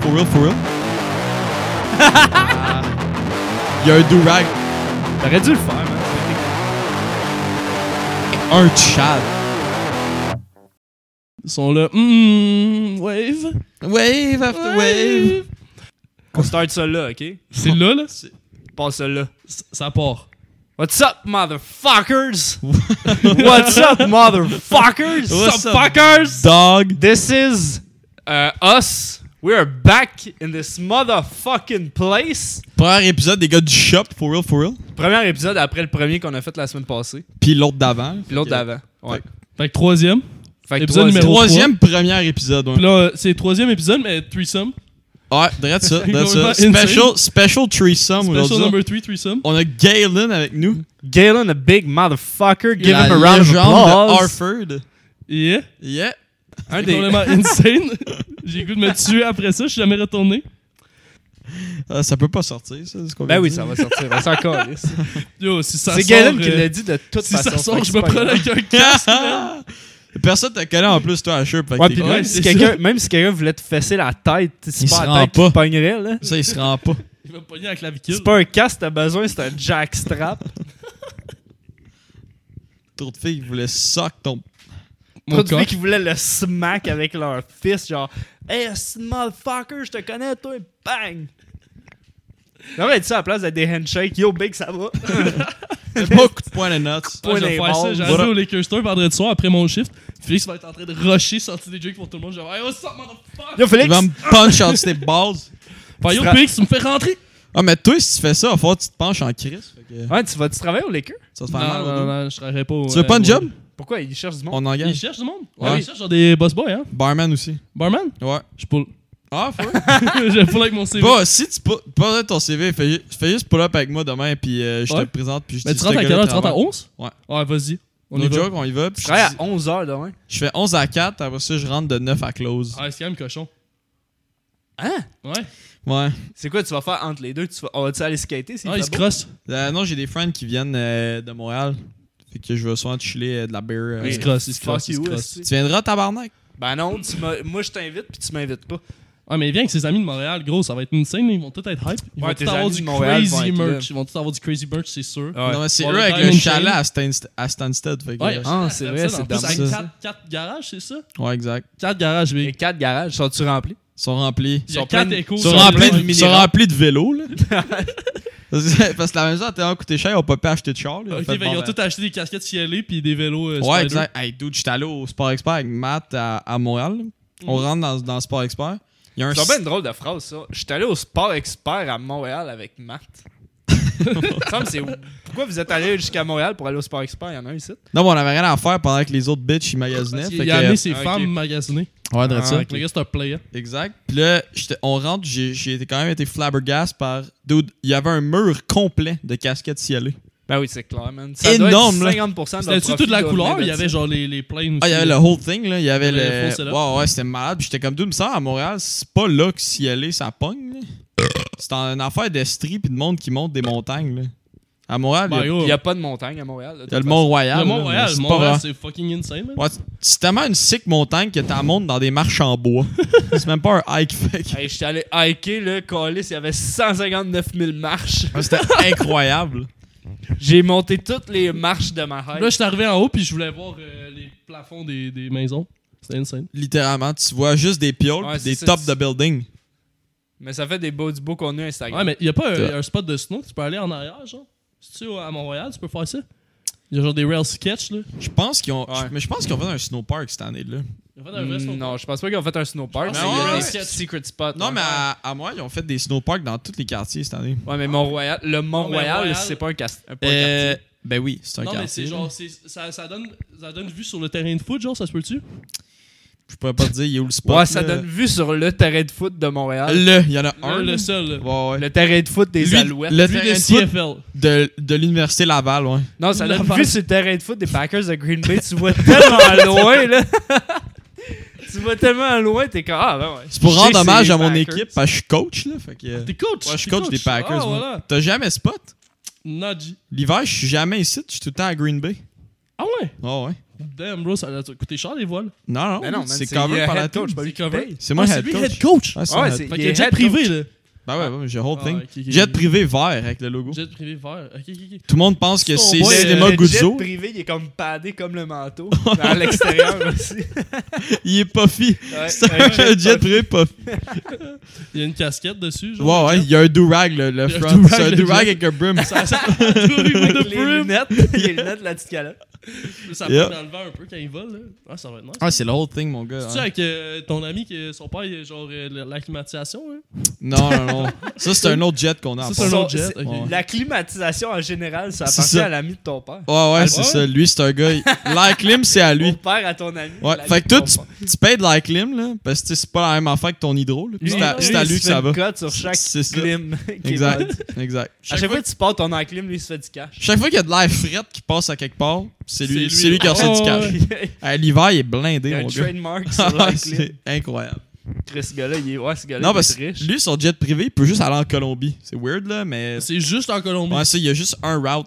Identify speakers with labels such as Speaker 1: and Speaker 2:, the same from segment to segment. Speaker 1: For real, for real. Il y a un do-rag.
Speaker 2: T'aurais dû le faire, man.
Speaker 1: Un Tchad. Ils sont là. Mm, wave. Wave after wave.
Speaker 2: hein. On start ça là, ok?
Speaker 1: C'est là, là.
Speaker 2: Passe ça là.
Speaker 1: Ça part.
Speaker 2: What's up, motherfuckers? What's up, motherfuckers?
Speaker 1: What's up,
Speaker 2: fuckers?
Speaker 1: Dog.
Speaker 2: This is uh, us. We are back in this motherfucking place.
Speaker 1: Premier épisode des gars du shop, for real, for real.
Speaker 2: Premier épisode après le premier qu'on a fait la semaine passée.
Speaker 1: Puis l'autre d'avant.
Speaker 2: Puis l'autre d'avant. Ouais.
Speaker 3: Fait que troisième.
Speaker 2: Fait que
Speaker 3: Épisode
Speaker 2: troisième.
Speaker 3: numéro-
Speaker 1: Troisième premier épisode. Ouais,
Speaker 3: Puis là, euh, c'est le troisième épisode, mais threesome.
Speaker 1: ouais direct ça. direct ça.
Speaker 3: Complètement
Speaker 1: Special, special threesome
Speaker 3: Special
Speaker 1: aujourd'hui.
Speaker 3: number three, threesome.
Speaker 1: On a Galen avec nous.
Speaker 2: Galen, a big motherfucker. Give
Speaker 1: La
Speaker 2: him a round of
Speaker 1: légende de
Speaker 2: applause.
Speaker 1: Harford.
Speaker 3: Yeah.
Speaker 1: Yeah.
Speaker 2: Un
Speaker 3: C'est
Speaker 2: des-
Speaker 3: complètement insane. J'ai le goût de me tuer après ça, je suis jamais retourné.
Speaker 1: Ah, ça peut pas sortir, ça. c'est ce qu'on
Speaker 2: Ben
Speaker 1: vient
Speaker 2: oui,
Speaker 1: de
Speaker 2: ça
Speaker 1: dire.
Speaker 2: va sortir. On s'en calisse.
Speaker 3: Yo, si ça
Speaker 2: C'est
Speaker 3: sort,
Speaker 2: Galen
Speaker 3: euh,
Speaker 2: qui l'a dit de toute
Speaker 3: Si
Speaker 2: façon.
Speaker 3: ça
Speaker 2: fait
Speaker 3: sort,
Speaker 2: que
Speaker 3: je
Speaker 2: c'est
Speaker 3: me
Speaker 2: pas
Speaker 3: prends
Speaker 2: grave.
Speaker 3: avec un casque. man.
Speaker 1: Personne te connaît en plus, toi, à Sherp. fait que
Speaker 2: Ouais,
Speaker 1: t'es
Speaker 2: puis
Speaker 1: correct.
Speaker 2: même, si
Speaker 3: c'est
Speaker 2: quelqu'un, même si quelqu'un voulait te fesser la tête, c'est
Speaker 1: Il
Speaker 2: pas
Speaker 1: se
Speaker 2: la
Speaker 1: rend
Speaker 2: tête qui
Speaker 1: pas.
Speaker 2: te pognerait, là.
Speaker 1: Ça, il se rend pas.
Speaker 3: Il va me pogner la clavicule.
Speaker 2: C'est pas un casque, t'as besoin, c'est un jackstrap.
Speaker 1: Trop de filles voulaient sock ton.
Speaker 3: Mon
Speaker 2: Toi, tu
Speaker 3: corps.
Speaker 2: sais qu'ils voulaient le smack avec leur fist, genre « Hey, ce motherfucker, je te connais, toi, bang! » Non, mais dis ça à la place d'être des handshakes. Yo, big, ça va?
Speaker 1: C'est pas coup de poing les notes.
Speaker 3: Ah, je vais
Speaker 2: les
Speaker 3: faire ça,
Speaker 2: balles.
Speaker 3: j'ai allé au Lakers Store vendredi soir après mon shift. Félix va être en train de rusher, sortir des jokes pour tout le monde. Genre, hey, what's up, motherfucker?
Speaker 2: Yo,
Speaker 1: Il
Speaker 2: Félix,
Speaker 1: va me punch out tes balls.
Speaker 3: Fait, yo,
Speaker 2: Fra-
Speaker 3: Félix, tu me fais rentrer.
Speaker 1: Ah, mais toi, si tu fais ça, il va falloir que tu te penches en crise. Fait que
Speaker 2: ouais, tu vas-tu travailler au Laker?
Speaker 1: ça va te
Speaker 3: Non,
Speaker 1: faire mal. au
Speaker 3: non,
Speaker 1: dos.
Speaker 3: non, je travaillerai pas. au-
Speaker 1: Tu veux pas
Speaker 3: euh,
Speaker 1: un
Speaker 3: au-
Speaker 1: job?
Speaker 2: Pourquoi? Ils cherchent du monde.
Speaker 1: On
Speaker 3: Ils
Speaker 1: engage.
Speaker 3: cherchent du monde.
Speaker 1: Ouais.
Speaker 3: Ouais, ils cherchent genre des boss boys, hein.
Speaker 1: Barman aussi.
Speaker 3: Barman?
Speaker 1: Ouais.
Speaker 3: Je pull.
Speaker 1: Ah, faut.
Speaker 3: Je pull avec mon CV.
Speaker 1: Bah, si tu peux pas ton CV, fais, ju- fais juste pull up avec moi demain, puis euh, je
Speaker 3: Ouais.
Speaker 1: te présente, puis je
Speaker 3: Mais
Speaker 1: dis
Speaker 3: tu rentres
Speaker 1: ce
Speaker 3: à quelle
Speaker 1: gars-là
Speaker 3: heure? Tu rentres à
Speaker 1: travaille.
Speaker 3: 11?
Speaker 1: Ouais.
Speaker 3: Ouais, vas-y. On
Speaker 1: No
Speaker 3: est
Speaker 1: joke, on y va. Puis
Speaker 2: Je
Speaker 1: je,
Speaker 2: travaille
Speaker 1: dis-
Speaker 2: à 11h demain.
Speaker 1: je fais 11 à 4, après ça, je rentre de 9 à close.
Speaker 3: Ah, c'est quand même cochon.
Speaker 2: Hein?
Speaker 3: Ouais.
Speaker 1: Ouais.
Speaker 2: C'est quoi tu vas faire entre les deux? Tu vas, on va-tu aller skater? s'il
Speaker 3: Ah,
Speaker 2: fait
Speaker 3: il se
Speaker 2: beau?
Speaker 3: crosse.
Speaker 1: Euh, non, j'ai des friends qui viennent euh, de Montréal. Fait que je vais souvent te chiller euh, de la bière. euh,
Speaker 3: Il se
Speaker 2: Oui.
Speaker 3: crosse, il se
Speaker 2: Fuck
Speaker 3: crosse, il se
Speaker 2: you,
Speaker 3: crosse.
Speaker 2: esti.
Speaker 1: Tu viendras, tabarnak?
Speaker 2: Ben non, tu m'as- moi je t'invite puis tu m'invites pas.
Speaker 3: Ah, mais il vient avec ses amis de Montréal, gros, ça va être une scène, ils vont tous être hype. Ils
Speaker 2: Ouais,
Speaker 3: vont
Speaker 2: tes
Speaker 3: tous avoir
Speaker 2: amis
Speaker 3: du
Speaker 2: de Montréal vont
Speaker 3: crazy
Speaker 2: être là.
Speaker 3: merch. Ils vont tous avoir du crazy merch, c'est sûr.
Speaker 1: Non, mais c'est
Speaker 3: Bon,
Speaker 1: eux
Speaker 3: le
Speaker 1: avec
Speaker 3: time
Speaker 1: le
Speaker 3: and
Speaker 1: chalet
Speaker 3: chain.
Speaker 1: à, Stanst- à Stansted. Fait que,
Speaker 3: Ouais, hein?
Speaker 1: euh,
Speaker 2: Ah, c'est vrai, c'est
Speaker 3: dans
Speaker 1: dingue, ça.
Speaker 3: 4, garages, c'est ça
Speaker 1: ouais, exact.
Speaker 3: 4 garages,
Speaker 2: Les
Speaker 3: mais.
Speaker 2: quatre garages, sont-tu remplis?
Speaker 1: Ils sont remplis.
Speaker 3: Il y a
Speaker 2: sont
Speaker 3: 4
Speaker 2: pleins-
Speaker 3: échos.
Speaker 1: Ils sont
Speaker 3: sur
Speaker 1: remplis
Speaker 3: le
Speaker 1: de,
Speaker 3: mini-
Speaker 1: ils sont remplis de vélos, là. Parce que parce que la maison a tellement coûté cher, ils ont pas pu acheter de char. Là.
Speaker 3: Ok,
Speaker 1: Fait
Speaker 3: fait,
Speaker 1: que
Speaker 3: ils
Speaker 1: bon,
Speaker 3: ont
Speaker 1: ben-
Speaker 3: tous acheté des casquettes cielées puis des vélos. euh,
Speaker 1: Ouais,
Speaker 3: Spider.
Speaker 1: exact. Hey, dude, j'étais allé au Sport Expert avec Matt à, à Montréal. là. On
Speaker 3: Mm.
Speaker 1: rentre dans, dans Sport Expert. Il y a un
Speaker 2: C'est bien une drôle de phrase, ça. Je suis allé au Sport Expert à Montréal avec Matt. Il me semble que c'est- Pourquoi vous êtes allé jusqu'à Montréal pour aller au Sport Expert? Il y en a un ici.
Speaker 1: Non, mais on avait rien à faire pendant que les autres bitches ils magasinaient.
Speaker 3: Parce qu'il
Speaker 1: fait
Speaker 3: Ah, Il
Speaker 1: que-
Speaker 3: a Ah, amené ses
Speaker 2: Ah, ok.
Speaker 3: femmes magasiner.
Speaker 1: Ouais, drette ça.
Speaker 3: Le gars, c'est un player.
Speaker 1: Exact. Puis là, j'étais- on rentre, j'ai j'ai été quand même été flabbergast par. Dude, il y avait un mur complet de casquettes cielées.
Speaker 2: Ben oui, c'est clair, man.
Speaker 1: Énorme, là.
Speaker 2: doit être 50% de leur
Speaker 3: C'était-tu
Speaker 2: profit
Speaker 3: toute la
Speaker 2: doit
Speaker 3: couleur?
Speaker 2: venir de
Speaker 3: Il y avait
Speaker 2: ça.
Speaker 3: genre les, les plaines aussi.
Speaker 1: Ah, il y avait le whole thing, là. Il y avait
Speaker 3: Il y avait le fond,
Speaker 1: le.
Speaker 3: c'est là.
Speaker 1: Wow, ouais, c'était malade. Puis j'étais comme, dude, me semble à Montréal, c'est pas là que cielé, ça pogne, là. C'est une affaire d'estrie puis de monde qui monte des montagnes, là. À Montréal, il y a-
Speaker 3: Mario.
Speaker 2: Il
Speaker 3: Il
Speaker 2: n'y a pas de montagne à Montréal. de
Speaker 1: il y a le
Speaker 2: toute
Speaker 1: Mont Royal.
Speaker 3: Le
Speaker 1: là, mais
Speaker 3: Mont-Royal,
Speaker 1: c'est pas
Speaker 3: Mont-Royal,
Speaker 1: vrai.
Speaker 3: c'est fucking insane, man.
Speaker 1: Ouais, c'est tellement une sick montagne que t'en montes dans des marches en bois. c'est même pas un hike, fait que-
Speaker 2: façon. Hey, je suis allé hiker, là, colis, il y avait 159 000 marches.
Speaker 1: Ouais, C'était incroyable.
Speaker 2: J'ai monté toutes les marches de ma
Speaker 3: Là,
Speaker 2: haie.
Speaker 3: je suis arrivé en haut puis je voulais voir euh, les plafonds des, des maisons. C'était insane.
Speaker 1: Littéralement, tu vois juste des pioles
Speaker 2: Ouais,
Speaker 1: pis
Speaker 2: c'est
Speaker 1: des
Speaker 2: ça,
Speaker 1: tops
Speaker 2: tu-
Speaker 1: de building.
Speaker 2: Mais ça fait des beaux du beau qu'on a Instagram.
Speaker 3: Ouais, mais y a pas
Speaker 1: Ouais.
Speaker 3: un, un spot de snow que tu peux aller en arrière, genre Si tu à Montréal, tu peux faire ça Y a genre des rail sketch, là.
Speaker 1: Je pense qu'ils ont.
Speaker 2: Ouais.
Speaker 1: je- Mais je pense qu'ils ont fait un snowpark cette année-là.
Speaker 3: Y a pas d'un vrai snow.
Speaker 2: Hmm, non, je pense pas qu'ils ont fait un snowpark.
Speaker 3: Je
Speaker 2: mais
Speaker 1: pense
Speaker 2: Il y
Speaker 1: que
Speaker 2: a
Speaker 1: ouais,
Speaker 2: des
Speaker 3: ouais.
Speaker 2: secret spots. hein.
Speaker 1: Non,
Speaker 2: ouais.
Speaker 1: mais à, à moi, ils ont fait des snowparks dans tous les quartiers cette année.
Speaker 2: Ouais, mais Mont-Royal, le Mont-Royal,
Speaker 3: Mont-Royal-
Speaker 2: c'est pas un, cast... un- pas un
Speaker 1: Euh, ben oui, c'est un
Speaker 3: Non, mais
Speaker 1: quartier.
Speaker 3: c'est
Speaker 1: là.
Speaker 3: genre, c'est- ça, ça, donne, ça donne vue sur le terrain de foot, genre, ça se peut-tu
Speaker 1: Je pourrais pas te dire, il est où le spot.
Speaker 2: Ouais, ça
Speaker 1: là.
Speaker 2: donne vue sur le terrain de foot de Montréal.
Speaker 1: Le, il y en a un.
Speaker 3: Un,
Speaker 1: là.
Speaker 3: le seul, là.
Speaker 1: Ouais, ouais.
Speaker 2: Le terrain de foot des
Speaker 1: Lui-
Speaker 2: Alouettes.
Speaker 1: le
Speaker 3: Lui,
Speaker 1: terrain
Speaker 3: le
Speaker 1: de foot
Speaker 3: CFL.
Speaker 1: de, de l'université Laval, ouais.
Speaker 2: Non, ça
Speaker 3: le
Speaker 2: donne
Speaker 3: Laval.
Speaker 2: vue sur le terrain de foot des Packers de Green Bay. tu vois tellement loin, là. tu vois tellement loin, t'es comme. Ah, ben ouais.
Speaker 1: C'est pour
Speaker 2: Je sais
Speaker 1: rendre
Speaker 2: que
Speaker 1: hommage
Speaker 2: les
Speaker 1: à mon
Speaker 2: Packers.
Speaker 1: équipe, parce que je suis coach, là. Fait que...
Speaker 3: T'es coach
Speaker 1: Ouais, je suis
Speaker 3: t'es
Speaker 1: coach, des Packers.
Speaker 3: Ah,
Speaker 1: moi.
Speaker 3: voilà.
Speaker 1: T'as jamais spot?
Speaker 3: Nodgy.
Speaker 1: L'hiver, je suis jamais ici, je suis tout le temps à Green Bay.
Speaker 3: Ah ouais
Speaker 1: Oh, ouais.
Speaker 3: Damn, bro, ça a coûté cher les voiles.
Speaker 1: Non,
Speaker 2: Mais
Speaker 1: non,
Speaker 2: non, man,
Speaker 1: c'est
Speaker 2: c'est
Speaker 1: cover
Speaker 2: le
Speaker 1: par la
Speaker 2: head coach,
Speaker 1: team.
Speaker 2: pas lui qui
Speaker 3: Cover.
Speaker 2: paye.
Speaker 1: C'est moi
Speaker 3: Ah,
Speaker 1: head
Speaker 3: lui,
Speaker 1: coach.
Speaker 3: head coach.
Speaker 1: Ouais, c'est
Speaker 2: Ah
Speaker 1: un
Speaker 2: ouais,
Speaker 1: head
Speaker 2: c'est-
Speaker 1: coach.
Speaker 3: Fait
Speaker 2: il
Speaker 3: qu'il y a
Speaker 2: est
Speaker 3: jet
Speaker 2: head
Speaker 3: privé,
Speaker 2: coach.
Speaker 3: là.
Speaker 1: Ben ouais, ouais, j'ai whole
Speaker 3: Ah,
Speaker 1: thing.
Speaker 3: ok, ok, ok.
Speaker 1: Jet privé vert avec le logo.
Speaker 3: Jet privé vert. Ok, ok, ok.
Speaker 1: Tout le monde pense que
Speaker 3: Son
Speaker 1: c'est
Speaker 3: boy,
Speaker 2: Ouais,
Speaker 1: cinéma
Speaker 2: le euh, jet
Speaker 1: Guzzo.
Speaker 2: privé, il est comme padé comme le manteau. à l'extérieur aussi.
Speaker 1: Il est puffy.
Speaker 2: Ouais,
Speaker 1: C'est
Speaker 2: un
Speaker 1: un jet privé puffy.
Speaker 3: Il y a une casquette dessus, genre.
Speaker 1: Ouais, ouais, il y a un do-rag, le, le
Speaker 3: Il y a un
Speaker 1: front.
Speaker 3: do-rag,
Speaker 1: C'est un
Speaker 3: le
Speaker 1: do-rag
Speaker 3: jet.
Speaker 1: avec un brim.
Speaker 3: Ça, ça,
Speaker 2: Les
Speaker 3: de plume.
Speaker 2: lunettes, les lunettes de la petite calotte.
Speaker 3: Ça
Speaker 1: Yeah.
Speaker 3: part dans le vent un peu quand il vole, là. Ah, ça va être nice.
Speaker 1: Ah, c'est le whole thing, mon gars.
Speaker 3: C'est-tu
Speaker 1: hein.
Speaker 3: avec euh, ton ami que son père, il est genre euh, la- la climatisation, hein?
Speaker 1: Non, non, non. Ça, c'est un autre jet qu'on a. en part.
Speaker 3: Ça, c'est un
Speaker 2: Son-
Speaker 3: autre jet.
Speaker 2: c'est-
Speaker 3: ok.
Speaker 1: Ah, ouais.
Speaker 2: La climatisation en général, ça
Speaker 1: C'est
Speaker 2: appartient
Speaker 1: ça.
Speaker 2: à l'ami de ton père.
Speaker 1: Ouais, ouais, c'est
Speaker 3: ouais?
Speaker 1: ça. Lui, c'est un gars. il- L'air clim, c'est à
Speaker 2: Lui.
Speaker 1: lui.
Speaker 2: Au père à ton ami.
Speaker 1: Ouais,
Speaker 2: l'ami
Speaker 1: fait que
Speaker 2: de
Speaker 1: toi,
Speaker 2: ton
Speaker 1: tu,
Speaker 2: père.
Speaker 1: tu payes de l'air clim, là, parce que tu sais, c'est pas la même affaire que ton hydro. là, puis C'est à,
Speaker 3: lui,
Speaker 1: c'est à
Speaker 2: il
Speaker 1: lui
Speaker 2: se
Speaker 1: que
Speaker 2: fait
Speaker 1: ça
Speaker 2: une
Speaker 1: va.
Speaker 2: cote sur chaque
Speaker 1: C'est ça.
Speaker 2: clim. qui est bonne.
Speaker 1: Exact, exact.
Speaker 2: À chaque fois que tu pars ton enclim, lui, il se fait du cash.
Speaker 1: Chaque fois qu'il y a de l'air frette qui passe à quelque part, c'est
Speaker 3: C'est
Speaker 1: lui,
Speaker 3: lui.
Speaker 1: c'est lui qui
Speaker 3: Ah,
Speaker 1: reçoit du
Speaker 3: ouais,
Speaker 1: cash.
Speaker 3: ouais.
Speaker 2: il y
Speaker 1: À L'hiver, il est blindé,
Speaker 2: a un
Speaker 1: mon gars.
Speaker 2: trademark sur
Speaker 1: Ah,
Speaker 2: l'enclim.
Speaker 1: c'est incroyable.
Speaker 2: Chris, ce gars-là, il est, ouais, ce gars-là,
Speaker 1: Non,
Speaker 2: il est
Speaker 1: parce que
Speaker 2: riche.
Speaker 1: lui, son jet privé, il peut juste aller en Colombie. C'est weird, là, mais.
Speaker 3: C'est juste en Colombie.
Speaker 1: Ouais, ça, il y a juste un route.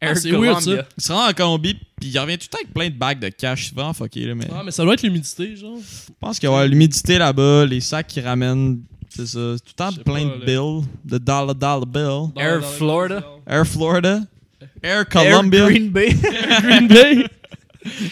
Speaker 3: Ah, c'est weird,
Speaker 2: Colombia.
Speaker 1: Il se rend en Colombie, puis il revient tout le temps avec plein de bagues de cash. C'est vraiment fucké, là, mais.
Speaker 3: Ah, mais ça doit être l'humidité, genre.
Speaker 1: Je pense qu'il y a ouais, l'humidité là-bas, les sacs qui ramènent. C'est ça. C'est tout le
Speaker 3: Je
Speaker 1: temps
Speaker 3: sais
Speaker 1: plein
Speaker 3: pas,
Speaker 1: de
Speaker 3: là.
Speaker 1: bills, de dollar dollar bill.
Speaker 3: Dans-
Speaker 2: Air
Speaker 3: dans les-
Speaker 2: Florida.
Speaker 3: dans-
Speaker 1: Air Florida. Air
Speaker 2: Air
Speaker 1: Colombia.
Speaker 2: Green Bay.
Speaker 3: Green Bay.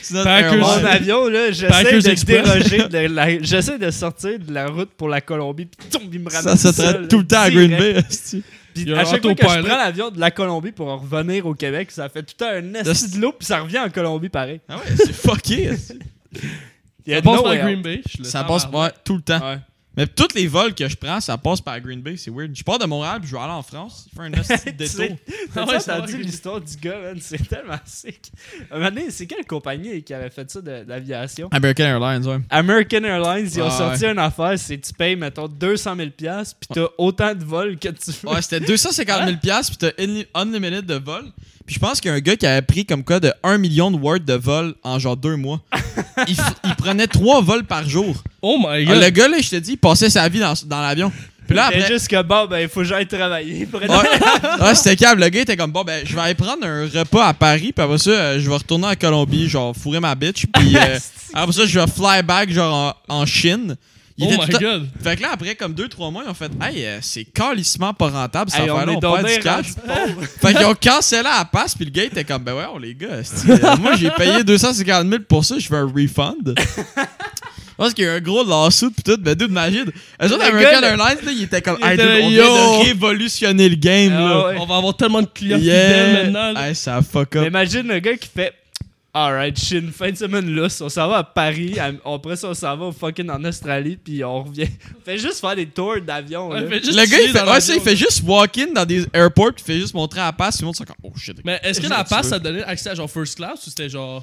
Speaker 1: C'est notre
Speaker 3: Packers.
Speaker 2: Mon
Speaker 1: airline.
Speaker 2: avion, là, j'essaie
Speaker 3: Packers
Speaker 2: de
Speaker 3: Express.
Speaker 2: déroger de la... J'essaie de sortir de la route pour la Colombie, puis tombe, il me ramène
Speaker 1: Ça, ça
Speaker 2: seul,
Speaker 1: serait
Speaker 2: là,
Speaker 1: tout le temps à Green
Speaker 2: direct.
Speaker 1: Bay. hostie.
Speaker 3: Il
Speaker 2: Puis
Speaker 3: y a
Speaker 2: à
Speaker 3: un
Speaker 2: chaque fois que je prends
Speaker 3: autopilot.
Speaker 2: l'avion de la Colombie pour en revenir au Québec, ça fait tout un esti de l'eau, puis ça revient en Colombie pareil.
Speaker 1: Ah ouais, c'est fucké. hostie.
Speaker 2: Il y a
Speaker 3: Ça passe
Speaker 2: no
Speaker 3: par
Speaker 2: way out.
Speaker 3: Green Bay. hein? je le
Speaker 1: ça
Speaker 3: sens
Speaker 1: passe
Speaker 3: par-
Speaker 1: ouais, tout le temps.
Speaker 2: Ouais.
Speaker 1: Mais tous les vols que je prends, ça passe par Green Bay. C'est weird. Je pars de Montréal, puis je vais aller en France. Je fais un hostie de
Speaker 2: Tu
Speaker 1: détour.
Speaker 2: sais, T'as
Speaker 3: Ah ouais, ça
Speaker 2: entendu
Speaker 3: va.
Speaker 2: l'histoire du gars, man? C'est tellement sick. Un moment donné, c'est quelle compagnie qui avait fait ça de, de l'aviation?
Speaker 1: American Airlines, ouais.
Speaker 2: American Airlines, ils ont
Speaker 1: Ah
Speaker 2: sorti une affaire, c'est tu payes, mettons, 200 000 piastres, puis t'as autant de vols que tu veux.
Speaker 1: Ouais, c'était 250 000 piastres, puis t'as unli- unlimited de vol. Puis je pense qu'il y a un gars qui avait pris comme quoi de 1 million de words de vol en genre deux mois. il, f- il prenait trois vols par jour.
Speaker 3: Oh my
Speaker 1: Ah, le
Speaker 3: god.
Speaker 1: gars, là, je te dis, il passait sa vie dans, dans l'avion. Puis là,
Speaker 2: C'est
Speaker 1: après...
Speaker 2: juste que, bon, ben, il faut que j'aille travailler. Pour être-
Speaker 1: Ouais, ouais, c'était câble. Le gars était comme, bon, ben, je vais aller prendre un repas à Paris, puis après ça, euh, je vais retourner en Colombie, genre, fourrer ma bitch, puis euh, après ça, je vais fly back, genre, en, en Chine. Il
Speaker 3: Oh
Speaker 1: était
Speaker 3: my
Speaker 1: tout le temps-
Speaker 3: god.
Speaker 1: Fait que là, après, comme 2-3 mois, ils ont fait, hey, euh, c'est calissement pas rentable, cette
Speaker 2: Hey, on
Speaker 1: affaire-là,
Speaker 2: est
Speaker 1: on perd
Speaker 2: tombé
Speaker 1: du cash.
Speaker 2: rendu-
Speaker 1: Fait qu'ils ont cancellé à la passe, puis le gars était comme, ben ouais, on les gars, esti, euh, moi j'ai payé 250 000 pour ça, je veux un refund. Parce qu'il y a eu un gros lawsuit pis tout, ben dude, imagine. Eux autres,
Speaker 2: Le
Speaker 1: American
Speaker 2: gars, le-
Speaker 1: Airlines, là, ils étaient comme,
Speaker 3: Il
Speaker 1: hey, dude,
Speaker 3: était
Speaker 1: on
Speaker 3: là,
Speaker 1: vient
Speaker 3: yo.
Speaker 1: de révolutionner le game,
Speaker 2: Ah
Speaker 1: là.
Speaker 2: ouais.
Speaker 3: On va avoir tellement de clients
Speaker 1: Yeah.
Speaker 3: fidèles maintenant. là.
Speaker 1: Hey, ça fuck
Speaker 2: Mais
Speaker 1: up.
Speaker 2: imagine le gars qui fait Alright, je une fin de semaine lousse. On s'en va à Paris. à- Après ça, on s'en va au fucking en Australie. Puis on revient. Fait juste faire des tours d'avion.
Speaker 3: Ouais,
Speaker 2: là.
Speaker 3: fait juste
Speaker 1: Le gars,
Speaker 3: chiller
Speaker 1: il fait,
Speaker 3: dans
Speaker 1: ouais, ça, il
Speaker 3: l'avion,
Speaker 1: fait juste walk-in dans des airports, pis il fait juste montrer à la passe, tout le monde sont comme, oh shit.
Speaker 3: Mais est-ce que
Speaker 1: Je
Speaker 3: la
Speaker 1: sais
Speaker 3: passe,
Speaker 1: pas.
Speaker 3: ça donnait accès à genre first class ou c'était genre.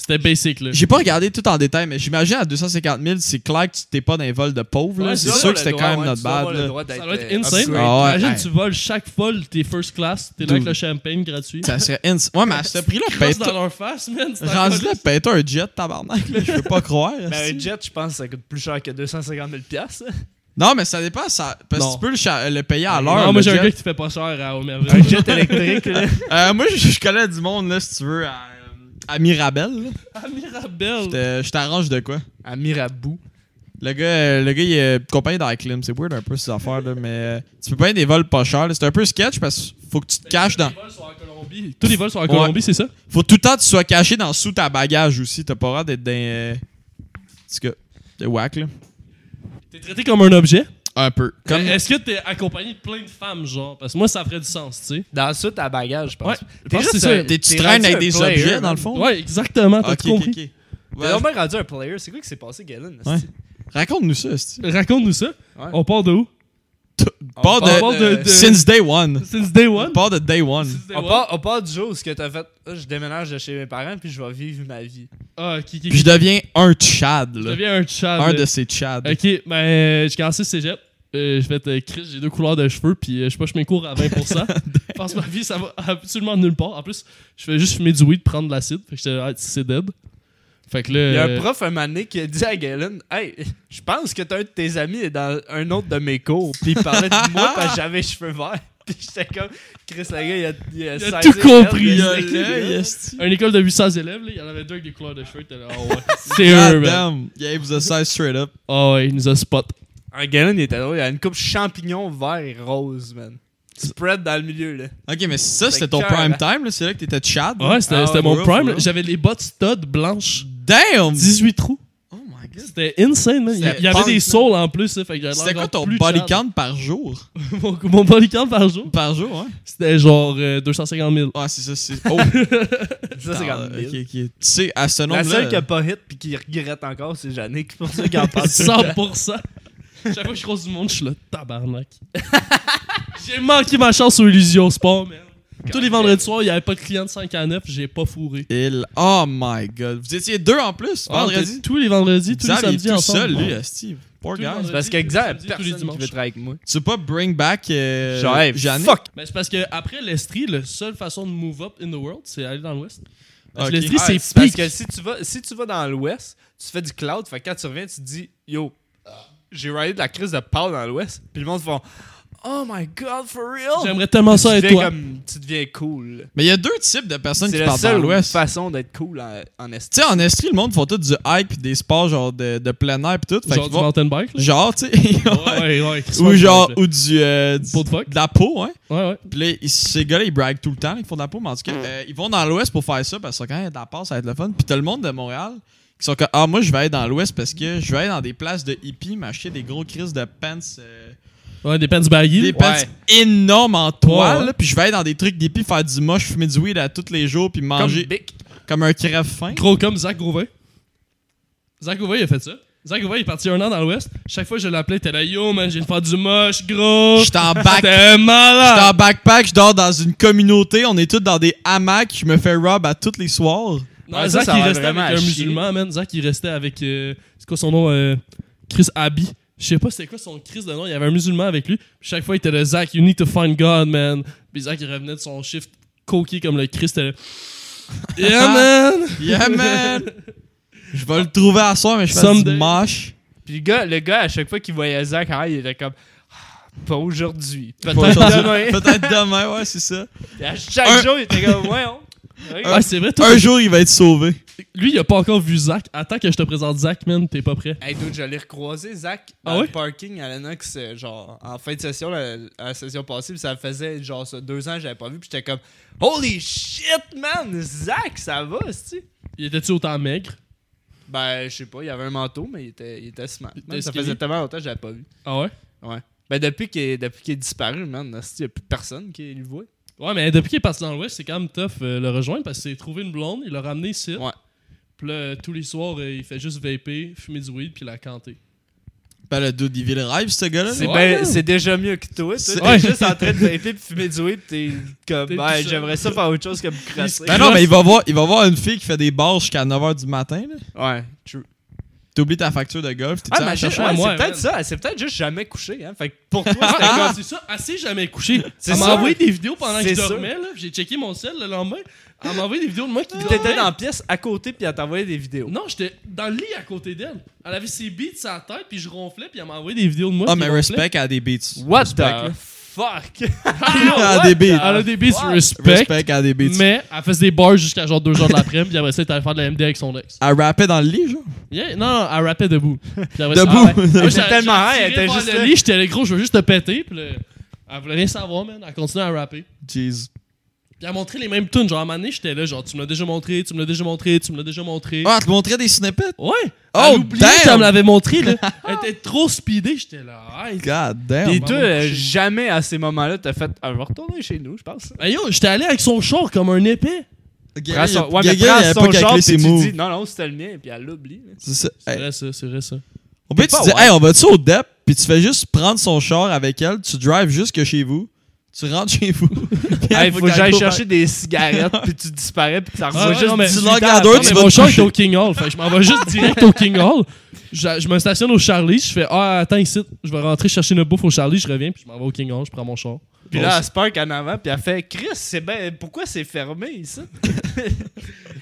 Speaker 3: C'était basic là?
Speaker 1: J'ai pas regardé tout en détail, mais j'imagine à 250 000, c'est clair que tu t'es pas dans un vol de pauvre, là.
Speaker 3: Ouais,
Speaker 1: C'est
Speaker 2: Tu dois
Speaker 1: sûr
Speaker 2: avoir
Speaker 1: que
Speaker 2: le
Speaker 1: c'était
Speaker 2: droit,
Speaker 1: quand même
Speaker 2: ouais,
Speaker 1: notre
Speaker 2: tu dois avoir
Speaker 1: bad,
Speaker 2: le
Speaker 1: là.
Speaker 2: droit
Speaker 3: Ça
Speaker 2: d'être,
Speaker 3: doit être
Speaker 2: euh,
Speaker 3: insane.
Speaker 2: upgrade.
Speaker 1: Ah ouais.
Speaker 3: Imagine,
Speaker 1: Hey.
Speaker 3: tu voles chaque folle tes first class, t'es là avec
Speaker 1: Dude.
Speaker 3: le champagne gratuit.
Speaker 1: Ça serait ins- Ouais, mais à ce prix-là,
Speaker 3: Crosse
Speaker 1: paye-toi-
Speaker 3: dans leur face, man. c'est
Speaker 1: Rendu
Speaker 3: encore-
Speaker 1: là, pète un jet, tabarnak, là, je peux pas croire.
Speaker 2: Mais Ben, un
Speaker 1: esti.
Speaker 2: jet, je pense que ça coûte plus cher que 250 000 piastres. hein.
Speaker 1: Non, mais ça dépend, ça, parce que
Speaker 3: Non.
Speaker 1: tu peux le, cha- le payer
Speaker 2: Ah,
Speaker 1: à l'heure.
Speaker 3: Non,
Speaker 1: le
Speaker 3: moi j'ai
Speaker 1: jet.
Speaker 3: un gars qui te fait pas cher à Omerville.
Speaker 2: Un jet électrique, là.
Speaker 1: Euh, moi, je, je connais du monde, là, si tu veux, à, euh, à Mirabel. là.
Speaker 3: À Mirabelle.
Speaker 1: J'te- Je t'arrange de quoi?
Speaker 2: À Mirabou.
Speaker 1: Le gars, euh, le gars, il est compagnie d'Iclim. C'est weird un peu ces affaires, là, mais euh, tu peux payer des vols pas chers. là. C'est un peu sketch parce qu'il faut que tu te caches dans.
Speaker 3: Tous les vols sont en Colombie. Tous les vols sont en
Speaker 1: Ouais.
Speaker 3: Colombie, c'est ça?
Speaker 1: Faut tout le temps que tu sois caché dans sous ta bagage aussi. T'as pas le droit d'être dans. euh, En tout cas, de whack, là.
Speaker 3: T'es traité comme un objet.
Speaker 1: Un peu. Comme.
Speaker 3: Mais Euh, Est-ce que t'es accompagné de plein de femmes, genre? Parce que moi, ça ferait du sens, tu sais.
Speaker 2: Dans ça, ta bagage, je pense.
Speaker 3: Ouais, je
Speaker 2: T'es
Speaker 3: pense que
Speaker 2: juste
Speaker 3: c'est ça.
Speaker 2: un-
Speaker 1: t'es- tu
Speaker 2: t'es
Speaker 1: traînes
Speaker 2: rendu
Speaker 1: avec
Speaker 2: un
Speaker 1: des
Speaker 2: player,
Speaker 1: objets,
Speaker 2: man.
Speaker 1: dans le fond?
Speaker 3: Ouais, exactement. T'as
Speaker 1: Oh. Ok,
Speaker 3: tout compris.
Speaker 1: ok, ok.
Speaker 2: T'es
Speaker 1: Ouais,
Speaker 2: vraiment rendu un player. C'est quoi qui s'est passé, Galen?
Speaker 1: Ouais.
Speaker 2: esti?
Speaker 1: Raconte-nous ça, esti.
Speaker 3: Raconte-nous ça.
Speaker 2: Ouais.
Speaker 3: On part de où?
Speaker 2: On
Speaker 1: Part de-
Speaker 2: part
Speaker 3: de- de-
Speaker 1: Since day one.
Speaker 3: Since day one?
Speaker 1: Part de day one.
Speaker 3: Since day
Speaker 2: On
Speaker 3: one.
Speaker 2: part, on part du jour où ce que t'as fait, Ah, je déménage de chez mes parents puis je vais vivre ma vie.
Speaker 3: Ah, ok, ok.
Speaker 1: Puis je deviens un Chad,
Speaker 3: Je
Speaker 1: là.
Speaker 3: deviens un chat.
Speaker 1: Un de ces Chads.
Speaker 3: Ok, ben, euh, j'ai commencé le cégep. Euh, je vais être euh, Chris, j'ai deux couleurs de cheveux, puis euh, je sais pas, je mets cours à 20%. Parce que ma vie, ça va absolument nulle part. En plus, je fais juste fumer du weed, prendre de l'acide. Fait que j'étais, ah, c'est dead. Fait que là.
Speaker 2: Il y a
Speaker 3: euh,
Speaker 2: un prof un moment donné qui a dit à Galen Hey, je pense que t'as un de tes amis est dans un autre de mes cours. Puis il parlait de moi parce que j'avais les cheveux verts. Puis j'étais comme, Chris, le gars, il a, il a,
Speaker 3: Il a
Speaker 2: saisi
Speaker 3: tout
Speaker 2: le merde,
Speaker 3: compris,
Speaker 2: il a
Speaker 3: il
Speaker 2: saisi le
Speaker 1: Là,
Speaker 2: merde.
Speaker 1: il est
Speaker 3: Une école de 800 élèves, là, il y en avait deux avec des couleurs de shirt. t'es là, Ah ouais, c'est eux,
Speaker 1: God
Speaker 3: man.
Speaker 1: damn. Yeah, il vous a size straight up.
Speaker 3: Ah ouais, il nous a spot.
Speaker 2: Un gallon, Ah, il était drôle. Il a une coupe champignon vert et rose, man. Spread dans le milieu, là.
Speaker 1: Ok, mais ça,
Speaker 2: C'est
Speaker 1: c'était ton
Speaker 2: cœur,
Speaker 1: prime
Speaker 2: hein.
Speaker 1: time, là. C'est là que t'étais Chad.
Speaker 3: Ouais, c'était
Speaker 1: Ah
Speaker 3: c'était mon
Speaker 1: bro,
Speaker 3: prime.
Speaker 1: bro.
Speaker 3: là. J'avais les bottes stud blanches.
Speaker 1: Mm. Damn!
Speaker 3: 18 trous.
Speaker 1: Oh my god.
Speaker 3: C'était insane, man. Il y-
Speaker 1: C'était
Speaker 3: il y avait
Speaker 1: punk,
Speaker 3: des
Speaker 1: man.
Speaker 3: saules en plus, là, fait que j'avais
Speaker 1: C'était
Speaker 3: l'air
Speaker 1: quoi
Speaker 3: encore
Speaker 1: ton
Speaker 3: plus
Speaker 1: body
Speaker 3: Chad.
Speaker 1: count par jour?
Speaker 3: mon, mon body count par jour?
Speaker 1: Par jour, ouais.
Speaker 3: C'était genre euh, 250 000.
Speaker 1: Ah, c'est ça, c'est. Oh!
Speaker 2: Ça, c'est
Speaker 1: Ah,
Speaker 2: quand même.
Speaker 1: ok, ok. Tu sais, à ce
Speaker 2: La seule
Speaker 1: nombre-là.
Speaker 2: qui a pas hit puis qui regrette encore, c'est Yannick. C'est pour ça qu'il en parle.
Speaker 3: 100%. Chaque fois que je croise du monde, je suis le tabarnak. J'ai manqué ma chance au Illusion Sport, man. Tous les vendredis soirs, il n'y avait pas de clients de 5 à 9, j'ai pas fourré.
Speaker 1: Il... Oh my god. Vous étiez deux en plus, vendredi.
Speaker 3: Ah, Tous les vendredis, tous
Speaker 1: Xav,
Speaker 3: les
Speaker 1: il
Speaker 3: samedis
Speaker 1: est tout
Speaker 3: ensemble.
Speaker 1: seul, lui, euh, Steve. Poor
Speaker 3: Tous les
Speaker 1: guy.
Speaker 3: vendredis.
Speaker 2: Parce que
Speaker 3: Tous les
Speaker 2: Xav,
Speaker 3: samedis, tous les
Speaker 2: personne qui veut
Speaker 3: dimanches.
Speaker 2: travailler avec moi.
Speaker 1: Tu veux pas bring back. Euh,
Speaker 2: Genre, hey,
Speaker 1: Jeanne?
Speaker 2: fuck!
Speaker 3: Mais Ben, c'est parce que après l'Estrie, la seule façon de move up in the world, c'est aller dans l'Ouest. Parce
Speaker 1: Ok.
Speaker 3: que
Speaker 1: Ah,
Speaker 3: l'Estrie,
Speaker 2: Ouais,
Speaker 3: c'est
Speaker 2: Ah, parce
Speaker 3: pique.
Speaker 2: que si tu vas, si tu vas dans l'Ouest, tu fais du cloud. Fait que quand tu reviens, tu te dis Yo, j'ai ridé de la crise de Paul dans l'Ouest. Puis le monde font Oh my god, for real!
Speaker 3: J'aimerais tellement ça
Speaker 2: Tu
Speaker 3: être
Speaker 2: deviens,
Speaker 3: toi.
Speaker 2: comme, tu deviens cool.
Speaker 1: Mais il y a deux types de personnes
Speaker 2: C'est
Speaker 1: qui
Speaker 2: la
Speaker 1: partent dans
Speaker 2: seule
Speaker 1: l'Ouest.
Speaker 2: façon d'être cool en, en Est.
Speaker 1: Tu sais, en Estrie, le monde font tout du hike pis des sports genre de, de plein air pis tout. Fait
Speaker 3: Genre
Speaker 1: qu'ils
Speaker 3: du
Speaker 1: vont-
Speaker 3: mountain bike. là.
Speaker 1: Genre, tu sais.
Speaker 3: Ouais, ouais, ouais.
Speaker 1: ou genre, ou du. euh, du-
Speaker 3: Pot de fuck.
Speaker 1: de la peau, hein.
Speaker 3: Ouais, ouais.
Speaker 1: Pis là, ils- ces gars-là, ils braguent tout le temps, là, ils font de la peau, mais en tout
Speaker 3: Mm.
Speaker 1: cas, euh, ils vont dans l'Ouest pour faire ça parce que quand il y a de la passe, ça va être le fun. Puis t'as le monde de Montréal qui sont comme Ah, moi, je vais aller dans l'Ouest parce que je vais aller dans des places de hippies, m'acheter des gros crises de pants. euh,
Speaker 3: Ouais, des pants baggy.
Speaker 1: des
Speaker 3: là.
Speaker 1: pants énormes en
Speaker 3: Ouais,
Speaker 1: toile,
Speaker 3: ouais.
Speaker 1: là, puis je vais aller dans des trucs d'hippies, faire du moche, fumer du weed à tous les jours, puis
Speaker 2: Comme
Speaker 1: manger
Speaker 2: Bic.
Speaker 1: comme, un crève fin.
Speaker 3: Gros comme Zach Gauvin. Zach Gauvin, il a fait ça. Zach Gauvin, il est parti un an dans l'Ouest. Chaque fois que je l'appelais, t'es là, yo, man, j'ai le faire du moche, gros.
Speaker 1: J'étais en back.
Speaker 3: T'es
Speaker 1: J'étais
Speaker 3: malade.
Speaker 1: en backpack, je dors dans une communauté, on est tous dans des hamacs, je me fais rob à tous les soirs.
Speaker 3: Non,
Speaker 2: Ouais, ça,
Speaker 3: Zach,
Speaker 2: ça
Speaker 3: il
Speaker 2: va
Speaker 3: restait avec
Speaker 2: vraiment
Speaker 3: un
Speaker 2: à chier.
Speaker 3: musulman, man. Zach, il restait avec. euh, c'est quoi son nom euh, Chris Abbey. Je sais pas c'était quoi son Chris de nom. Il y avait un musulman avec lui. Puis chaque fois, il était là, Zach, you need to find God, man. Puis Zach, il revenait de son shift coqué comme le Chris. T'es là, yeah, man.
Speaker 1: Yeah, man! Je vais le trouver à soir, mais je fais du
Speaker 3: Someday.
Speaker 1: moche.
Speaker 2: Puis le gars, le gars, à chaque fois qu'il voyait Zach, hein, il était comme Ah, Pas aujourd'hui.
Speaker 1: Pas
Speaker 2: Peut-être
Speaker 1: aujourd'hui.
Speaker 2: demain.
Speaker 1: Peut-être demain, ouais, c'est ça.
Speaker 2: Et à chaque
Speaker 1: Un-
Speaker 2: jour, il était comme Ouais, hein. on. Ouais,
Speaker 3: Ah, c'est vrai, toi.
Speaker 1: Un jour, il va être sauvé.
Speaker 3: Lui, il a pas encore vu Zach. Attends que je te présente Zach, man. T'es pas prêt.
Speaker 2: Hey, dude, j'allais recroiser Zach
Speaker 3: Ah
Speaker 2: dans
Speaker 3: ouais?
Speaker 2: le parking à l'Anox, euh, genre, en fin de session, la, la session passée, puis ça faisait, genre, ça, deux ans que j'avais pas vu, puis j'étais comme, Holy shit, man, Zach, ça va, tu
Speaker 3: Il était-tu autant maigre
Speaker 2: Ben, je sais pas, il avait un manteau, mais il était, il était smart.
Speaker 3: Il était
Speaker 2: Man, ça
Speaker 3: skinny.
Speaker 2: faisait tellement longtemps que j'avais pas vu.
Speaker 3: Ah ouais
Speaker 2: Ouais. Ben, depuis qu'il est, depuis qu'il est disparu, man, il y a plus personne qui le voit.
Speaker 3: Ouais, mais depuis qu'il est parti dans l'Ouest, c'est quand même tough euh, le rejoindre parce qu'il s'est trouvé une blonde, il l'a ramené ici.
Speaker 2: Ouais.
Speaker 3: Puis là, euh, tous les soirs, euh, il fait juste vaper, fumer du weed, puis la canter.
Speaker 1: Ben, le dude, il vit le rêve, ce gars-là.
Speaker 2: C'est
Speaker 1: là.
Speaker 3: Ouais,
Speaker 2: ben-
Speaker 3: man.
Speaker 2: c'est déjà mieux que toi, toi. T'es
Speaker 3: Ouais.
Speaker 2: juste en train de vaper puis fumer du weed, puis t'es comme,
Speaker 3: T'es tout
Speaker 2: ben,
Speaker 3: seul.
Speaker 2: j'aimerais ça faire autre chose que me crasser.
Speaker 1: Ben non, mais il va voir, il va voir une fille qui fait des bars jusqu'à 9h du matin. là.
Speaker 2: Ouais, true.
Speaker 1: T'oublies ta facture de golf, t'es
Speaker 2: Ah, mais
Speaker 3: chercher
Speaker 2: ouais,
Speaker 3: à moi,
Speaker 2: c'est peut-être
Speaker 3: man.
Speaker 2: ça. C'est peut-être juste jamais couché. Hein. Fait que pour toi,
Speaker 3: Ah,
Speaker 2: c'était
Speaker 3: ah,
Speaker 2: comme.
Speaker 3: c'est ça, elle s'est jamais couchée.
Speaker 2: C'est
Speaker 3: Elle m'a
Speaker 2: sûr.
Speaker 3: envoyé des vidéos pendant que
Speaker 2: C'est
Speaker 3: je dormais, là. J'ai checké mon cell le lendemain. Elle m'a envoyé des vidéos de moi qui
Speaker 2: Puis ah, t'étais
Speaker 3: dormait.
Speaker 2: dans la pièce à côté, puis elle t'envoyait des vidéos.
Speaker 3: Non, j'étais dans le lit à côté d'elle. Elle avait ses beats sur la tête, puis je ronflais, puis elle m'a envoyé des vidéos de moi.
Speaker 1: Ah,
Speaker 3: qui
Speaker 1: mais
Speaker 3: ronflait.
Speaker 1: respect à des beats.
Speaker 2: What
Speaker 3: the
Speaker 2: fuck?
Speaker 1: Ah, des
Speaker 3: Elle
Speaker 1: beats.
Speaker 3: a des beats
Speaker 2: What?
Speaker 3: respect,
Speaker 1: Respect à des beats.
Speaker 3: mais elle faisait des bars jusqu'à genre 2h de l'après-midi, puis après ça, elle était allée faire de la MD avec son ex.
Speaker 1: Elle rappait dans le lit, genre.
Speaker 3: Yeah, non, non, elle rappait debout. Puis après,
Speaker 1: Debout.
Speaker 3: Ah ouais.
Speaker 1: Elle
Speaker 3: Moi,
Speaker 2: était
Speaker 3: j'ai-
Speaker 2: tellement
Speaker 3: j'ai
Speaker 2: high, elle
Speaker 3: tiré
Speaker 2: était
Speaker 3: vers
Speaker 2: juste
Speaker 3: le
Speaker 2: là.
Speaker 3: lit, j'étais le gros, je veux juste te péter. Puis là, elle voulait rien savoir, man. Elle continue à rapper.
Speaker 1: Jeez.
Speaker 3: Puis elle montrait les mêmes tunes. Genre, à un moment donné, j'étais là, genre, tu me l'as déjà montré, tu me l'as déjà montré, tu me l'as déjà montré.
Speaker 1: Ah, elle te montrait des snippets?
Speaker 3: Ouais!
Speaker 1: Oh,
Speaker 3: elle oubliait
Speaker 1: damn!
Speaker 3: qu'elle me l'avait montré, là. elle était trop speedée, j'étais là. Hey,
Speaker 1: God damn.
Speaker 2: Pis
Speaker 3: Maman
Speaker 2: toi, euh,
Speaker 3: couchée.
Speaker 2: jamais à ces moments-là, t'as fait. Elle va retourner chez nous, je pense.
Speaker 3: hey, yo, j'étais allé avec son char comme un épais.
Speaker 2: Prends
Speaker 1: Gaga,
Speaker 2: son-
Speaker 1: il
Speaker 2: Ouais, mais
Speaker 1: Gaga, il
Speaker 2: prends
Speaker 1: avait
Speaker 2: son
Speaker 1: pas
Speaker 2: genre,
Speaker 1: calculé
Speaker 2: puis
Speaker 1: ses
Speaker 2: tu
Speaker 1: moves.
Speaker 2: dis non, non, c'était le mien, puis elle l'oublie. là.
Speaker 1: C'est ça.
Speaker 3: C'est
Speaker 1: Hey,
Speaker 3: vrai, ça, c'est vrai, ça.
Speaker 1: Au pire, tu
Speaker 2: pas,
Speaker 1: dis,
Speaker 2: ouais.
Speaker 1: hey, on va-tu au DEP? Puis tu fais juste prendre son char avec elle, tu drives jusque chez vous, tu rentres chez vous. Puis
Speaker 2: Hey,
Speaker 1: elle
Speaker 2: faut que j'aille
Speaker 1: qu'elle
Speaker 2: chercher des cigarettes, puis tu disparais, puis ça
Speaker 3: ouais,
Speaker 2: revoit juste.
Speaker 3: Ah, non, mais-
Speaker 2: dix-
Speaker 1: Tu
Speaker 3: Putain,
Speaker 1: langues à deux,
Speaker 3: non,
Speaker 1: tu
Speaker 3: mais
Speaker 1: vas
Speaker 3: mon
Speaker 1: te
Speaker 3: char est
Speaker 1: coucher.
Speaker 3: au King Hall. Fait que je m'en vais juste direct au King Hall. Je, je me stationne au Charlie. Je fais Ah, attends ici. Je vais rentrer chercher notre bouffe au Charlie. Je reviens. Puis je m'en vais au King Hall. Je prends mon char.
Speaker 2: Puis
Speaker 3: Bon,
Speaker 2: là, elle se parque en avant, puis elle fait Chris, c'est ben. Pourquoi c'est fermé ici?
Speaker 3: c'est-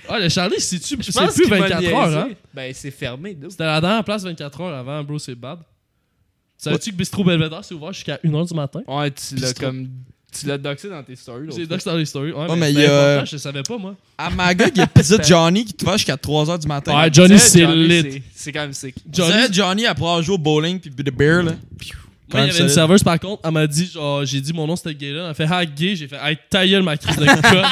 Speaker 3: ah, le Charlie, c'est-tu
Speaker 2: Je
Speaker 3: c'est
Speaker 2: pense
Speaker 3: plus
Speaker 2: qu'il m'a
Speaker 3: 24
Speaker 2: niaisé.
Speaker 3: heures, hein?
Speaker 2: Ben, c'est fermé, d'où?
Speaker 3: C'était la dernière place 24 heures avant, bro. C'est bad. Savais-tu que Bistro Belvedere c'est ouvert jusqu'à 1h du matin?
Speaker 2: Ouais, tu l'as
Speaker 1: Bistrot.
Speaker 2: comme. Tu l'as doxé dans tes stories. l'autre
Speaker 3: J'ai
Speaker 2: fois.
Speaker 3: dox dans les stories. Ouais,
Speaker 1: mais il
Speaker 3: c'était
Speaker 1: y a- euh,
Speaker 3: important, Je savais pas, moi.
Speaker 1: À Magog, il y a Pizza Johnny qui te va jusqu'à 3h du matin.
Speaker 3: Ouais, Johnny,
Speaker 2: Tu sais,
Speaker 3: c'est
Speaker 2: Johnny,
Speaker 3: lit.
Speaker 2: c'est- C'est quand même sick.
Speaker 1: Johnny,
Speaker 3: Johnny,
Speaker 1: Johnny après avoir joué au bowling puis de beer, là.
Speaker 3: Moi, il y avait une
Speaker 1: Solide.
Speaker 3: serveuse, par contre, elle m'a dit, genre, j'ai dit mon nom, c'était Gayla. Elle fait, ah, gay, j'ai fait, hey, ta gueule, ma crise de conne.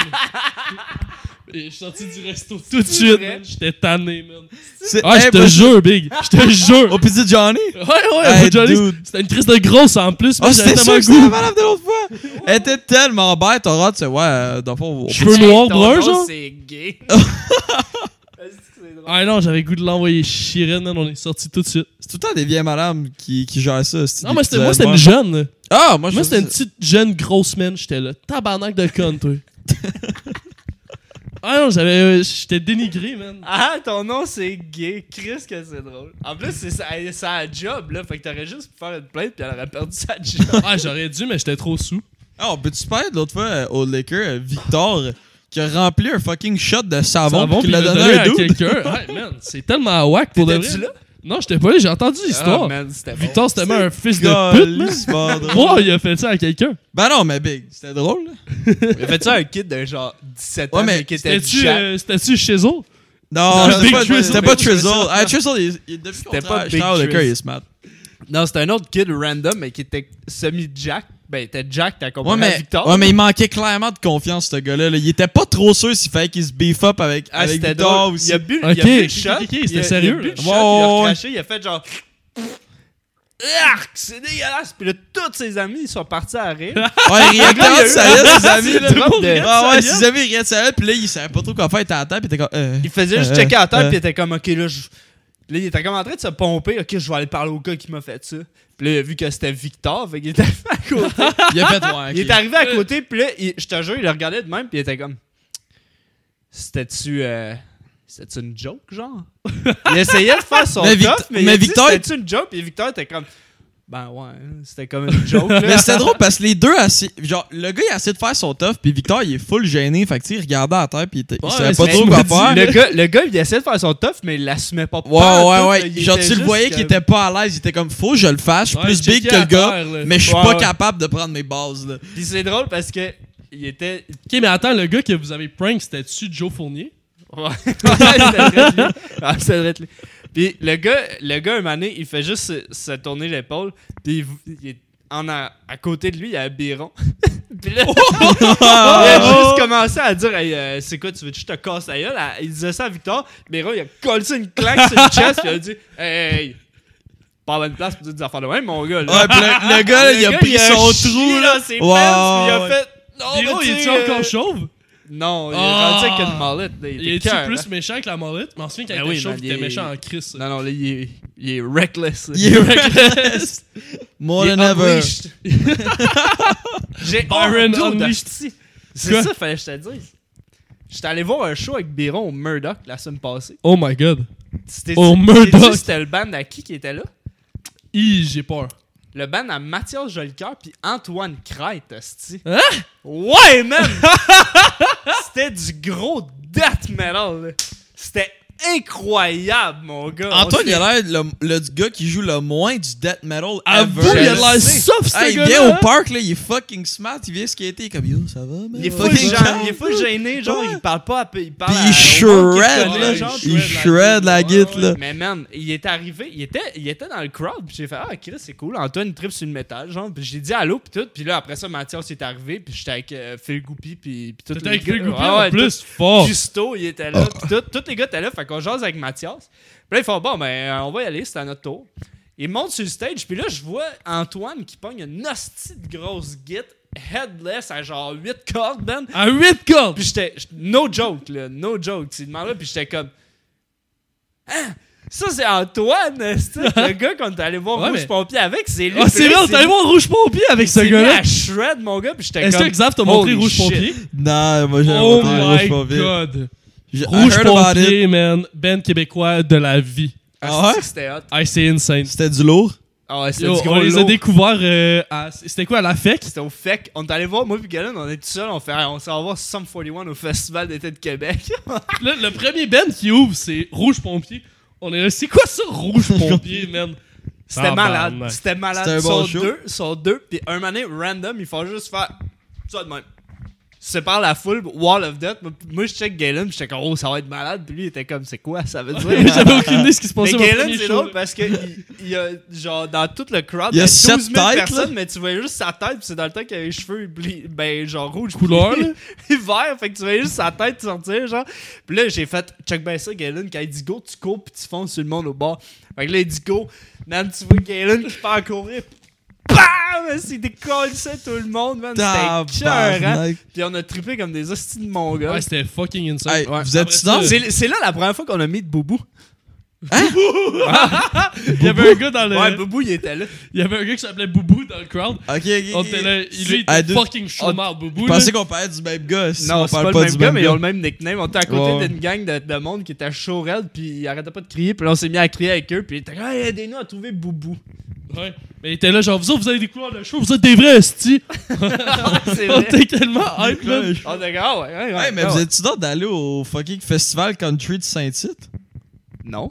Speaker 3: Et je suis sorti du resto tout de suite,
Speaker 2: vrai?
Speaker 3: man. J'étais tanné, man.
Speaker 1: C'est-
Speaker 3: Ah, je
Speaker 1: Hey,
Speaker 3: te
Speaker 1: moi,
Speaker 3: jure, Big. Je te jure.
Speaker 1: Au Pizza Johnny?
Speaker 3: Ouais, ouais,
Speaker 1: Oh. Hey,
Speaker 3: Johnny,
Speaker 1: dude.
Speaker 3: c'était une crise de grosse en plus.
Speaker 1: Ah,
Speaker 3: mais J'avais
Speaker 1: c'était
Speaker 3: tellement
Speaker 1: ça
Speaker 3: le
Speaker 1: que c'était la
Speaker 3: goût.
Speaker 1: madame de l'autre fois! Elle était tellement bête, Aura, tu sais, ouais, euh, dans le fond, on-
Speaker 3: Cheveux noirs,
Speaker 2: Ton
Speaker 3: bruns,
Speaker 2: nom,
Speaker 3: genre.
Speaker 2: C'est gay. Est-ce que c'est drôle?
Speaker 3: Ah non, j'avais le goût de l'envoyer chier, man. On est sorti tout de suite.
Speaker 1: c'est tout le temps des vieilles madames qui, qui gèrent ça. c'est-tu,
Speaker 3: Non,
Speaker 1: des
Speaker 3: moi, c'était
Speaker 1: petites,
Speaker 3: moi, c'était
Speaker 1: euh,
Speaker 3: une jeune.
Speaker 1: Ah, moi, je
Speaker 3: Moi,
Speaker 1: faisais
Speaker 3: c'était une petite jeune grosse man. J'étais là, tabarnak de conne, toi. Ah non, j'avais. euh, J'étais dénigré, man.
Speaker 2: Ah, ton nom c'est gay. Chris, que c'est drôle. En plus, c'est sa, sa job, là. Fait que t'aurais juste pu faire une plainte puis elle aurait perdu sa job.
Speaker 3: Ah, j'aurais dû, mais j'étais trop sous.
Speaker 1: Ah, on peut-tu parler de l'autre fois euh, au Laker, euh, Victor, euh, qui a rempli un fucking shot de
Speaker 2: Ah
Speaker 1: savon,
Speaker 3: Savon,
Speaker 1: puis qu'il l'a
Speaker 3: le
Speaker 1: donné
Speaker 3: donner
Speaker 1: à un dude?
Speaker 3: quelqu'un. Hey, man, c'est tellement whack pour de
Speaker 2: T'étais-tu
Speaker 3: vrai.
Speaker 2: là?
Speaker 3: Non, j'étais pas là, j'ai entendu
Speaker 2: Ah,
Speaker 3: l'histoire.
Speaker 2: man, c'était bon.
Speaker 3: Victor, c'était même un fils de pute, man.
Speaker 1: Calisse, bordel.
Speaker 3: Moi, il a fait ça à quelqu'un.
Speaker 1: Ben non, mais Big, c'était drôle, là.
Speaker 2: Il fait ça un kid de genre 17 ans
Speaker 1: Ouais, mais
Speaker 2: mais qui était du
Speaker 3: C'était-tu
Speaker 2: chat.
Speaker 3: euh, c'était-tu chez eux?
Speaker 1: Non,
Speaker 3: Big
Speaker 1: c'était pas,
Speaker 3: Trizzle.
Speaker 1: c'était pas
Speaker 2: Big Trizzle.
Speaker 1: Trizzle. Ah, Trizzle, il, il, depuis qu'on
Speaker 2: C'était pas
Speaker 1: travaille-
Speaker 2: Big
Speaker 1: je travaille au Laker,
Speaker 2: Trizzle.
Speaker 1: il est smart.
Speaker 2: Non, c'était un autre kid random, mais qui était semi-Jack. Ben, il était Jack, t'as compris hein,
Speaker 1: Ouais, mais,
Speaker 2: Victor.
Speaker 1: ouais, mais il manquait clairement de confiance, ce gars-là. là. Il était pas trop sûr s'il fallait qu'il se beef up avec,
Speaker 2: Ah,
Speaker 1: avec
Speaker 2: c'était
Speaker 1: Victor
Speaker 2: drôle.
Speaker 1: ou si-
Speaker 2: Il a bu,
Speaker 3: Ok,
Speaker 2: il a bu le
Speaker 3: ok,
Speaker 2: shot.
Speaker 3: ok,
Speaker 2: il a-
Speaker 3: c'était sérieux,
Speaker 2: Il a bu le
Speaker 3: là.
Speaker 2: shot, il a
Speaker 1: Ouais, ouais,
Speaker 2: recraché, il a fait genre... Arc, c'est dégueulasse! Puis là, tous ses amis, ils sont partis à rire.
Speaker 1: Ouais, il riait
Speaker 2: il y a
Speaker 1: de
Speaker 2: eu-
Speaker 1: sa gueule, ses amis.
Speaker 2: Tout le
Speaker 1: là.
Speaker 2: monde riait de
Speaker 1: Ah
Speaker 2: sa
Speaker 1: ouais,
Speaker 2: gueule.
Speaker 1: ses amis riaient de sa gueule, puis là, il savait pas trop quoi faire. Il était à terre, puis il était comme. euh.
Speaker 2: Il faisait juste
Speaker 1: Euh,
Speaker 2: checker à terre,
Speaker 1: euh.
Speaker 2: puis il était comme, ok, là, je. Là, il était comme en train de se pomper, ok, je vais aller parler au gars qui m'a fait ça. Puis là, il a vu que c'était Victor, fait qu'il était arrivé à côté.
Speaker 1: Il a fait, ouais, ok.
Speaker 2: Il est arrivé à côté, puis là, il- je te jure, il le regardait de même, puis il était comme. C'était-tu. euh, C'était-tu une joke, genre? Il essayait de faire son
Speaker 1: Mais
Speaker 2: mais
Speaker 1: Victor- mais
Speaker 2: mais, il a dit,
Speaker 1: Victor-
Speaker 2: C'était-tu une joke? Puis Victor était comme. Ben ouais, hein, c'était comme une joke. là.
Speaker 1: Mais c'était drôle parce que les deux, assi- genre, le gars, il a essayé de faire son tough, puis Victor, il est full gêné. Fait que, tu sais, il regardait à terre, puis il, était- il
Speaker 3: Ouais,
Speaker 1: savait
Speaker 3: mais
Speaker 1: pas
Speaker 2: Mais
Speaker 1: trop
Speaker 2: tu
Speaker 1: quoi
Speaker 2: me
Speaker 1: faire.
Speaker 2: dis, Le gars, le gars, il essayait de faire son tough, mais il l'assumait pas.
Speaker 1: Ouais, ouais, ouais. Genre, tu le voyais qu'il était pas à l'aise. Il était comme, faut que je le fasse. Je suis
Speaker 3: Ouais,
Speaker 1: plus big que
Speaker 3: checker
Speaker 1: le
Speaker 3: à
Speaker 1: gars,
Speaker 3: terre, là.
Speaker 1: mais je suis
Speaker 2: Ouais,
Speaker 1: pas
Speaker 2: ouais.
Speaker 1: capable de prendre mes bases, là.
Speaker 2: Puis c'est drôle parce que. Il était.
Speaker 3: Ok, mais attends, le gars que vous avez prank, c'était-tu Joe Fournier?
Speaker 2: Ouais, c'était drôle, lui. Ah, c'était drôle, lui. Puis le gars, le gars, un moment donné, il fait juste se, se tourner l'épaule. Puis il, il est en, a- à côté de lui, il y a un biron. puis là,
Speaker 1: Oh!
Speaker 2: il a juste commencé à dire Hey, euh, C'est quoi, tu veux que je te casse la gueule Il disait ça à Victor. Biron, il a collé ça une claque sur le chest. Puis il a dit Hey, hey, pas à bonne place pour dire des affaires de même, mon gars. Là.
Speaker 1: Ouais, puis le, le gars, là,
Speaker 2: Le
Speaker 1: il a
Speaker 2: gars,
Speaker 1: pris son
Speaker 2: chié
Speaker 1: trou, là.
Speaker 2: dans ses
Speaker 1: Ouais,
Speaker 2: pants,
Speaker 1: ouais.
Speaker 2: puis Il a fait Non,
Speaker 3: Biro,
Speaker 2: mais tu
Speaker 3: il est-tu
Speaker 2: sais, euh,
Speaker 3: encore chauve?
Speaker 2: Non, il est
Speaker 3: Ah.
Speaker 2: rendu avec une mallette. là, Il
Speaker 3: Il
Speaker 2: était
Speaker 3: est-tu
Speaker 2: cœur, hein?
Speaker 3: plus méchant que la morite? Je m'en souviens quand
Speaker 2: Ben
Speaker 3: il
Speaker 2: oui,
Speaker 3: était chauve,
Speaker 2: man,
Speaker 3: il était
Speaker 2: il est-
Speaker 3: méchant en Chris.
Speaker 2: Non, non, là, il est, il est reckless. là.
Speaker 1: Il est reckless. More
Speaker 2: Il est
Speaker 1: than ever.
Speaker 2: unleashed. J'ai
Speaker 3: Byron
Speaker 2: un dude.
Speaker 3: Unleashed.
Speaker 2: C'est
Speaker 3: Quoi?
Speaker 2: ça, fallait que je te dise. J'étais allé voir un show avec Biron au Murdoch la semaine passée.
Speaker 3: Oh my god.
Speaker 2: C'était-
Speaker 3: Au
Speaker 2: c'était-
Speaker 3: Murdoch.
Speaker 2: sais-tu C'était le band à qui qui était là?
Speaker 3: Hi, j'ai peur.
Speaker 2: Le band à Mathias Jolicoeur puis Antoine Crête, hostie.
Speaker 3: Hein?
Speaker 2: Ouais, man! C'était du gros death metal. là. C'était incroyable, mon gars. On
Speaker 1: Antoine,
Speaker 2: s'est-
Speaker 1: il a l'air le, le gars qui joue le moins du death metal
Speaker 3: Avoue,
Speaker 1: ever.
Speaker 3: il a
Speaker 2: je
Speaker 3: l'air
Speaker 2: sais.
Speaker 3: soft, ce
Speaker 1: Hey, il
Speaker 3: gars-là.
Speaker 1: vient au
Speaker 3: hein?
Speaker 1: parc, là, il est fucking smart, il vient skater, il est comme yo, ça va, man?
Speaker 2: Il est full,
Speaker 1: Fucking
Speaker 2: gêné,
Speaker 1: calme,
Speaker 2: il est full gêné, genre,
Speaker 1: Ouais.
Speaker 2: il parle pas à peu- Il parle
Speaker 1: Puis
Speaker 2: à-
Speaker 1: il
Speaker 2: au monde qu'il
Speaker 1: shred,
Speaker 2: connaît,
Speaker 1: là.
Speaker 2: genre.
Speaker 1: Il shred la
Speaker 3: guide,
Speaker 1: guite, là.
Speaker 2: Mais man, il est arrivé, il était, il était dans le crowd, puis j'ai fait Ah, Chris, c'est cool, Antoine il tripe sur le métal, genre, puis j'ai dit allô, puis tout, puis là, après ça, Mathias est arrivé, puis j'étais avec euh, Phil Goupy, puis, puis tout.
Speaker 3: T'étais
Speaker 2: les
Speaker 3: avec
Speaker 2: gars.
Speaker 3: le
Speaker 2: Ouais, ouais,
Speaker 3: en plus.
Speaker 2: tout-
Speaker 3: Fort.
Speaker 2: Justo, il était
Speaker 3: Oh.
Speaker 2: là, puis tout, tous les gars étaient là, fait qu'on jase avec Mathias. Puis là, ils font Bon, ben, on va y aller, c'est à notre tour. Il monte sur le stage, puis là, je vois Antoine qui pogne une hostie de grosse git, headless, à genre 8 cordes, man.
Speaker 3: À 8 cordes.
Speaker 2: Puis j'étais. j- No joke, là. No joke. Tu demandes là, puis j'étais comme. Hein? Ça, c'est Antoine, c'est le gars qu'on est allé voir
Speaker 3: Ouais,
Speaker 2: Rouge
Speaker 3: mais-
Speaker 2: Pompier avec. C'est lui.
Speaker 3: Ah, c'est vrai, t'as allé voir Rouge Pompier avec ce
Speaker 2: C'est lui
Speaker 3: gars-là.
Speaker 2: à Shred, mon gars, puis j'étais
Speaker 3: Est-ce
Speaker 2: comme.
Speaker 3: que Xav t'a montré
Speaker 2: Holy
Speaker 3: Rouge
Speaker 2: shit.
Speaker 3: Pompier?
Speaker 1: Non, moi j'aime
Speaker 3: Oh
Speaker 1: pas
Speaker 3: my
Speaker 1: Rouge Pompier.
Speaker 3: god.
Speaker 1: J'ai- I
Speaker 3: Rouge
Speaker 1: heard about it.
Speaker 3: Pompier, man. Ben québécois de la vie.
Speaker 2: Ah,
Speaker 1: Ah
Speaker 2: c'est-
Speaker 1: ouais?
Speaker 2: C'était hot.
Speaker 3: Ah, c'est insane.
Speaker 1: C'était du lourd.
Speaker 2: Ah ouais, c'était
Speaker 3: Yo,
Speaker 2: du
Speaker 3: on
Speaker 2: gros
Speaker 3: les a
Speaker 2: lourd.
Speaker 3: découverts euh, à... C'était quoi, à la E FEC?
Speaker 2: C'était au FEC. On est allé voir, moi puis Galen, on est tout seul, on fait, Hey, on s'en va voir Sum 41 au Festival d'été de Québec.
Speaker 3: Là, le premier Ben qui ouvre, c'est Rouge Pompier. On est là, c'est quoi ça, Rouge Pompier, man?
Speaker 2: C'était
Speaker 3: Ah,
Speaker 2: malade.
Speaker 3: ben, ouais.
Speaker 2: C'était malade.
Speaker 1: C'était un
Speaker 2: Ils
Speaker 1: bon
Speaker 2: sont
Speaker 1: show.
Speaker 2: deux, ils sont deux, puis un mané random, il faut juste faire. Ça de même. C'est par la foule, Wall of Death. Moi, moi, je check Galen, j'étais comme, oh, ça va être malade. Puis lui, il était comme, c'est quoi ça veut dire?
Speaker 3: J'avais aucune idée de ce qui se
Speaker 2: mais
Speaker 3: passait. mon
Speaker 2: Galen,
Speaker 3: premier
Speaker 2: c'est
Speaker 3: show.
Speaker 2: drôle parce que il, il y a, genre, dans tout le crowd,
Speaker 1: Il y a sept
Speaker 2: 12 000
Speaker 1: têtes,
Speaker 2: personnes,
Speaker 1: là.
Speaker 2: mais tu vois juste sa tête. Puis c'est dans le temps qu'il avait les cheveux, bli- ben, genre, rouge.
Speaker 3: Couleur,
Speaker 2: puis- puis vert. Fait que tu vois juste sa tête sortir, genre. Puis là, j'ai fait, check ben ça, Galen. Quand il dit go, tu cours, puis tu fonces sur le monde au bord. Fait que là, il dit go. Man, tu vois Galen qui part courir. BAM! Il décollissait tout le monde, man. C'était hein? écœurant.
Speaker 1: Tabarnak.
Speaker 2: Puis on a trippé comme des hosties de mongols.
Speaker 3: Ouais, c'était fucking insane.
Speaker 1: Hey,
Speaker 3: Ouais.
Speaker 1: vous êtes-tu
Speaker 3: Après
Speaker 1: dans-
Speaker 3: ça,
Speaker 2: c'est c'est là la première fois qu'on a mis de Boubou.
Speaker 3: Il y avait un gars dans le.
Speaker 2: Ouais, Boubou, il était là.
Speaker 3: Il y avait un gars qui s'appelait Boubou dans le crowd.
Speaker 1: Ok, ok.
Speaker 3: On
Speaker 1: ok.
Speaker 3: était là, il- lui, il
Speaker 1: Ah,
Speaker 3: était
Speaker 1: dude,
Speaker 3: fucking chômeur, Boubou.
Speaker 1: Je
Speaker 3: là.
Speaker 1: pensais qu'on parlait du même gars. si
Speaker 2: Non,
Speaker 1: on
Speaker 2: c'est
Speaker 1: parle
Speaker 2: pas,
Speaker 1: pas
Speaker 2: le
Speaker 1: du
Speaker 2: même gars, mais ils ont
Speaker 1: gars.
Speaker 2: le même nickname. On était à côté
Speaker 1: Ouais.
Speaker 2: d'une gang de, de monde qui était chaud raide, puis ils arrêtaient pas de crier, puis là on s'est mis à crier avec eux, puis ils étaient comme, hey, aidez-nous à trouver Boubou.
Speaker 3: Ouais. Mais il était là, genre, vous autres, vous avez des couleurs de show, vous êtes des vrais sti.
Speaker 2: c'est
Speaker 3: On
Speaker 2: vrai.
Speaker 3: était tellement hype, là.
Speaker 1: Ouais.
Speaker 2: On était comme, Ah ouais, ouais, ouais.
Speaker 1: Hey, mais
Speaker 2: ouais,
Speaker 1: vous
Speaker 2: ouais.
Speaker 1: êtes-tu d'autres d'aller au fucking festival country de Saint-Tite?
Speaker 2: Non.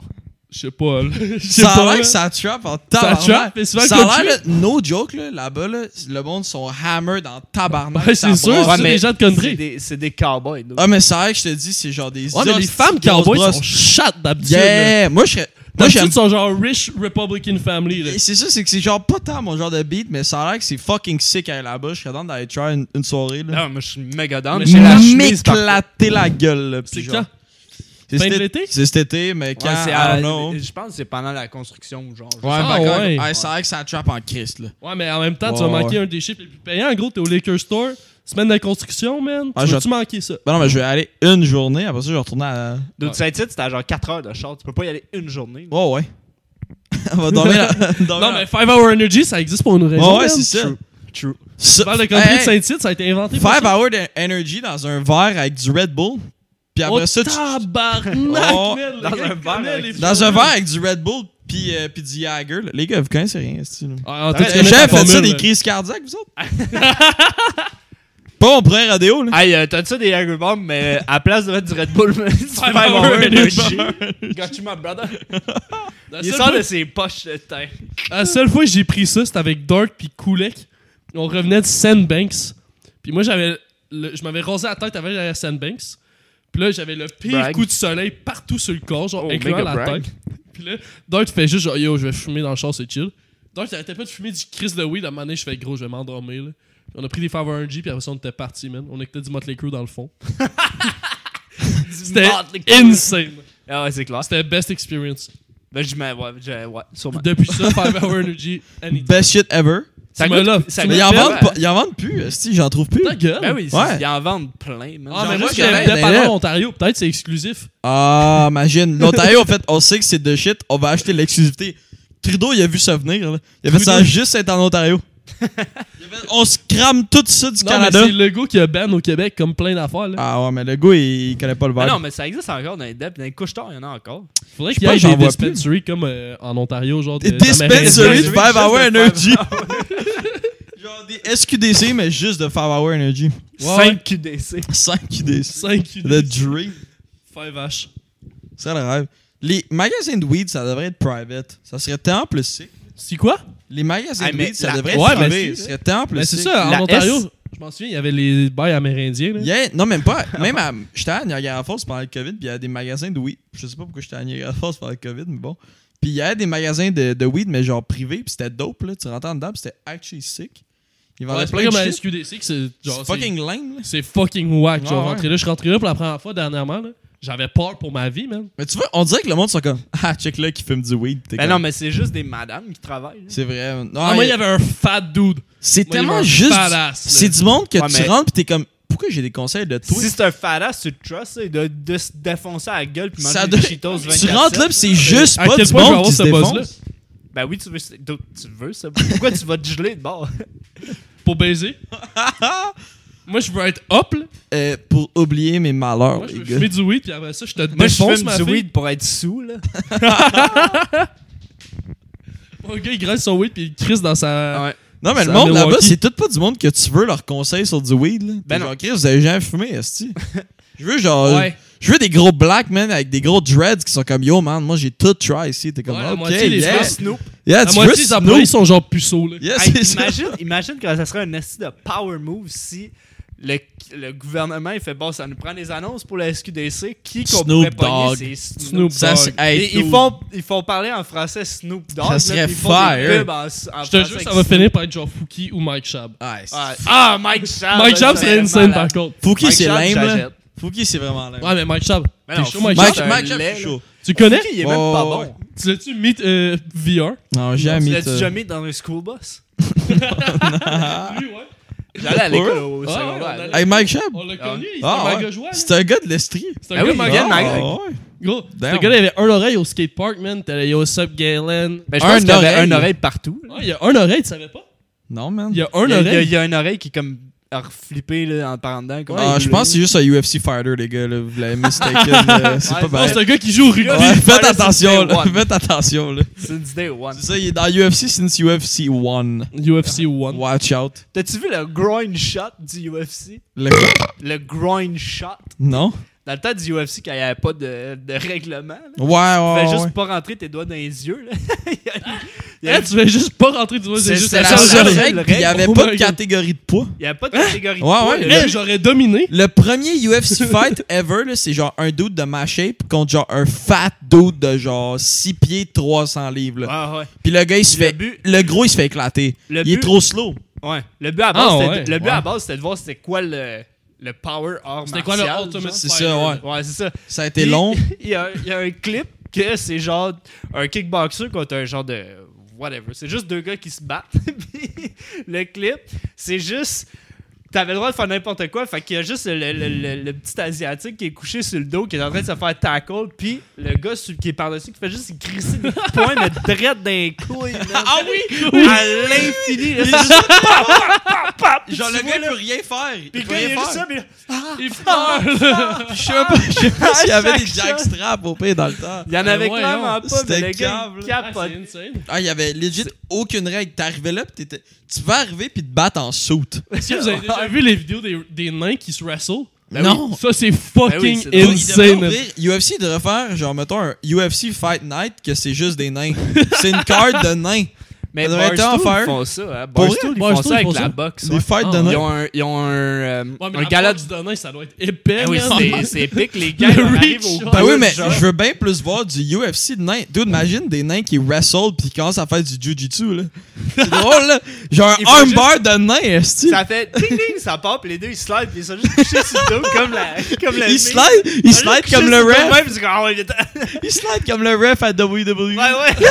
Speaker 3: Je sais pas, là. Je sais
Speaker 1: Ça a
Speaker 3: pas,
Speaker 1: l'air
Speaker 3: là.
Speaker 1: que ça trappe en tabarnak.
Speaker 3: trappe, festival
Speaker 1: Ça a
Speaker 3: country?
Speaker 1: l'air, là, no joke, là, là-bas, là, le monde sont hammer dans tabarnak.
Speaker 3: Ouais,
Speaker 1: ça
Speaker 3: c'est sûr,
Speaker 1: brasse.
Speaker 3: c'est des gens de
Speaker 2: C'est
Speaker 3: country.
Speaker 2: des, c'est des cowboys. nous.
Speaker 1: Ah, mais c'est vrai que je te dis, c'est genre des.
Speaker 3: Ouais, mais les
Speaker 1: hosties
Speaker 3: femmes
Speaker 1: grosses
Speaker 3: cowboys
Speaker 1: brosses.
Speaker 3: sont chattes d'habitude. là.
Speaker 1: Yeah! Moi, je serais- moi, j'aime
Speaker 3: D'habitude, ils sont genre rich Republican family, là.
Speaker 1: Et C'est ça, c'est que c'est genre pas tant mon genre de beat, mais ça a l'air que c'est fucking sick à la bouche. Je serais dans d'aller try une, une soirée, là.
Speaker 2: Non, Ah, moi je suis méga down.
Speaker 3: Ah, Mais
Speaker 2: J'ai la chemise par-
Speaker 1: M'éclater la gueule, là. puis
Speaker 3: C'est
Speaker 1: genre-
Speaker 3: quand?
Speaker 1: C'est
Speaker 3: Fin de
Speaker 1: cet-
Speaker 3: l'été?
Speaker 1: C'est cet été, mais
Speaker 2: Ouais,
Speaker 1: quand,
Speaker 2: c'est
Speaker 1: I
Speaker 2: à-
Speaker 1: don't know.
Speaker 2: Je pense que c'est pendant la construction, genre.
Speaker 1: Ouais,
Speaker 3: Ah,
Speaker 1: mais quand-
Speaker 3: ouais.
Speaker 1: hey, c'est vrai que ça trappe en Christ, là.
Speaker 3: Ouais, mais en même temps, tu
Speaker 1: Ouais,
Speaker 3: vas manquer
Speaker 1: ouais.
Speaker 3: un des chiffres les plus payants. En gros, t'es au Lakers Store, semaine de construction, man.
Speaker 1: Ah,
Speaker 3: tu
Speaker 1: je-
Speaker 3: vas-tu manquer ça?
Speaker 1: Ben non, mais je vais aller une journée, après ça, je vais retourner à.
Speaker 2: D'une Saint-Tite, c'était à genre 4 heures de char. Tu peux pas y aller une journée.
Speaker 1: Ouais, ouais. On va dormir là. dormir
Speaker 3: Non,
Speaker 1: là.
Speaker 3: mais 5 Hour Energy, ça existe pour une raison.
Speaker 1: Ouais, ouais,
Speaker 3: man.
Speaker 1: c'est ça.
Speaker 2: True. True.
Speaker 1: Ça-
Speaker 3: Tu parles de country
Speaker 1: Hey,
Speaker 3: de Saint-Tite, ça a été inventé pour
Speaker 1: Five
Speaker 3: ça.
Speaker 1: hour de energy dans un verre avec du Red Bull. Puis après
Speaker 3: Oh,
Speaker 1: ça, tu-
Speaker 3: tabarnak,
Speaker 1: Oh,
Speaker 3: man,
Speaker 2: dans
Speaker 3: le gars
Speaker 2: un
Speaker 3: qui
Speaker 2: verre
Speaker 3: connaît
Speaker 2: avec-
Speaker 3: les
Speaker 1: Dans un
Speaker 3: formules.
Speaker 1: verre avec du Red Bull puis, euh, puis du Jagger. là. Les gars, vous connaissez rien, c'est là.
Speaker 3: Ah, toi,
Speaker 2: Ouais,
Speaker 3: tu
Speaker 2: j'ai
Speaker 3: connais
Speaker 1: J'ai
Speaker 3: ta
Speaker 1: fait ça
Speaker 3: formule,
Speaker 1: des
Speaker 3: là.
Speaker 1: crises cardiaques, vous autres? Pas mon premier radio, là.
Speaker 2: Hey, euh, t'as-tu des Hager Bombs, mais euh, à place de mettre du Red Bull, tu fais
Speaker 3: Five Hour Energy.
Speaker 2: Got you, my brother.
Speaker 3: La
Speaker 2: Il
Speaker 3: seule
Speaker 2: sort
Speaker 3: fois-
Speaker 2: de ses poches de terre.
Speaker 3: La seule fois que j'ai pris ça, c'était avec Dark puis Koulek. On revenait de Sandbanks. Puis moi, j'avais le- je m'avais rasé la tête avant d'aller à Sandbanks. Puis là, j'avais le pire
Speaker 2: Brag.
Speaker 3: coup de soleil partout sur le corps, genre
Speaker 2: Oh,
Speaker 3: incluant
Speaker 2: méga
Speaker 3: la
Speaker 2: brag.
Speaker 3: tête. Puis là, Dark fait juste genre yo, je vais fumer dans le char, c'est chill. Dark, t'arrêtais pas de fumer du Chris de weed. À un moment donné, je fais gros, je vais m'endormir. là. Puis On a pris des 501G, puis après ça, on était parti, man. On écoutait du Motley Crue dans le fond. C'était
Speaker 2: Motley Crue.
Speaker 3: insane.
Speaker 2: Ah ouais, c'est clair.
Speaker 3: C'était best experience.
Speaker 2: Ben, je mets, ouais, je, ouais, sûrement.
Speaker 3: Depuis ça, 5 Hour Energy, anytime.
Speaker 1: Best shit ever.
Speaker 2: Ça
Speaker 3: Tu me
Speaker 2: goûte-
Speaker 3: l'offres,
Speaker 2: ça
Speaker 3: tu me
Speaker 1: Mais
Speaker 2: goûte
Speaker 1: ils en
Speaker 2: tellement.
Speaker 1: vendent, pas- ils en vendent plus, euh, si j'en trouve plus.
Speaker 3: Ta gueule.
Speaker 2: Ben oui, c'est-
Speaker 1: Ouais.
Speaker 2: ils en vendent plein, man.
Speaker 3: Ah,
Speaker 2: Genre,
Speaker 3: mais
Speaker 1: moi,
Speaker 3: moi,
Speaker 1: je
Speaker 3: je
Speaker 1: connais
Speaker 3: de
Speaker 1: des
Speaker 3: parler
Speaker 1: lettres.
Speaker 3: en Ontario. Peut-être c'est exclusif.
Speaker 1: Ah, imagine. L'Ontario, en fait, on sait que c'est de shit. On va acheter l'exclusivité. Trudeau, il a vu ça venir. là. Il a fait ça
Speaker 3: Trudeau.
Speaker 1: juste être en Ontario. Il a fait, on se crame tout ça du
Speaker 3: Non,
Speaker 1: Canada.
Speaker 3: mais c'est le go qui a ban au Québec comme plein d'affaires. Là.
Speaker 1: Ah ouais, mais le gars, il, il connaît pas le
Speaker 2: mais Ah, non,
Speaker 1: verre.
Speaker 2: mais ça existe encore dans les dettes. Dans les couches il y en a encore.
Speaker 3: Faudrait
Speaker 1: je
Speaker 3: qu'il
Speaker 1: sais
Speaker 3: y ait
Speaker 1: pas, j'en
Speaker 3: des
Speaker 1: vois
Speaker 3: dispensaries comme euh, en Ontario, genre de,
Speaker 1: Des dispensaries
Speaker 3: d'Américains.
Speaker 1: de
Speaker 2: Juste
Speaker 1: 5 Hour
Speaker 2: de
Speaker 1: Energy. Genre des SQDC, mais juste de 5 Hour Energy.
Speaker 3: Ouais,
Speaker 2: 5 QDC.
Speaker 1: 5 QDC.
Speaker 3: 5
Speaker 1: The Dream.
Speaker 3: Five H.
Speaker 1: C'est le rêve. Les magasins de weed, ça devrait être private. Ça serait tellement plus sick.
Speaker 3: C'est quoi?
Speaker 1: Les magasins
Speaker 2: Ah,
Speaker 1: de
Speaker 2: mais
Speaker 1: weed, ça
Speaker 2: la-
Speaker 1: devrait être
Speaker 3: Ouais, mais
Speaker 1: privé.
Speaker 3: c'est-
Speaker 1: Ça serait tellement plus
Speaker 3: Ben, c'est
Speaker 1: sick.
Speaker 3: ça, en
Speaker 2: La
Speaker 3: Ontario.
Speaker 2: S.
Speaker 3: Je m'en souviens, il y avait les bails amérindiens. Là.
Speaker 1: Yeah, non, même pas. Même à. J'étais à Niagara Falls pendant le COVID, puis il y a des magasins de weed. Je sais pas pourquoi j'étais à Niagara Falls pendant le COVID, mais bon. Puis il y a des magasins de, de weed, mais genre privés, puis c'était dope, là. Tu rentrais dedans, puis c'était actually sick. Ils vendaient
Speaker 3: Ouais, c'est pas
Speaker 1: plein
Speaker 3: comme à
Speaker 1: de shit.
Speaker 3: SQDC que c'est genre.
Speaker 1: C'est
Speaker 3: c'est-
Speaker 1: fucking lame, là.
Speaker 3: C'est fucking whack.
Speaker 1: Ouais,
Speaker 3: genre,
Speaker 1: ouais.
Speaker 3: rentrer là, je suis rentré là pour la première fois dernièrement. là. J'avais peur pour ma vie, man.
Speaker 1: Mais tu vois, on dirait que le monde sont comme. Ah, check là qui fume du weed. T'es
Speaker 2: Ben
Speaker 1: comme,
Speaker 2: non, mais c'est juste des madames qui travaillent. là.
Speaker 1: C'est vrai. Non,
Speaker 3: Ah, moi,
Speaker 1: il-
Speaker 3: il y avait un fat dude.
Speaker 1: C'est
Speaker 3: Moi, il y avait
Speaker 1: tellement
Speaker 3: un
Speaker 1: juste. du-
Speaker 3: badass, là.
Speaker 1: C'est du monde que
Speaker 2: Ouais,
Speaker 1: tu
Speaker 2: mais-
Speaker 1: rentres, puis t'es comme. Pourquoi j'ai des conseils de toi
Speaker 2: Si c'est un fadass, tu te trustes, là, de, de se défoncer à la gueule puis manger
Speaker 1: Ça
Speaker 2: des
Speaker 1: doit-
Speaker 2: Cheetos 24
Speaker 1: Tu rentres là, puis c'est juste
Speaker 3: à
Speaker 1: pas
Speaker 3: quel
Speaker 1: du
Speaker 3: point je vais
Speaker 1: monde qui
Speaker 3: avoir
Speaker 1: se
Speaker 3: ce buzz-là?
Speaker 1: défonce.
Speaker 2: Ben oui, tu veux, tu veux ça. Pourquoi tu vas te geler de bord?
Speaker 3: Pour baiser. Moi, je veux être up, là.
Speaker 1: Euh, Pour oublier mes malheurs,
Speaker 3: Moi, je
Speaker 1: les
Speaker 3: veux
Speaker 1: gars.
Speaker 3: fumer du weed, puis après ça, je te
Speaker 2: Moi, je
Speaker 3: défonce,
Speaker 2: fume
Speaker 3: ma
Speaker 2: du
Speaker 3: fille.
Speaker 2: weed pour être sous, là.
Speaker 3: Un gars, il graisse son weed, puis il crisse dans
Speaker 1: Ah,
Speaker 3: sa...
Speaker 2: Ouais.
Speaker 1: Non, mais
Speaker 3: Ça,
Speaker 1: le monde là-bas,
Speaker 3: Milwaukee.
Speaker 1: c'est tout pas du monde que tu veux leur conseil sur du weed. Là.
Speaker 2: Ben
Speaker 1: T'es
Speaker 2: non.
Speaker 1: genre, Chris, vous avez jamais fumé, esti. je veux genre.
Speaker 3: Ouais.
Speaker 1: Je veux des gros black men avec des gros dreads qui sont comme yo, man, moi j'ai tout try ici. T'es comme,
Speaker 3: Ouais, la
Speaker 1: ok,
Speaker 3: moitié des
Speaker 1: yeah.
Speaker 3: gens-
Speaker 2: Snoop.
Speaker 1: Yeah,
Speaker 3: La
Speaker 1: Ah, tu
Speaker 3: moitié
Speaker 1: veux
Speaker 3: des
Speaker 1: Snoop?
Speaker 3: employés sont genre puceaux, là.
Speaker 1: Yeah,
Speaker 2: Hey,
Speaker 1: c'est ça.
Speaker 2: imagine, imagine que ça serait un esti de power move si le, le gouvernement, il fait bon, ça nous prend des annonces pour la SQDC. Qui qu'on
Speaker 1: Snoop
Speaker 2: pourrait
Speaker 1: Dogg.
Speaker 2: pogner, c'est Snoop.
Speaker 3: Snoop
Speaker 1: Ça,
Speaker 3: Dogg.
Speaker 1: c'est- hey,
Speaker 2: Et ils,
Speaker 1: dude.
Speaker 2: font, ils font parler en français Snoop Dogg. là,
Speaker 1: serait
Speaker 2: puis ils font des
Speaker 1: fire.
Speaker 2: pubs en- en
Speaker 3: Je te
Speaker 2: français
Speaker 3: jure, ça
Speaker 2: avec
Speaker 3: va
Speaker 2: Snoop.
Speaker 3: finir par être genre Fouki ou Mike Shab.
Speaker 1: Ouais, c'est-
Speaker 2: Ouais. Ah, Mike Shab.
Speaker 3: Mike Shab,
Speaker 2: ça,
Speaker 3: c'est insane
Speaker 2: malade.
Speaker 3: par contre.
Speaker 1: Fouki,
Speaker 2: Mike
Speaker 1: c'est
Speaker 2: Shab,
Speaker 1: lame, là.
Speaker 2: j'achète.
Speaker 1: Fouki, c'est vraiment lame.
Speaker 3: Ouais, mais Mike Shab.
Speaker 2: Mais
Speaker 3: T'es
Speaker 2: non,
Speaker 3: chaud, Mike
Speaker 1: Mike,
Speaker 3: Shab?
Speaker 2: Shab,
Speaker 1: Mike
Speaker 2: c'est
Speaker 1: Shab,
Speaker 2: un
Speaker 1: je
Speaker 2: lait,
Speaker 1: suis chaud.
Speaker 3: Tu connais
Speaker 2: Fouki, il est même
Speaker 1: Oh,
Speaker 2: pas
Speaker 1: ouais.
Speaker 2: bon.
Speaker 3: Tu l'as-tu Meet euh, VR
Speaker 1: Non, j'ai
Speaker 2: Tu
Speaker 1: jamais.
Speaker 2: l'as-tu jamais dans un school bus? Ah.
Speaker 3: Lui, ouais.
Speaker 2: J'allais à l'école au
Speaker 3: Ouais, ouais, on
Speaker 2: secondaire.
Speaker 3: allait-
Speaker 1: Hey, Mike Shab.
Speaker 3: On l'a
Speaker 2: Ah.
Speaker 3: connu, il était
Speaker 1: Ah, ouais.
Speaker 3: magajois. là.
Speaker 1: C'est un gars de l'Estrie.
Speaker 3: hein. C'est
Speaker 2: Ben
Speaker 3: un gars
Speaker 2: oui,
Speaker 3: magajois.
Speaker 2: Yann
Speaker 1: Ah,
Speaker 2: Magrec.
Speaker 1: ouais.
Speaker 3: Gros,
Speaker 1: Damn.
Speaker 3: ce gars-là, il avait un oreille au skatepark, man. T'as le Yosep Galen.
Speaker 2: Mais Ben, je
Speaker 1: Un
Speaker 2: pense qu'il y avait
Speaker 1: oreille.
Speaker 2: une oreille partout. là.
Speaker 3: Ah, il y a un oreille, tu savais pas?
Speaker 1: Non, man.
Speaker 3: Il y a un
Speaker 2: Il y a- il y a-
Speaker 3: oreille.
Speaker 2: Il y a une oreille qui est comme à reflipper là, en par en dedans. comme
Speaker 1: Ah,
Speaker 2: un
Speaker 1: je
Speaker 2: bleu.
Speaker 1: pense que c'est juste un UFC fighter, les gars. Là. Vous l'avez mistaken. là. C'est
Speaker 2: Ouais,
Speaker 1: pas
Speaker 2: je
Speaker 3: Oh,
Speaker 1: pareil.
Speaker 3: c'est un gars qui joue au rugby.
Speaker 1: Ouais, faites
Speaker 2: Fallait
Speaker 1: attention,
Speaker 2: since day
Speaker 1: là.
Speaker 2: one.
Speaker 1: Faites attention, là.
Speaker 2: Since day one.
Speaker 1: C'est ça, il est dans UFC since UFC 1.
Speaker 3: UFC 1.
Speaker 1: Watch out.
Speaker 2: T'as-tu vu le groin shot du UFC?
Speaker 1: Le
Speaker 2: Le groin shot?
Speaker 1: Non?
Speaker 2: Dans le temps du UFC, quand il n'y avait pas de, de règlement,
Speaker 1: Ouais,
Speaker 2: là, tu
Speaker 1: ouais,
Speaker 2: pouvais
Speaker 1: Ah, ouais.
Speaker 2: juste pas rentrer tes doigts dans les yeux. Là. Il y a- il y
Speaker 3: Hey,
Speaker 2: avait,
Speaker 3: Eh, tu vas juste pas rentrer du doigt,
Speaker 2: C'est-
Speaker 3: c'est juste
Speaker 2: c'est
Speaker 1: La
Speaker 2: la
Speaker 1: seule
Speaker 2: seule
Speaker 1: règle,
Speaker 2: règle.
Speaker 1: puis il n'y avait
Speaker 3: Oh
Speaker 1: pas de
Speaker 3: my God.
Speaker 1: catégorie de poids.
Speaker 2: il y avait pas de catégorie. de
Speaker 1: Ouais,
Speaker 2: poids,
Speaker 1: ouais,
Speaker 2: là.
Speaker 3: Hey, j'aurais dominé.
Speaker 1: Le premier UFC fight ever, là, c'est genre un dude de ma shape contre genre un fat dude de genre 6 pieds, 300 livres. là.
Speaker 2: Ah, Ouais, ouais.
Speaker 1: Puis le gars, il se
Speaker 2: Le
Speaker 1: fait.
Speaker 2: but-
Speaker 1: Le gros, il se fait éclater.
Speaker 2: Le
Speaker 1: il est
Speaker 2: but-
Speaker 1: trop slow.
Speaker 2: Ouais. Le but à
Speaker 3: Ah,
Speaker 2: base, c'était,
Speaker 3: ouais,
Speaker 2: le but
Speaker 3: ouais.
Speaker 2: à base, c'était de voir c'était quoi le, le power arm
Speaker 3: C'était quoi le
Speaker 2: martial,
Speaker 3: ultimate
Speaker 2: genre.
Speaker 1: C'est
Speaker 3: fighter?
Speaker 1: ça, ouais.
Speaker 2: Ouais, c'est ça.
Speaker 1: Ça a été
Speaker 2: Puis,
Speaker 1: long.
Speaker 2: Il y, a, il y a un clip que c'est genre un kickboxer contre un genre de whatever. C'est juste deux gars qui se battent. Puis le clip, c'est juste. T'avais le droit de faire n'importe quoi. Fait qu'il y a juste le, le- le- le petit Asiatique qui est couché sur le dos, qui est en train de se faire tackle. Puis le gars sur- qui est par-dessus, qui fait juste crisser des coups de poing, mais drette d'un couille.
Speaker 1: Ah oui!
Speaker 2: À l'infini. là, c'est juste pop, pop, pop, pop.
Speaker 1: Genre,
Speaker 2: Tu
Speaker 1: le
Speaker 2: vois,
Speaker 1: gars, il
Speaker 2: là,
Speaker 1: peut rien faire. Il
Speaker 2: puis le
Speaker 1: peut
Speaker 2: gars, il
Speaker 1: rien
Speaker 2: est juste
Speaker 1: faire.
Speaker 2: ça, mais là,
Speaker 3: Il pleure.
Speaker 1: Je sais pas- je sais pas s'il y avait des
Speaker 2: Chaque shot.
Speaker 1: jackstraps au pire dans le temps.
Speaker 2: Il y en avait
Speaker 3: voyons.
Speaker 2: clairement pas, mais
Speaker 1: C'était
Speaker 2: le gars,
Speaker 1: câble.
Speaker 2: il
Speaker 3: Ah,
Speaker 2: capote.
Speaker 3: c'est insane.
Speaker 1: Ah, il y avait legit aucune règle. T'arrivais là, pis t'étais. Tu vas arriver pis te battre en soute.
Speaker 3: Est-ce que vous
Speaker 2: Ah,
Speaker 3: avez déjà vu les vidéos des, des nains qui se wrestlent? oh,
Speaker 1: Ben Non. oui.
Speaker 3: Ça, c'est
Speaker 2: Ben oui,
Speaker 3: fucking
Speaker 2: c'est drôle.
Speaker 1: Il
Speaker 3: insane.
Speaker 1: devrait ouvrir- UFC devrait faire, genre, mettons, un UFC Fight Night, que c'est juste des nains. c'est une carte de nains.
Speaker 2: Mais
Speaker 1: Ça devrait être
Speaker 2: Barstool,
Speaker 1: enfer.
Speaker 2: ils font ça. Hein.
Speaker 1: Pour
Speaker 2: Barstool, ils
Speaker 3: vrai,
Speaker 2: font
Speaker 3: Barstool,
Speaker 2: ça
Speaker 3: ils
Speaker 2: avec
Speaker 3: font
Speaker 2: la
Speaker 3: ça.
Speaker 2: boxe.
Speaker 1: Des
Speaker 2: ouais.
Speaker 1: fights de
Speaker 3: Ah,
Speaker 2: Ils
Speaker 1: nains.
Speaker 2: ont un, ils ont un, euh,
Speaker 3: Ouais, mais
Speaker 2: un
Speaker 3: la
Speaker 2: gala.
Speaker 3: part
Speaker 2: de-
Speaker 3: du nain, ça doit être épais.
Speaker 2: Ah oui,
Speaker 3: man.
Speaker 2: c'est- c'est épique, les gars.
Speaker 3: Le
Speaker 2: ils arrivent
Speaker 3: reach Ah
Speaker 2: au
Speaker 3: shot.
Speaker 1: Ben oui,
Speaker 2: bout,
Speaker 1: mais
Speaker 2: genre.
Speaker 1: je veux bien plus voir du UFC de nains. Dude, imagine des nains qui wrestle pis qui commencent à faire du jujitsu, là. C'est drôle, là. Genre,
Speaker 2: Il
Speaker 1: un
Speaker 2: faut
Speaker 1: armbar de nains, est
Speaker 2: Ça fait ding ding, ça part, puis les deux ils slide, puis ils sont juste couchés sur le dos comme la. Comme le
Speaker 1: Il
Speaker 2: nez.
Speaker 1: slide, il
Speaker 2: Ils sont juste
Speaker 1: slide
Speaker 2: couchés
Speaker 1: comme le
Speaker 2: sur dos
Speaker 1: ref.
Speaker 2: même, puis c'est comme, ah ouais, il est-
Speaker 1: Il slide comme le ref à WWE.
Speaker 2: Ouais, ouais.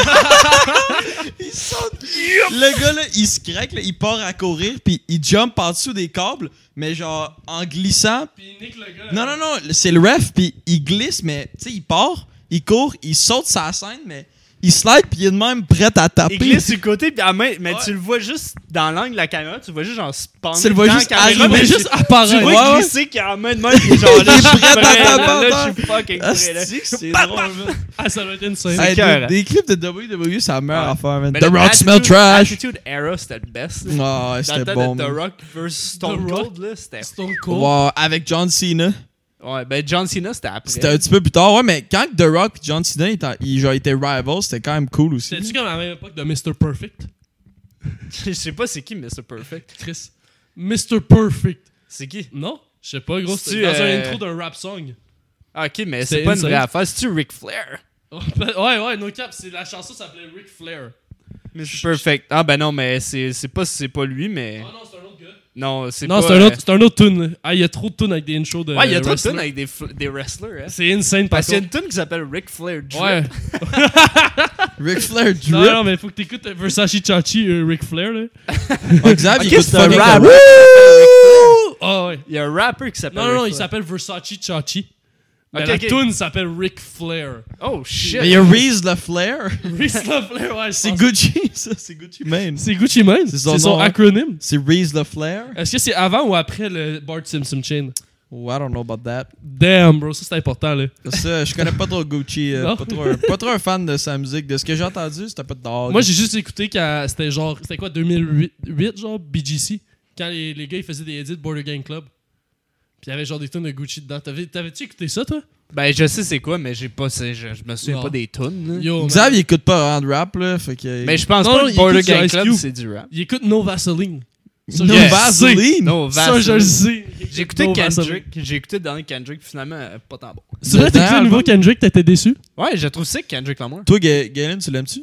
Speaker 1: Il saute. Le gars, là, il se craque, là, il part à courir, puis il jump en dessous des câbles, mais genre en glissant.
Speaker 3: Puis il nique le gars.
Speaker 1: Non, non, non, c'est le ref, puis il glisse, mais tu sais, il part, il court, il saute sa scène, mais il slide, puis il est de même prêt à taper.
Speaker 2: Il glisse sur le côté, puis à main, mais
Speaker 1: Ouais.
Speaker 2: tu le vois juste dans l'angle de la caméra, tu le vois juste genre spawn.
Speaker 1: Tu le vois juste arriver,
Speaker 3: Mais juste apparaît.
Speaker 2: Tu
Speaker 1: Ouais,
Speaker 2: vois
Speaker 1: ouais.
Speaker 2: glisser qui a la main de même, puis genre là,
Speaker 1: Il est
Speaker 2: je suis
Speaker 1: prêt à
Speaker 2: prêt, là,
Speaker 1: taper,
Speaker 2: là, je suis fucking
Speaker 1: Ah,
Speaker 2: prêt, là.
Speaker 1: c'est-tu que c'est drôle, là.
Speaker 3: Ah, ça doit être insane.
Speaker 2: C'est
Speaker 1: Hey,
Speaker 2: cœur,
Speaker 1: des,
Speaker 2: hein.
Speaker 1: des clips de E, WWE, ça meurt
Speaker 2: Ouais.
Speaker 1: à faire, man.
Speaker 2: Mais
Speaker 1: The
Speaker 2: le
Speaker 1: Rock
Speaker 2: Attitude-
Speaker 1: smell trash.
Speaker 2: Attitude Era, c'était le best.
Speaker 1: Ah, ouais,
Speaker 2: Dans le
Speaker 1: c'était
Speaker 2: temps
Speaker 1: bon.
Speaker 2: de
Speaker 1: man.
Speaker 2: The Rock oh. versus Stone
Speaker 3: The Rock.
Speaker 2: Cold, là, c'était.
Speaker 3: Stone Cold.
Speaker 1: Wow, avec John Cena.
Speaker 2: Ouais, ben John Cena, c'était après.
Speaker 1: C'était un petit peu plus tard, ouais, mais quand The Rock et John Cena étaient, ils, genre, étaient rivals, c'était quand même cool aussi.
Speaker 3: C'était-tu comme à la même époque de Mr. Perfect?
Speaker 2: Je sais pas c'est qui Mr. Perfect.
Speaker 3: Chris. Mr. Perfect.
Speaker 2: C'est qui
Speaker 3: Non? Je sais pas, gros.
Speaker 2: C'est-tu,
Speaker 3: C'était dans
Speaker 2: euh,
Speaker 3: un intro d'un rap song.
Speaker 2: Ah, ok, mais
Speaker 3: C'est
Speaker 2: c'est pas une
Speaker 3: insane.
Speaker 2: vraie affaire. C'est-tu Ric Flair
Speaker 3: Ouais, ouais, no cap. c'est- La chanson s'appelait Ric Flair.
Speaker 2: Mr. Perfect. Ah, ben non, mais c'est c'est pas, c'est pas lui, mais.
Speaker 3: Ah non, c'est un autre gars.
Speaker 2: Non, c'est pas.
Speaker 3: Non, c'est un
Speaker 2: euh,
Speaker 3: autre, c'est un autre tune. là. Ah, il y a trop de tunes avec des intros de.
Speaker 2: Ouais, il y a trop de
Speaker 3: wrestler.
Speaker 2: tunes avec des, fl- des wrestlers, hein.
Speaker 3: Euh, C'est insane par
Speaker 2: Parce qu'il y a
Speaker 3: contre.
Speaker 2: une tune qui s'appelle Ric Flair Drip.
Speaker 3: Ouais.
Speaker 1: Ric Flair drip.
Speaker 3: Non, non, mais faut que t'écoutes euh, Versace Chachi euh, Ric Flair là.
Speaker 1: Ah, Xav,
Speaker 2: Ok,
Speaker 1: il écoute
Speaker 2: c'est un
Speaker 1: fucking
Speaker 2: rap.
Speaker 1: le
Speaker 3: Ah ouais.
Speaker 2: Il y a un rapper qui s'appelle.
Speaker 3: Non, non,
Speaker 2: Ric
Speaker 3: non, il
Speaker 2: Flair.
Speaker 3: s'appelle Versace Chachi. Mais
Speaker 2: Ok,
Speaker 3: la
Speaker 2: ok.
Speaker 3: tune s'appelle Ric Flair.
Speaker 2: Oh shit.
Speaker 1: Mais il y a Reese le Flair.
Speaker 3: Ric Flair, ouais, je
Speaker 1: C'est
Speaker 3: pense.
Speaker 1: Gucci, ça. C'est Gucci Mane.
Speaker 3: C'est Gucci Mane.
Speaker 1: C'est
Speaker 3: C'est
Speaker 1: son
Speaker 3: son,
Speaker 1: nom, hein.
Speaker 3: acronyme.
Speaker 1: C'est Reese le Flair.
Speaker 3: Est-ce que c'est avant ou après le Bart Simpson Chain?
Speaker 1: Oh, I don't know about that.
Speaker 3: Damn, bro, ça c'est important là.
Speaker 1: Ça, je connais pas trop Gucci. euh,
Speaker 3: Non.
Speaker 1: pas, trop, un- pas trop un fan de sa musique. De ce que j'ai entendu, c'était pas de dog.
Speaker 3: Moi j'ai juste écouté quand c'était genre, c'était quoi, 2008 genre, BGC, quand les, les gars ils faisaient des edits Border Gang Club. Puis il y avait genre des tunes de Gucci dedans. T'avais- T'avais-tu écouté ça toi?
Speaker 2: Ben, je sais c'est quoi, mais j'ai pas. c'est- Je, je me souviens
Speaker 3: Non.
Speaker 2: pas des tunes. là.
Speaker 3: Yo, man.
Speaker 1: Xav, il écoute pas vraiment de rap, là. Fait que...
Speaker 2: Mais je pense
Speaker 3: Non,
Speaker 2: pas
Speaker 3: non,
Speaker 2: que
Speaker 3: il
Speaker 2: Border
Speaker 3: écoute du
Speaker 2: Gang
Speaker 3: Ice
Speaker 2: Club,
Speaker 3: Cube.
Speaker 2: c'est du rap.
Speaker 3: Il écoute No Vaseline. Ça,
Speaker 1: No
Speaker 3: je le sais.
Speaker 1: Vaseline.
Speaker 2: Non,
Speaker 3: Ça, je le sais.
Speaker 2: J'ai écouté
Speaker 3: No Vaseline.
Speaker 2: Kendrick. J'ai écouté le dernier Kendrick, puis finalement, euh, pas tant bon.
Speaker 3: C'est vrai,
Speaker 1: Le
Speaker 3: t'as écouté le
Speaker 1: dernier
Speaker 3: nouveau
Speaker 1: album.
Speaker 3: Kendrick, t'étais déçu?
Speaker 2: Ouais, je trouve sick Kendrick Lamar.
Speaker 1: Toi, Ga- Galen, tu l'aimes-tu?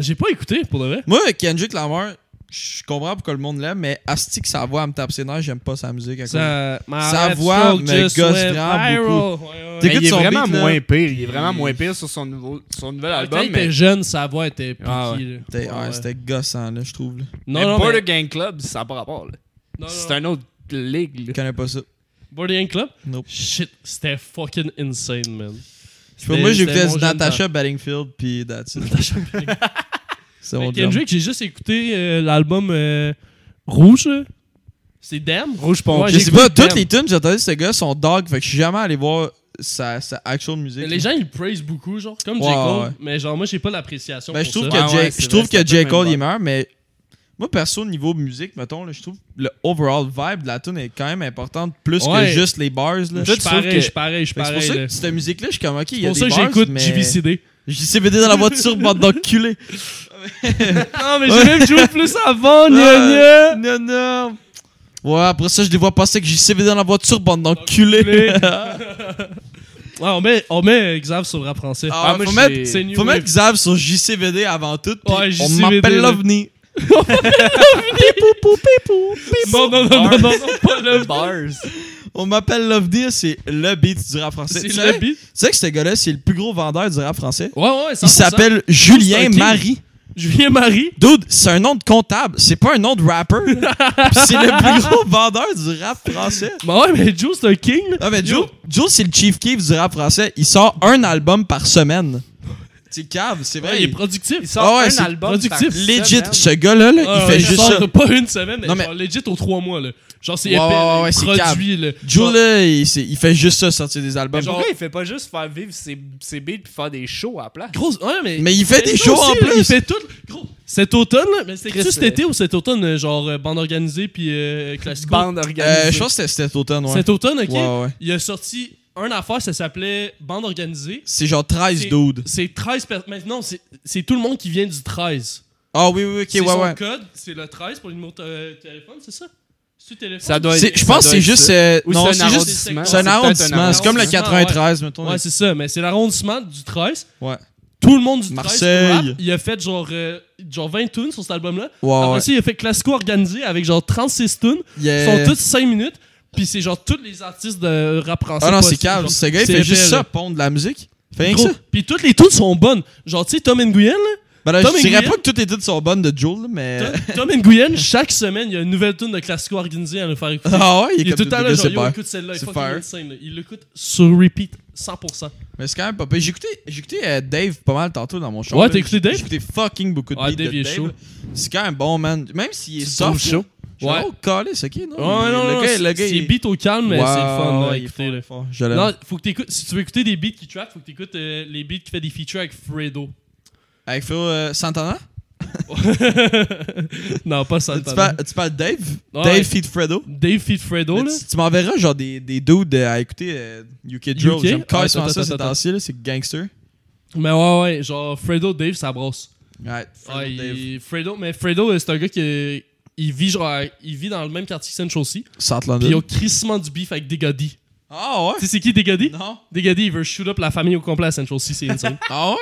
Speaker 3: J'ai pas écouté, pour de vrai.
Speaker 1: Moi, Kendrick Lamar, je comprends pourquoi le monde l'aime, mais Asti que sa voix elle me tape ses nerfs, j'aime pas sa musique. à cause.
Speaker 3: Ça,
Speaker 1: Sa voix me gosse vraiment
Speaker 2: Mais
Speaker 1: T'écoutes
Speaker 2: il est
Speaker 1: son
Speaker 2: vraiment
Speaker 1: beat, là.
Speaker 2: moins pire. Il est Ah, vraiment
Speaker 1: Il-
Speaker 2: moins pire sur son, nouveau, son nouvel
Speaker 3: Quand il
Speaker 2: album.
Speaker 3: était
Speaker 2: Mais,
Speaker 3: jeune, sa voix était piquée.
Speaker 2: Ah ouais.
Speaker 3: là.
Speaker 1: C'était
Speaker 3: Ouais,
Speaker 1: ouais,
Speaker 3: ouais.
Speaker 1: c'était gossant, là, je trouve. là.
Speaker 3: Non,
Speaker 2: mais
Speaker 3: non,
Speaker 2: Border
Speaker 3: mais-
Speaker 2: Gang Club, ça n'a pas rapport. là.
Speaker 3: non, non,
Speaker 2: C'est
Speaker 3: non.
Speaker 2: un autre ligue.
Speaker 1: Je
Speaker 2: là.
Speaker 1: connais pas ça.
Speaker 3: Border Gang Club?
Speaker 1: Nope.
Speaker 3: Shit, c'était fucking insane, man.
Speaker 1: Je sais pas, moi,
Speaker 3: C'était- c'était
Speaker 1: j'écoutais
Speaker 3: mon
Speaker 1: du
Speaker 3: jeune
Speaker 1: Natasha Bedingfield, puis that's it. C'est
Speaker 3: Mais
Speaker 1: mon job.
Speaker 3: Kendrick, j'ai juste écouté euh, l'album euh, Rouge. là. C'est Damn?
Speaker 2: Rouge
Speaker 3: Ouais,
Speaker 1: Je
Speaker 2: Pompier.
Speaker 3: j'ai-
Speaker 1: sais pas,
Speaker 3: j'écoute
Speaker 1: toutes
Speaker 3: Damn.
Speaker 1: les tunes que j'ai entendues de ce gars sont dog, fait que je suis jamais allé voir sa, sa actual musique.
Speaker 3: Mais Les gens, ils le praisent beaucoup, genre, comme
Speaker 1: Ouais,
Speaker 3: J. Cole,
Speaker 1: ouais.
Speaker 3: mais genre, moi, j'ai pas l'appréciation
Speaker 1: Ben,
Speaker 3: pour
Speaker 1: je trouve
Speaker 3: ça. Ah
Speaker 1: que
Speaker 2: Ouais, ouais,
Speaker 1: Jay-
Speaker 2: c'est
Speaker 1: je trouve
Speaker 2: vrai,
Speaker 1: que
Speaker 2: c'est
Speaker 1: J.
Speaker 2: peut-être
Speaker 1: Cole
Speaker 2: même
Speaker 1: il est meilleur, mais moi perso niveau musique, mettons, là, je trouve le overall vibe de la tune est quand même importante plus que
Speaker 3: Ouais.
Speaker 1: juste les bars là.
Speaker 3: Je
Speaker 1: Fait
Speaker 3: suis
Speaker 1: que
Speaker 3: pareil,
Speaker 2: que-
Speaker 3: je suis pareil, je suis
Speaker 1: C'est pour
Speaker 3: pareil.
Speaker 1: ça
Speaker 3: là.
Speaker 1: que cette musique là, je suis comme ok, il y
Speaker 3: C'est
Speaker 1: a
Speaker 3: pour
Speaker 1: des
Speaker 3: ça que
Speaker 1: bars,
Speaker 3: j'écoute
Speaker 1: mais...
Speaker 3: JVCD.
Speaker 1: JCBD dans la voiture, bande d'enculés.
Speaker 3: Non, mais j'ai même joué plus avant,
Speaker 1: gna, Non non. Ah, Ouais, après ça je les vois passer que JCBD dans la voiture, bande d'enculés.
Speaker 3: Ouais, on met, on met Xav sur le rap français.
Speaker 1: Ah,
Speaker 2: moi,
Speaker 1: faut
Speaker 2: j'ai-
Speaker 1: mettre
Speaker 3: C'est new
Speaker 1: faut
Speaker 3: wave.
Speaker 1: mettre Xav sur JCBD avant tout. puis
Speaker 3: Ouais,
Speaker 1: on
Speaker 3: JCVD,
Speaker 1: m'appelle
Speaker 3: là.
Speaker 1: l'OVNI.
Speaker 3: Ah, Non, non, non, non, non, non, pas le
Speaker 2: Bars.
Speaker 1: On m'appelle l'OVNI, c'est le beat du rap français.
Speaker 3: C'est
Speaker 1: Tu
Speaker 3: le
Speaker 1: savais-
Speaker 3: beat.
Speaker 1: Tu sais que ce gars-là, c'est le plus gros vendeur du rap français.
Speaker 3: Ouais, ouais, 100%.
Speaker 1: Il s'appelle Julien
Speaker 3: un king.
Speaker 1: Marie.
Speaker 3: Julien Marie.
Speaker 1: Dude, c'est un nom de comptable, c'est pas un nom de rapper. là. Puis c'est le plus gros vendeur du rap français.
Speaker 3: Bah ouais, mais Joe, c'est un king. là.
Speaker 1: Ah, mais
Speaker 3: Yo.
Speaker 1: Joe, Joe c'est le chief keef du rap français. Il sort un album par semaine. C'est cave, c'est vrai.
Speaker 3: Ouais, il est
Speaker 1: il-
Speaker 3: productif.
Speaker 2: Il sort
Speaker 1: Ah ouais,
Speaker 2: un
Speaker 1: c'est
Speaker 2: album.
Speaker 3: productif.
Speaker 2: par
Speaker 1: Legit,
Speaker 2: semaine.
Speaker 1: ce gars-là, là,
Speaker 3: Ah
Speaker 1: il fait
Speaker 3: ouais,
Speaker 1: juste
Speaker 3: sort
Speaker 1: ça.
Speaker 3: pas une semaine, mais,
Speaker 1: Non, mais-
Speaker 3: genre legit aux trois mois. Là. Genre, c'est
Speaker 1: Ouais,
Speaker 3: épais,
Speaker 1: ouais,
Speaker 3: là,
Speaker 1: ouais,
Speaker 3: il
Speaker 1: c'est
Speaker 3: produit. Là.
Speaker 1: Joe,
Speaker 3: Genre-
Speaker 1: là, il, c'est- il fait juste ça, sortir des albums.
Speaker 3: Genre-
Speaker 2: Pourquoi il fait pas juste faire vivre ses, ses beats puis faire des shows à la place?
Speaker 3: Grosse, ouais, mais,
Speaker 1: Mais il fait des
Speaker 3: ça
Speaker 1: shows
Speaker 3: aussi,
Speaker 1: en
Speaker 3: là,
Speaker 1: plus.
Speaker 3: Il fait tout. Gros, cet automne, là, mais c'était
Speaker 2: Chris,
Speaker 3: cet été ou cet automne, euh, genre euh, bande organisée puis euh, classico.
Speaker 2: Bande
Speaker 1: Euh, je
Speaker 2: organisée.
Speaker 1: pense que c'était cet automne, ouais.
Speaker 3: Cet automne, ok,
Speaker 1: Ouais, ouais.
Speaker 3: il a sorti un affaire, ça s'appelait bande organisée.
Speaker 1: C'est genre 13
Speaker 3: C'est-
Speaker 1: dudes.
Speaker 3: C'est 13 personnes. Maintenant, c'est c'est tout le monde qui vient du 13.
Speaker 1: Ah oui, oui,
Speaker 3: c'est
Speaker 1: ok, ouais,
Speaker 3: son
Speaker 1: ouais.
Speaker 3: code, c'est le 13 pour le numéro de euh, téléphone, c'est ça? C'est le téléphone?
Speaker 2: Ça doit
Speaker 1: C'est-
Speaker 2: être-
Speaker 1: Je
Speaker 2: ça
Speaker 1: pense que
Speaker 2: doit
Speaker 1: c'est
Speaker 2: être
Speaker 1: juste.
Speaker 2: ça.
Speaker 1: euh,
Speaker 2: Ou
Speaker 1: non,
Speaker 2: c'est un
Speaker 1: c'est juste.
Speaker 2: arrondissement.
Speaker 1: C'est un
Speaker 2: peut-être
Speaker 1: arrondissement. C'est comme le
Speaker 3: arrondissement,
Speaker 1: 93, mettons.
Speaker 3: Ouais, c'est ça, mais c'est l'arrondissement du 13.
Speaker 1: Ouais.
Speaker 3: Tout le monde du 13
Speaker 1: Marseille.
Speaker 3: rap, il a fait genre, euh, genre 20 tunes sur cet album-là.
Speaker 1: Ouais,
Speaker 3: Après
Speaker 1: ouais.
Speaker 3: ça, il a fait Classico organisé avec genre 36 tunes. Ils
Speaker 1: Yeah.
Speaker 3: sont toutes 5 minutes. Puis c'est genre tous les artistes de rap français.
Speaker 1: Ah non, c'est
Speaker 3: possible,
Speaker 1: calme.
Speaker 3: genre,
Speaker 1: Ce gars, il
Speaker 3: c'est
Speaker 1: fait juste
Speaker 3: épais,
Speaker 1: ça,
Speaker 3: là.
Speaker 1: pondre de la musique. Il Fait rien que
Speaker 3: Gros.
Speaker 1: ça.
Speaker 3: Puis toutes les tunes sont bonnes. Genre, tu sais, Tom Nguyen, là,
Speaker 1: Ben là,
Speaker 3: Tom
Speaker 1: je dirais
Speaker 3: Nguyen.
Speaker 1: pas que toutes les titres sont bonnes de Joel, là, mais.
Speaker 3: Tom, Tom Nguyen, chaque semaine, il y a une nouvelle tune de Classico organisé à nous faire écouter.
Speaker 1: Ah ouais,
Speaker 3: Il est tout le temps là, genre, yo,
Speaker 1: super.
Speaker 3: écoute celle-là, il est
Speaker 1: C'est
Speaker 3: fucking
Speaker 1: fire.
Speaker 3: insane, là. Il l'écoute sur repeat, 100%.
Speaker 1: Mais c'est quand même pas pire. J'ai écouté, j'ai écouté, euh, Dave pas mal tantôt dans mon show.
Speaker 3: Ouais,
Speaker 1: là.
Speaker 3: t'as écouté Dave?
Speaker 1: J'ai écouté fucking beaucoup de
Speaker 3: Ouais,
Speaker 1: beats
Speaker 3: Dave, il est
Speaker 1: de Dave.
Speaker 3: chaud.
Speaker 1: là. C'est quand même bon, man. Même s'il est
Speaker 2: Tu
Speaker 1: soft.
Speaker 2: trouves chaud?
Speaker 1: Ouais.
Speaker 3: Ouais.
Speaker 1: Oh, calé, c'est ok, non?
Speaker 3: Ouais, non,
Speaker 1: il-
Speaker 3: non, non,
Speaker 1: le gars,
Speaker 3: c'est
Speaker 1: le gars,
Speaker 3: c'est
Speaker 1: il
Speaker 3: beat au calme, mais
Speaker 1: Ouais,
Speaker 3: c'est le fun.
Speaker 1: ouais,
Speaker 3: là,
Speaker 1: il est
Speaker 3: écoutez,
Speaker 1: fort,
Speaker 3: là.
Speaker 1: il est fort. Je l'aime.
Speaker 3: Non, faut que t'écoutes. Si tu veux écouter des beats qui trap, faut que t'écoutes euh, les beats qui fait des features avec Fredo.
Speaker 1: Avec Phil euh, Santana?
Speaker 3: non, pas
Speaker 1: Euh, Tu
Speaker 3: Santana.
Speaker 1: parles- Tu parles de Dave?
Speaker 3: Ouais.
Speaker 1: Dave feat Fredo?
Speaker 3: Dave feat Fredo,
Speaker 1: Mais
Speaker 3: là.
Speaker 1: tu tu m'enverras genre des, des dudes euh, à écouter euh, UK Drill.
Speaker 3: UK?
Speaker 1: J'aime
Speaker 3: Ah, attends,
Speaker 1: carrément ça
Speaker 3: attends,
Speaker 1: ces
Speaker 3: attends.
Speaker 1: temps-ci, là, c'est gangster.
Speaker 3: Mais ouais, ouais, genre Fredo, Dave, ça brosse.
Speaker 1: Ouais, Fredo,
Speaker 3: Ouais,
Speaker 1: Dave.
Speaker 3: il- Fredo, mais Fredo, euh, c'est un gars qui. Il vit, genre, à- il vit dans le même quartier que Sancho aussi.
Speaker 1: South
Speaker 3: Puis ils ont
Speaker 1: London.
Speaker 3: crissement du beef avec Degadi.
Speaker 1: Ah
Speaker 3: Tu sais, c'est qui
Speaker 1: ouais?
Speaker 3: Degadi?
Speaker 1: Non?
Speaker 3: Degadi, il veut shoot up la famille au complet à Sancho aussi, c'est insane.
Speaker 1: Ah ouais?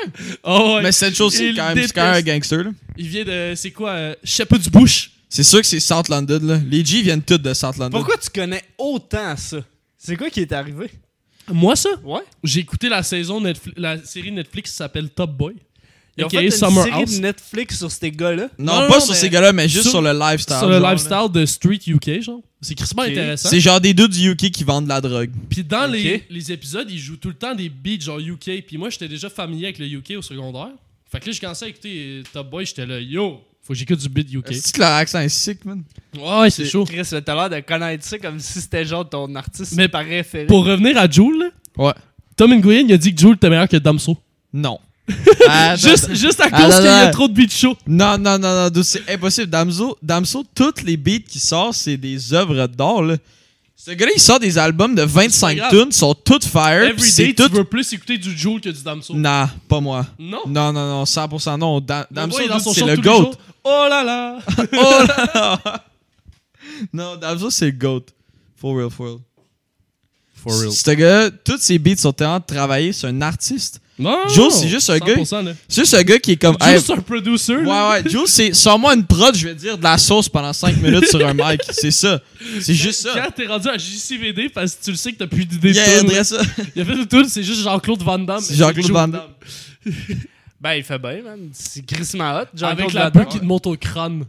Speaker 3: oh, ouais.
Speaker 1: Mais cette chose-ci,
Speaker 3: Il
Speaker 1: quand même, c'est quand même un
Speaker 3: déteste.
Speaker 1: gangster. là.
Speaker 3: Il vient de. C'est quoi euh, Shepherd's Bush.
Speaker 1: C'est sûr que c'est South London. Là. Les G viennent toutes de South London.
Speaker 2: Pourquoi tu connais autant ça? C'est quoi qui est arrivé?
Speaker 3: Moi, ça,
Speaker 2: Ouais.
Speaker 3: j'ai écouté la saison Netflix, la série Netflix qui s'appelle Top Boy.
Speaker 2: Ils ont
Speaker 3: aka
Speaker 2: fait une
Speaker 3: Summer
Speaker 2: série
Speaker 3: House.
Speaker 2: de Netflix sur ces gars-là.
Speaker 1: Non,
Speaker 3: Non,
Speaker 1: pas
Speaker 3: non,
Speaker 1: sur
Speaker 3: mais-
Speaker 1: ces gars-là, mais juste
Speaker 3: sur-
Speaker 1: sur, le lifestyle.
Speaker 3: sur le
Speaker 1: genre, là.
Speaker 3: lifestyle de Street UK, genre. C'est crissement
Speaker 2: Ok.
Speaker 3: intéressant.
Speaker 1: C'est genre des dudes du UK qui vendent de la drogue.
Speaker 3: Puis dans les-
Speaker 2: Ok.
Speaker 3: les, épisodes, ils jouent tout le temps des beats genre UK. Puis moi, j'étais déjà familier avec le UK au secondaire. Fait que là, j'ai commencé à écouter euh, Top Boy, j'étais là, yo, faut que j'écoute du beat UK.
Speaker 1: C'est que leur accent est sick, man.
Speaker 3: Ouais, ouais, c'est chaud.
Speaker 2: Chris, t'as l'air de connaître ça comme si c'était genre ton artiste
Speaker 3: Mais
Speaker 2: par référé.
Speaker 3: Pour revenir à Joule, là,
Speaker 1: Ouais.
Speaker 3: Tom Nguyen, il a dit que Joule était meilleur que Damso.
Speaker 1: Non. Ah, non,
Speaker 3: Juste, juste à
Speaker 1: Attends,
Speaker 3: cause qu'il y a
Speaker 1: attends.
Speaker 3: trop de beats chauds.
Speaker 1: Non, non, non, non, dude, c'est impossible. Damso, Damso, toutes les beats qui sortent, c'est des œuvres d'art, là. Ce gars-là, il sort des albums de 25
Speaker 3: grave.
Speaker 1: tunes, sont toutes fire, pis
Speaker 3: Everyday,
Speaker 1: c'est
Speaker 3: tu
Speaker 1: tout...
Speaker 3: veux plus écouter du Joule que du Damso.
Speaker 1: Nah, pas moi.
Speaker 3: Non?
Speaker 1: Non, non, non, 100% non. Da-
Speaker 3: Mon
Speaker 1: Damso,
Speaker 3: boy est dans
Speaker 1: dude,
Speaker 3: son
Speaker 1: c'est
Speaker 3: char
Speaker 1: le
Speaker 3: tous les
Speaker 1: GOAT.
Speaker 3: jours. Oh là là!
Speaker 1: Oh là là. Non, Damso, c'est le GOAT. For real, for real.
Speaker 3: For real.
Speaker 1: Ce gars, tous ses beats sont tellement travaillés. C'est un artiste.
Speaker 3: Non,
Speaker 1: Joe, c'est juste un gars-
Speaker 3: 100%, là.
Speaker 1: C'est juste un gars qui est comme.
Speaker 3: Joe,
Speaker 1: Hey,
Speaker 3: c'est un producer.
Speaker 1: Ouais,
Speaker 3: là.
Speaker 1: ouais. Jules, c'est. Sors-moi une prod, je vais dire de la sauce pendant 5 minutes sur un mic. C'est ça. C'est juste ça.
Speaker 3: Quand t'es rendu à JCVD, parce que tu le sais que t'as plus d'idées de
Speaker 1: Yeah,
Speaker 3: tonnes, là.
Speaker 1: adresse ça.
Speaker 3: Il a fait le tour, c'est juste Jean-Claude Van Damme.
Speaker 1: C'est Jean-Claude Van Damme.
Speaker 2: Ben, il fait bien, man. C'est crissement hot. Jean-Claude
Speaker 3: Avec la
Speaker 2: Van
Speaker 3: boue
Speaker 2: Damme.
Speaker 3: qui te monte au crâne.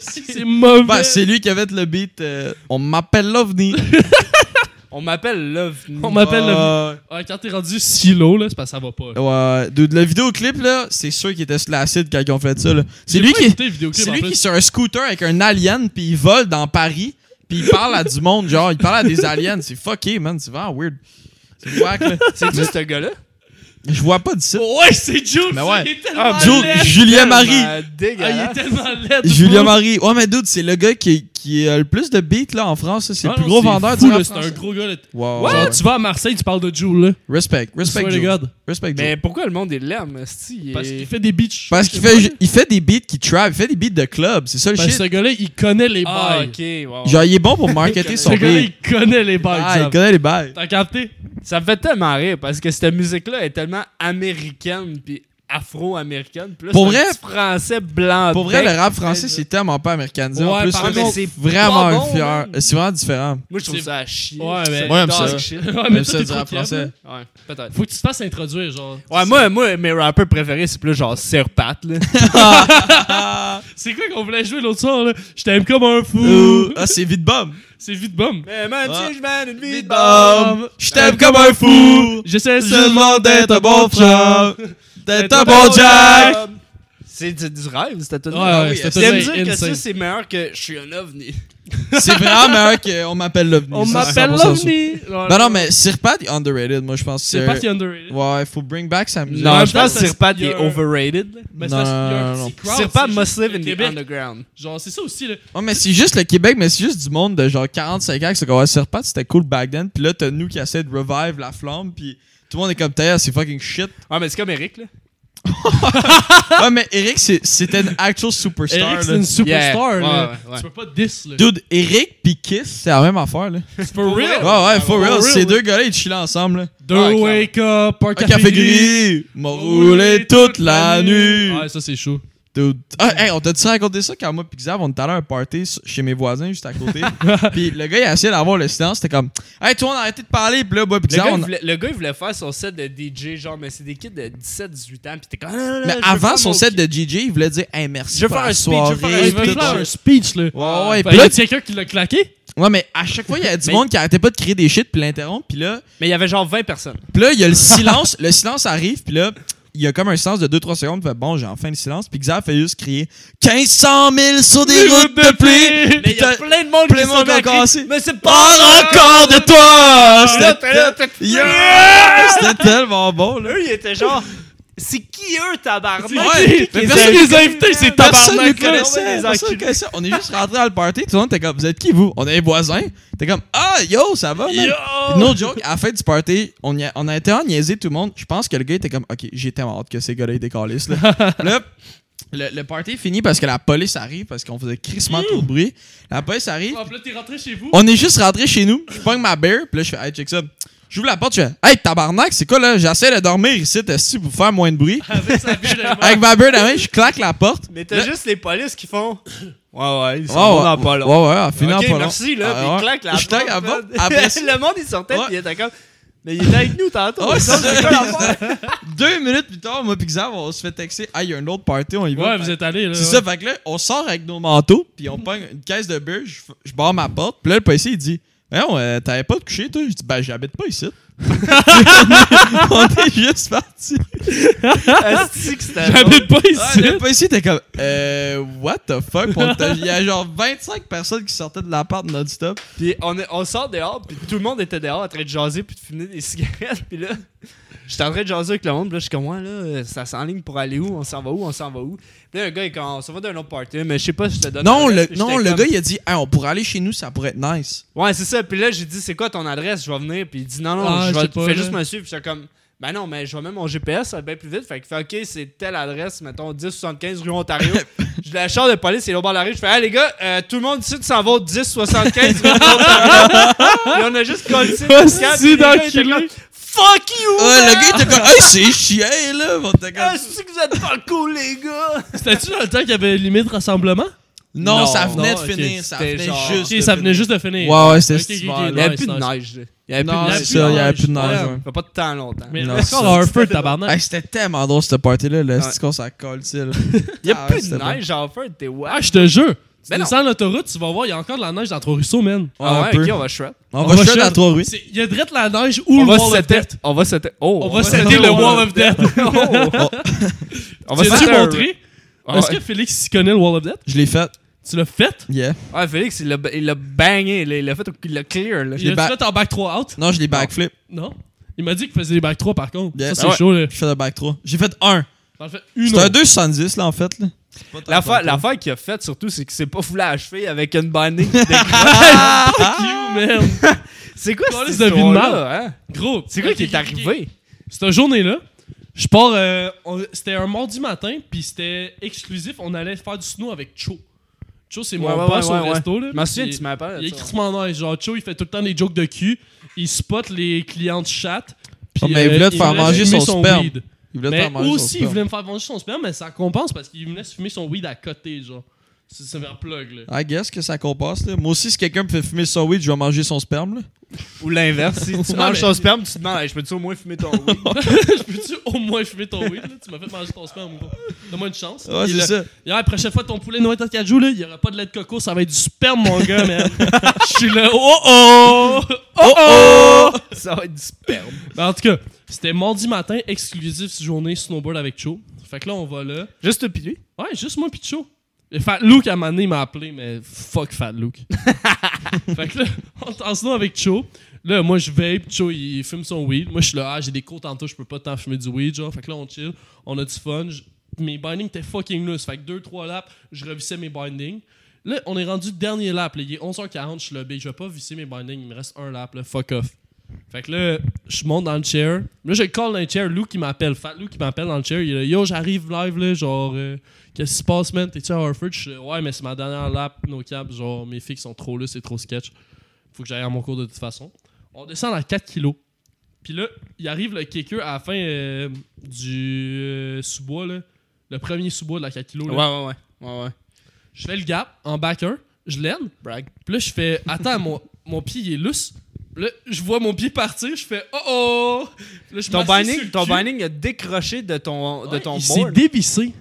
Speaker 3: c'est mauvais.
Speaker 1: Ben, c'est lui qui avait le beat. euh, on m'appelle l'OVNI.
Speaker 2: On m'appelle l'OVNI.
Speaker 3: On m'appelle le...
Speaker 1: Ouais,
Speaker 3: Ouais, quand t'es rendu silo, là, c'est parce que ça va pas. là.
Speaker 1: Ouais. Dude, le vidéoclip, là, c'est sûr qu'il était sur l'acide quand ils ont fait ça. là. C'est
Speaker 3: J'ai
Speaker 1: lui
Speaker 3: pas
Speaker 1: qui.
Speaker 3: écouté le vidéoclip,
Speaker 1: C'est
Speaker 3: en
Speaker 1: lui
Speaker 3: plus.
Speaker 1: qui est sur un scooter avec un alien, puis il vole dans Paris, puis il parle à du monde, genre, il parle à des aliens. C'est fucké, man. C'est vraiment weird. C'est whack, là.
Speaker 2: C'est juste ce gars-là.
Speaker 1: Je vois pas d'ici.
Speaker 3: Ouais, c'est Jules!
Speaker 1: Mais ouais.
Speaker 3: Il est tellement
Speaker 2: Ah,
Speaker 1: Jules,
Speaker 3: laid.
Speaker 1: Julien Marie.
Speaker 2: Ah,
Speaker 3: Ah, il est
Speaker 2: dégueulasse.
Speaker 3: tellement laid.
Speaker 1: Julien
Speaker 3: bro.
Speaker 1: Marie. Ouais, mais dude, c'est le gars qui, qui a le plus de beats là, en France. là. C'est
Speaker 3: Ah
Speaker 1: le plus
Speaker 3: non,
Speaker 1: gros vendeur
Speaker 3: fou,
Speaker 1: du
Speaker 3: là,
Speaker 1: rap
Speaker 3: C'est un
Speaker 1: français.
Speaker 3: gros gars. là.
Speaker 1: Wow.
Speaker 3: Genre,
Speaker 1: ouais.
Speaker 3: tu vas à Marseille, tu parles de Jules, là.
Speaker 1: Respect, respect,
Speaker 3: Swear to
Speaker 1: Jules.
Speaker 3: God.
Speaker 1: Respect, Jules.
Speaker 2: Mais pourquoi le monde est l'âme, si
Speaker 3: Parce qu'il fait des beats.
Speaker 1: Parce qu'il fait, il fait des beats qui trap, il fait des beats de club, c'est ça le
Speaker 3: Parce que
Speaker 1: shit.
Speaker 3: ce gars-là, il connaît les
Speaker 2: Ah,
Speaker 3: bails.
Speaker 2: ok. ouais, ouais.
Speaker 1: Genre, il est bon pour marketer
Speaker 2: Il
Speaker 1: son
Speaker 3: Ce gars-là,
Speaker 1: beat.
Speaker 3: il connaît les
Speaker 1: Ah, il
Speaker 3: bails. Xav.
Speaker 1: connaît les bails.
Speaker 3: T'as capté?
Speaker 2: Ça me fait tellement rire parce que cette musique-là est tellement américaine puis afro-américaine. Puis là,
Speaker 1: Pour
Speaker 2: c'est un
Speaker 1: vrai-
Speaker 2: petit français blanc.
Speaker 1: Pour vrai,
Speaker 2: bec.
Speaker 1: le rap français, c'est tellement pas américanisé. en
Speaker 3: Ouais,
Speaker 1: plus,
Speaker 3: par
Speaker 1: là,
Speaker 3: contre,
Speaker 1: c'est
Speaker 2: c'est
Speaker 1: vraiment
Speaker 2: pas bon,
Speaker 1: inférieur.
Speaker 2: man.
Speaker 1: C'est vraiment différent.
Speaker 2: Moi, je trouve
Speaker 3: c'est-
Speaker 2: ça à chier.
Speaker 3: Ouais,
Speaker 2: C'est
Speaker 3: mais-
Speaker 1: Ouais, mais ça-
Speaker 2: dark shit.
Speaker 3: Ouais,
Speaker 1: Même
Speaker 3: toi,
Speaker 1: ça,
Speaker 3: t'es
Speaker 1: du
Speaker 3: trop
Speaker 1: rap
Speaker 3: fier,
Speaker 1: français.
Speaker 3: là.
Speaker 2: Ouais, peut-être.
Speaker 3: Faut que tu te fasses introduire, genre.
Speaker 2: Ouais, moi, moi, mes rappeurs préférés, c'est plus genre Serpat, là.
Speaker 3: C'est quoi qu'on voulait jouer l'autre soir, là? Je t'aime comme un fou.
Speaker 1: Euh, Ah, c'est vite bomb.
Speaker 3: C'est vite bombe.
Speaker 2: Mais man, tu je mène une vie de
Speaker 1: Bomb. Je t'aime comme un fou.
Speaker 3: J'essaie
Speaker 1: Je te
Speaker 3: seulement.
Speaker 1: demande d'être un bon frère. D'être un bon Jack.
Speaker 2: C'est du, du rêve, c'était tout.
Speaker 3: Ouais, ouais,
Speaker 1: oui,
Speaker 3: c'était
Speaker 2: Tu vas me
Speaker 3: tellement
Speaker 2: dire que ça,
Speaker 3: insane.
Speaker 2: c'est meilleur que je suis un ovni.
Speaker 1: C'est vraiment meilleur qu'on m'appelle l'OVNI.
Speaker 3: On
Speaker 1: ça,
Speaker 3: m'appelle
Speaker 1: 100% sûr. Ben
Speaker 3: l'OVNI.
Speaker 1: Non, non, mais Sirpat est underrated, moi, je pense. que
Speaker 3: C'est parti underrated.
Speaker 1: Ouais, faut bring back sa musique.
Speaker 3: Non,
Speaker 2: Non, je pense
Speaker 3: ça,
Speaker 2: que Sirpat
Speaker 3: c'est-
Speaker 2: il est overrated.
Speaker 3: Mais c'est parce qu'il y a un
Speaker 1: Non, non,
Speaker 3: petit crowd,
Speaker 2: Sirpat
Speaker 3: c'est
Speaker 2: must
Speaker 3: juste
Speaker 2: live
Speaker 3: le
Speaker 2: in the
Speaker 3: Québec.
Speaker 2: underground.
Speaker 3: Genre, c'est ça aussi, là.
Speaker 1: Ouais, mais c'est juste le Québec, mais c'est juste du monde de genre 45 ans qui se dit, ouais, Sirpat, c'était cool back then. Puis là, t'as nous qui essaie de revive la flamme, puis tout le monde est comme, t'as c'est fucking shit.
Speaker 2: Ouais, mais c'est comme Eric, là.
Speaker 1: ouais, mais Eric, c'est- c'était une actual superstar,
Speaker 3: Eric,
Speaker 1: là.
Speaker 3: c'est une superstar,
Speaker 2: Yeah.
Speaker 3: là.
Speaker 2: Ouais, ouais, ouais.
Speaker 3: Tu peux pas diss, là.
Speaker 1: Dude, Eric pis Kiss, c'est la même affaire, là.
Speaker 3: C'est for real.
Speaker 1: Ouais, ouais, for
Speaker 3: For
Speaker 1: real.
Speaker 3: real,
Speaker 1: Ces
Speaker 3: ouais.
Speaker 1: deux gars-là, ils chillent ensemble, là.
Speaker 3: Deux
Speaker 2: Ouais,
Speaker 3: wake up, un
Speaker 1: Ah, Un
Speaker 3: café,
Speaker 1: café gris, m'ont roulé toute la nuit.
Speaker 3: Ouais, ça, c'est chaud.
Speaker 1: Dude. Ah, hey, on t'a-tu raconté ça quand moi pis Xav, on était allé à un party s- chez mes voisins juste à côté. puis le gars, il a essayé d'avoir le silence. C'était comme, hey, toi, on a arrêté de parler. Puis là, moi pis
Speaker 2: Le
Speaker 1: Xav,
Speaker 2: gars,
Speaker 1: on-
Speaker 2: il voulait, le gars, il voulait faire son set de DJ, genre, mais c'est des kids de 17-18 ans, pis t'es comme. Ah, non, non,
Speaker 1: Mais
Speaker 2: je veux
Speaker 1: avant
Speaker 2: faire
Speaker 1: son
Speaker 2: mon
Speaker 1: set
Speaker 2: kid.
Speaker 1: de DJ, il voulait dire, hey, merci.
Speaker 2: Je veux
Speaker 1: pour
Speaker 2: faire
Speaker 1: la
Speaker 2: un speech, je
Speaker 1: soirée,
Speaker 2: veux faire
Speaker 3: Il
Speaker 2: tout
Speaker 3: veut
Speaker 1: puis
Speaker 2: speech.
Speaker 3: faire
Speaker 1: tout.
Speaker 3: un speech, là.
Speaker 1: Ouais, ouais.
Speaker 3: Fait
Speaker 1: Puis
Speaker 3: y
Speaker 1: là,
Speaker 3: a quelqu'un qui l'a claqué.
Speaker 1: tu- ouais, mais à chaque fois, il y a du
Speaker 2: Mais-
Speaker 1: monde qui arrêtait pas de créer des shit puis l'interrompre. Puis là,
Speaker 2: Mais il y avait genre 20 personnes.
Speaker 1: puis là, il y a le silence. le silence arrive. Puis là, il y a comme un silence de 2-3 secondes. Fait bon, j'ai enfin le silence. Puis Xav fait juste crier 1500 000 sur des routes de pluie.
Speaker 2: Mais il y a
Speaker 1: Putain,
Speaker 2: plein de monde
Speaker 1: plein
Speaker 2: qui
Speaker 1: de monde
Speaker 2: sont
Speaker 1: qui ont cassé.
Speaker 2: cassé. Mais c'est pas
Speaker 1: Pas encore de
Speaker 2: Ah,
Speaker 1: toi! C'était Yeah! C'était tellement bon, là.
Speaker 2: Eux, ils étaient genre. C'est qui eux, tabarnak?
Speaker 1: Ouais,
Speaker 2: C'est qui
Speaker 1: mais
Speaker 2: qui
Speaker 1: personne
Speaker 2: a-
Speaker 1: les a
Speaker 3: invités, c'est
Speaker 1: Personne
Speaker 2: tabarnak,
Speaker 1: ne
Speaker 2: on est des
Speaker 1: connaissait. personne
Speaker 2: enculés.
Speaker 1: ne connaissait. On est juste rentré à le party. Tout le monde était comme, vous êtes qui, vous? On est voisins. T'es comme, ah, yo, ça va, man? No joke, à la fin du party, on, y a, on a été en niaiser tout le monde. Je pense que le gars était comme, ok, j'ai tellement hâte que ces gars-là ils décalissent. Là, Là, le, le party est fini parce que la police arrive, parce qu'on faisait crissement trop de bruit. La police arrive.
Speaker 3: Hop, Ah, là, t'es rentré chez vous.
Speaker 1: On est juste rentré chez nous. Je pogne ma beer, puis là, je fais, hey, check ça. J'ouvre la porte, je fais, hey, tabarnak, c'est quoi, là? J'essaie de dormir ici, t'es pour faire moins de bruit.
Speaker 3: Avec sa bière de
Speaker 1: Avec ma beer dans la main, je claque la porte.
Speaker 2: Mais t'as
Speaker 1: Là-
Speaker 2: juste les polices qui font. Ouais, ouais, ils sont
Speaker 1: Ouais, ouais,
Speaker 2: dans pas long.
Speaker 1: Ouais, ouais, en finant
Speaker 2: ok,
Speaker 1: pas long.
Speaker 2: merci, là.
Speaker 1: Ah,
Speaker 2: puis
Speaker 1: ouais.
Speaker 2: ils claquent la
Speaker 1: Je claque la
Speaker 2: porte,
Speaker 1: porte.
Speaker 2: man.
Speaker 1: Après ça-
Speaker 2: le monde, il sortait,
Speaker 1: Ouais.
Speaker 2: puis il était comme. Mais il était avec nous tantôt.
Speaker 1: Ouais,
Speaker 2: Ça,
Speaker 1: c'est
Speaker 2: c'est
Speaker 1: ça.
Speaker 2: quoi l'affaire?
Speaker 1: Deux minutes plus tard, moi pis Xav, on se fait texter. Ah, il y a un autre party, on y va.
Speaker 3: Ouais,
Speaker 1: Fait-
Speaker 3: vous êtes allés, là.
Speaker 1: C'est ça, fait que là, on sort avec nos manteaux, puis on pogne une caisse de beurre, je, je barre ma porte, puis là, le policier, il dit Non, euh, t'avais pas de coucher, toi Je dis Ben, j'habite pas ici. on, est, on est juste parti.
Speaker 2: Asti que c'était drôle.
Speaker 3: J'habite pas
Speaker 1: Ouais,
Speaker 3: ici.
Speaker 1: le policier était comme Euh, what the fuck Puis on était- Il y a genre 25 personnes qui sortaient de l'appart non-stop.
Speaker 2: Puis on, est- on sort dehors, puis tout le monde était dehors en train de jaser, puis de fumer des cigarettes. Puis là, j'étais en train de jaser avec le monde, puis là, je suis comme, ouais, là, ça s'enligne pour aller où On s'en va où On s'en va où Puis là, le gars, il est comme, on s'en va d'un autre party, mais je sais pas si je te donne.
Speaker 1: Non, le,
Speaker 2: l'adresse, puis
Speaker 1: non,
Speaker 2: j'étais
Speaker 1: le
Speaker 2: comme,
Speaker 1: gars, il a dit Hey, on pourrait aller chez nous, ça pourrait être nice.
Speaker 2: Ouais, c'est ça. Puis là, j'ai dit, c'est quoi ton adresse? Je vais venir. Puis il dit, non, non,
Speaker 3: Ah,
Speaker 2: je
Speaker 3: je
Speaker 2: vais
Speaker 3: sais pas,
Speaker 2: fais
Speaker 3: là.
Speaker 2: juste me suivre. Puis j'étais comme, ben non, mais je vois même mon GPS, ça va bien plus vite. Fait que fait, ok, c'est telle adresse, mettons 1075 rue Ontario. Je la char de police et l'autre bord de la rue. Je fais, ah les gars, euh, tout le monde ici, tu s'en vas au 10-75. et on a juste collé ici.
Speaker 3: Ah, Hostie d'enculé.
Speaker 2: Fuck you!
Speaker 1: Ah, le gars il était comme, hey, c'est chien, là! Bon, t'es comme-
Speaker 2: Ah, c'est que vous êtes pas cool, les gars!
Speaker 3: C'était-tu dans le temps qu'il y avait limite rassemblement?
Speaker 1: non,
Speaker 2: Non,
Speaker 1: ça venait
Speaker 3: non,
Speaker 1: de
Speaker 3: ok,
Speaker 1: finir. Ça
Speaker 2: c'était
Speaker 1: venait
Speaker 2: genre-
Speaker 1: juste.
Speaker 3: Ok,
Speaker 1: de
Speaker 3: ça venait
Speaker 1: finir.
Speaker 3: juste de finir.
Speaker 1: Ouais, ouais, c'était
Speaker 3: Ok,
Speaker 1: cet
Speaker 3: ok,
Speaker 1: hiver,
Speaker 3: ok,
Speaker 2: Il y
Speaker 1: là.
Speaker 2: avait
Speaker 3: Nice,
Speaker 2: plus de
Speaker 3: nice.
Speaker 2: neige. là. Il y avait plus
Speaker 1: Non,
Speaker 2: de
Speaker 1: c'est
Speaker 2: neige.
Speaker 1: ça, il y avait plus de
Speaker 3: Ouais.
Speaker 1: neige. ouais.
Speaker 2: Ça fait pas de temps longtemps.
Speaker 3: Mais
Speaker 1: Non,
Speaker 3: encore
Speaker 1: ça,
Speaker 3: à
Speaker 1: tu
Speaker 3: Harford,
Speaker 2: fais-
Speaker 3: tabarnak.
Speaker 1: Hey, c'était tellement drôle, cette party-là. Là, C'est qu'on s'en colle, Ah, il
Speaker 2: Il y a plus de neige, j'en fais, t'es
Speaker 3: Ah,
Speaker 2: wack.
Speaker 3: je te jure. Tu
Speaker 2: Ben non.
Speaker 3: descends l'autoroute, tu vas voir, il y a encore de la neige dans Trois-Ruisseaux, man.
Speaker 1: un
Speaker 2: Ah ouais,
Speaker 1: peu.
Speaker 2: ok, on va shred.
Speaker 1: On va shut à trois rues.
Speaker 3: C'est- Il y a direct la neige ou
Speaker 2: On
Speaker 3: le
Speaker 2: va
Speaker 3: wall of
Speaker 2: setter.
Speaker 3: death.
Speaker 2: On va setter. Oh!
Speaker 3: On va setter le wall of death.
Speaker 2: Oh. On va
Speaker 3: Tu
Speaker 2: setter
Speaker 3: tu
Speaker 2: un-
Speaker 3: montré?
Speaker 2: Ah
Speaker 3: Est-ce
Speaker 2: ouais.
Speaker 3: que Félix s'y connaît le wall of death?
Speaker 1: Je l'ai fait.
Speaker 3: Tu l'as fait?
Speaker 1: Yeah.
Speaker 2: Ouais, ah, Félix, il l'a- il l'a bangé, là, il l'a fait, au- il l'a clear, là.
Speaker 3: Il
Speaker 1: l'ai
Speaker 3: a
Speaker 1: ba-
Speaker 3: fait en back 3 out?
Speaker 1: Non, je l'ai backflip.
Speaker 3: Non. Il m'a dit qu'il faisait des back 3 par contre.
Speaker 1: Yeah.
Speaker 3: Ça, c'est
Speaker 2: Ah ouais.
Speaker 3: chaud, là.
Speaker 1: Je fais le back 3. J'ai fait un.
Speaker 3: J'en fais une
Speaker 1: C'était un
Speaker 3: autre.
Speaker 1: 270, là, en fait. là.
Speaker 2: L'affaire l'affaire qu'il a faite, surtout, c'est qu'il s'est pas foulé à la cheville avec une bandée.
Speaker 3: Fuck
Speaker 1: Ah!
Speaker 3: you, man.
Speaker 2: c'est quoi
Speaker 3: Calice
Speaker 2: cette
Speaker 3: de vie de
Speaker 2: histoire-là, hein?
Speaker 3: Gros.
Speaker 2: C'est quoi
Speaker 3: ok,
Speaker 2: qui est
Speaker 3: ok, ok.
Speaker 2: arrivé?
Speaker 3: Cette journée-là, je pars. euh, on- c'était un mardi matin, puis c'était exclusif. On allait faire du snow avec Cho. Cho, c'est mon
Speaker 2: Ouais, ouais,
Speaker 3: boss
Speaker 2: ouais,
Speaker 3: au
Speaker 2: ouais.
Speaker 3: resto. Là,
Speaker 2: Je m'en souviens,
Speaker 3: Puis
Speaker 2: tu m'as parlé
Speaker 3: Il est
Speaker 2: de ça.
Speaker 3: crissement nice. Genre, Cho, il fait tout le temps des jokes de cul. Il spot les clients de chat. Puis, euh,
Speaker 1: Oh, mais il voulait te faire
Speaker 3: laisse
Speaker 1: manger
Speaker 3: fumer
Speaker 1: son sperme.
Speaker 3: weed.
Speaker 1: Il voulait te
Speaker 3: Mais
Speaker 1: faire manger son
Speaker 3: aussi, il
Speaker 1: sperme.
Speaker 3: voulait me faire manger son sperme, mais ça compense parce qu'il me laisse fumer son weed à côté, genre. C'est c'est un plug, là.
Speaker 1: I guess que ça compense, là. Moi aussi, si quelqu'un me fait fumer son weed, je vais manger son sperme, là.
Speaker 2: Ou l'inverse, si tu
Speaker 3: Ouais,
Speaker 2: manges
Speaker 3: mais-
Speaker 2: ton sperme, tu te demandes, Hey, je peux-tu au moins fumer ton weed?
Speaker 3: je peux-tu au moins fumer ton weed, là? Tu m'as fait manger ton sperme ou pas? Donne-moi une chance.
Speaker 1: Ouais,
Speaker 3: Il
Speaker 1: c'est
Speaker 3: l'a-
Speaker 1: ça.
Speaker 3: Hier, la prochaine fois, ton poulet noix à cajou, là, il y aura pas de lait de coco, ça va être du sperme, mon gars, man. Je suis là, oh oh! Oh oh!
Speaker 2: Ça va être du sperme.
Speaker 3: Ben, en tout cas, c'était mardi matin, exclusif cette journée snowboard avec Cho. Fait que là, on va là.
Speaker 2: Juste toi pis lui.
Speaker 3: Ouais, juste moi pis Cho. Et Fat Luke, à un moment donné, il m'a appelé, mais fuck Fat Luke. fait que là, on est en snow avec Cho. Là, moi, je vape, Cho, il fume son weed. Moi, je suis là, ah, j'ai des cours tantôt, je peux pas tant fumer du weed, genre. Fait que là, on chill, on a du fun. Je- Mes bindings étaient fucking loose. Fait que 2-3 laps, je revissais mes bindings. Là, on est rendu dernier lap. Là. Il est 11h40, je suis là, B, je vais pas visser mes bindings, il me reste un lap, là, fuck off. Fait que là, je monte dans le chair. Là, je call dans le chair. Lou qui m'appelle. Fat Lou qui m'appelle dans le chair. Il est là, yo, j'arrive live, là. Genre, euh, qu'est-ce qui se passe, man? T'es-tu à Harford? Je suis là, ouais, mais c'est ma dernière lap, no cap. Genre, mes filles sont trop là, c'est trop sketch. Faut que j'aille à mon cours de toute façon. On descend à 4 kilos. Puis là, il arrive le kicker à la fin euh, du euh, sous-bois, là. Le premier sous-bois de la 4 kilos. là.
Speaker 2: ouais, ouais. Ouais, ouais.
Speaker 3: Je fais le gap en back 1. Je l'aide.
Speaker 2: Brag.
Speaker 3: Puis là, je fais Attends, mon, mon pied il est lousse. Puis Là, je vois mon pied partir, je fais Oh oh! Puis Là, je
Speaker 2: Ton
Speaker 3: m'assieds sur
Speaker 2: binding,
Speaker 3: le
Speaker 2: ton
Speaker 3: cul.
Speaker 2: binding a décroché de ton, de
Speaker 3: Ouais,
Speaker 2: ton
Speaker 3: Il s'est
Speaker 2: board.
Speaker 3: dévissé.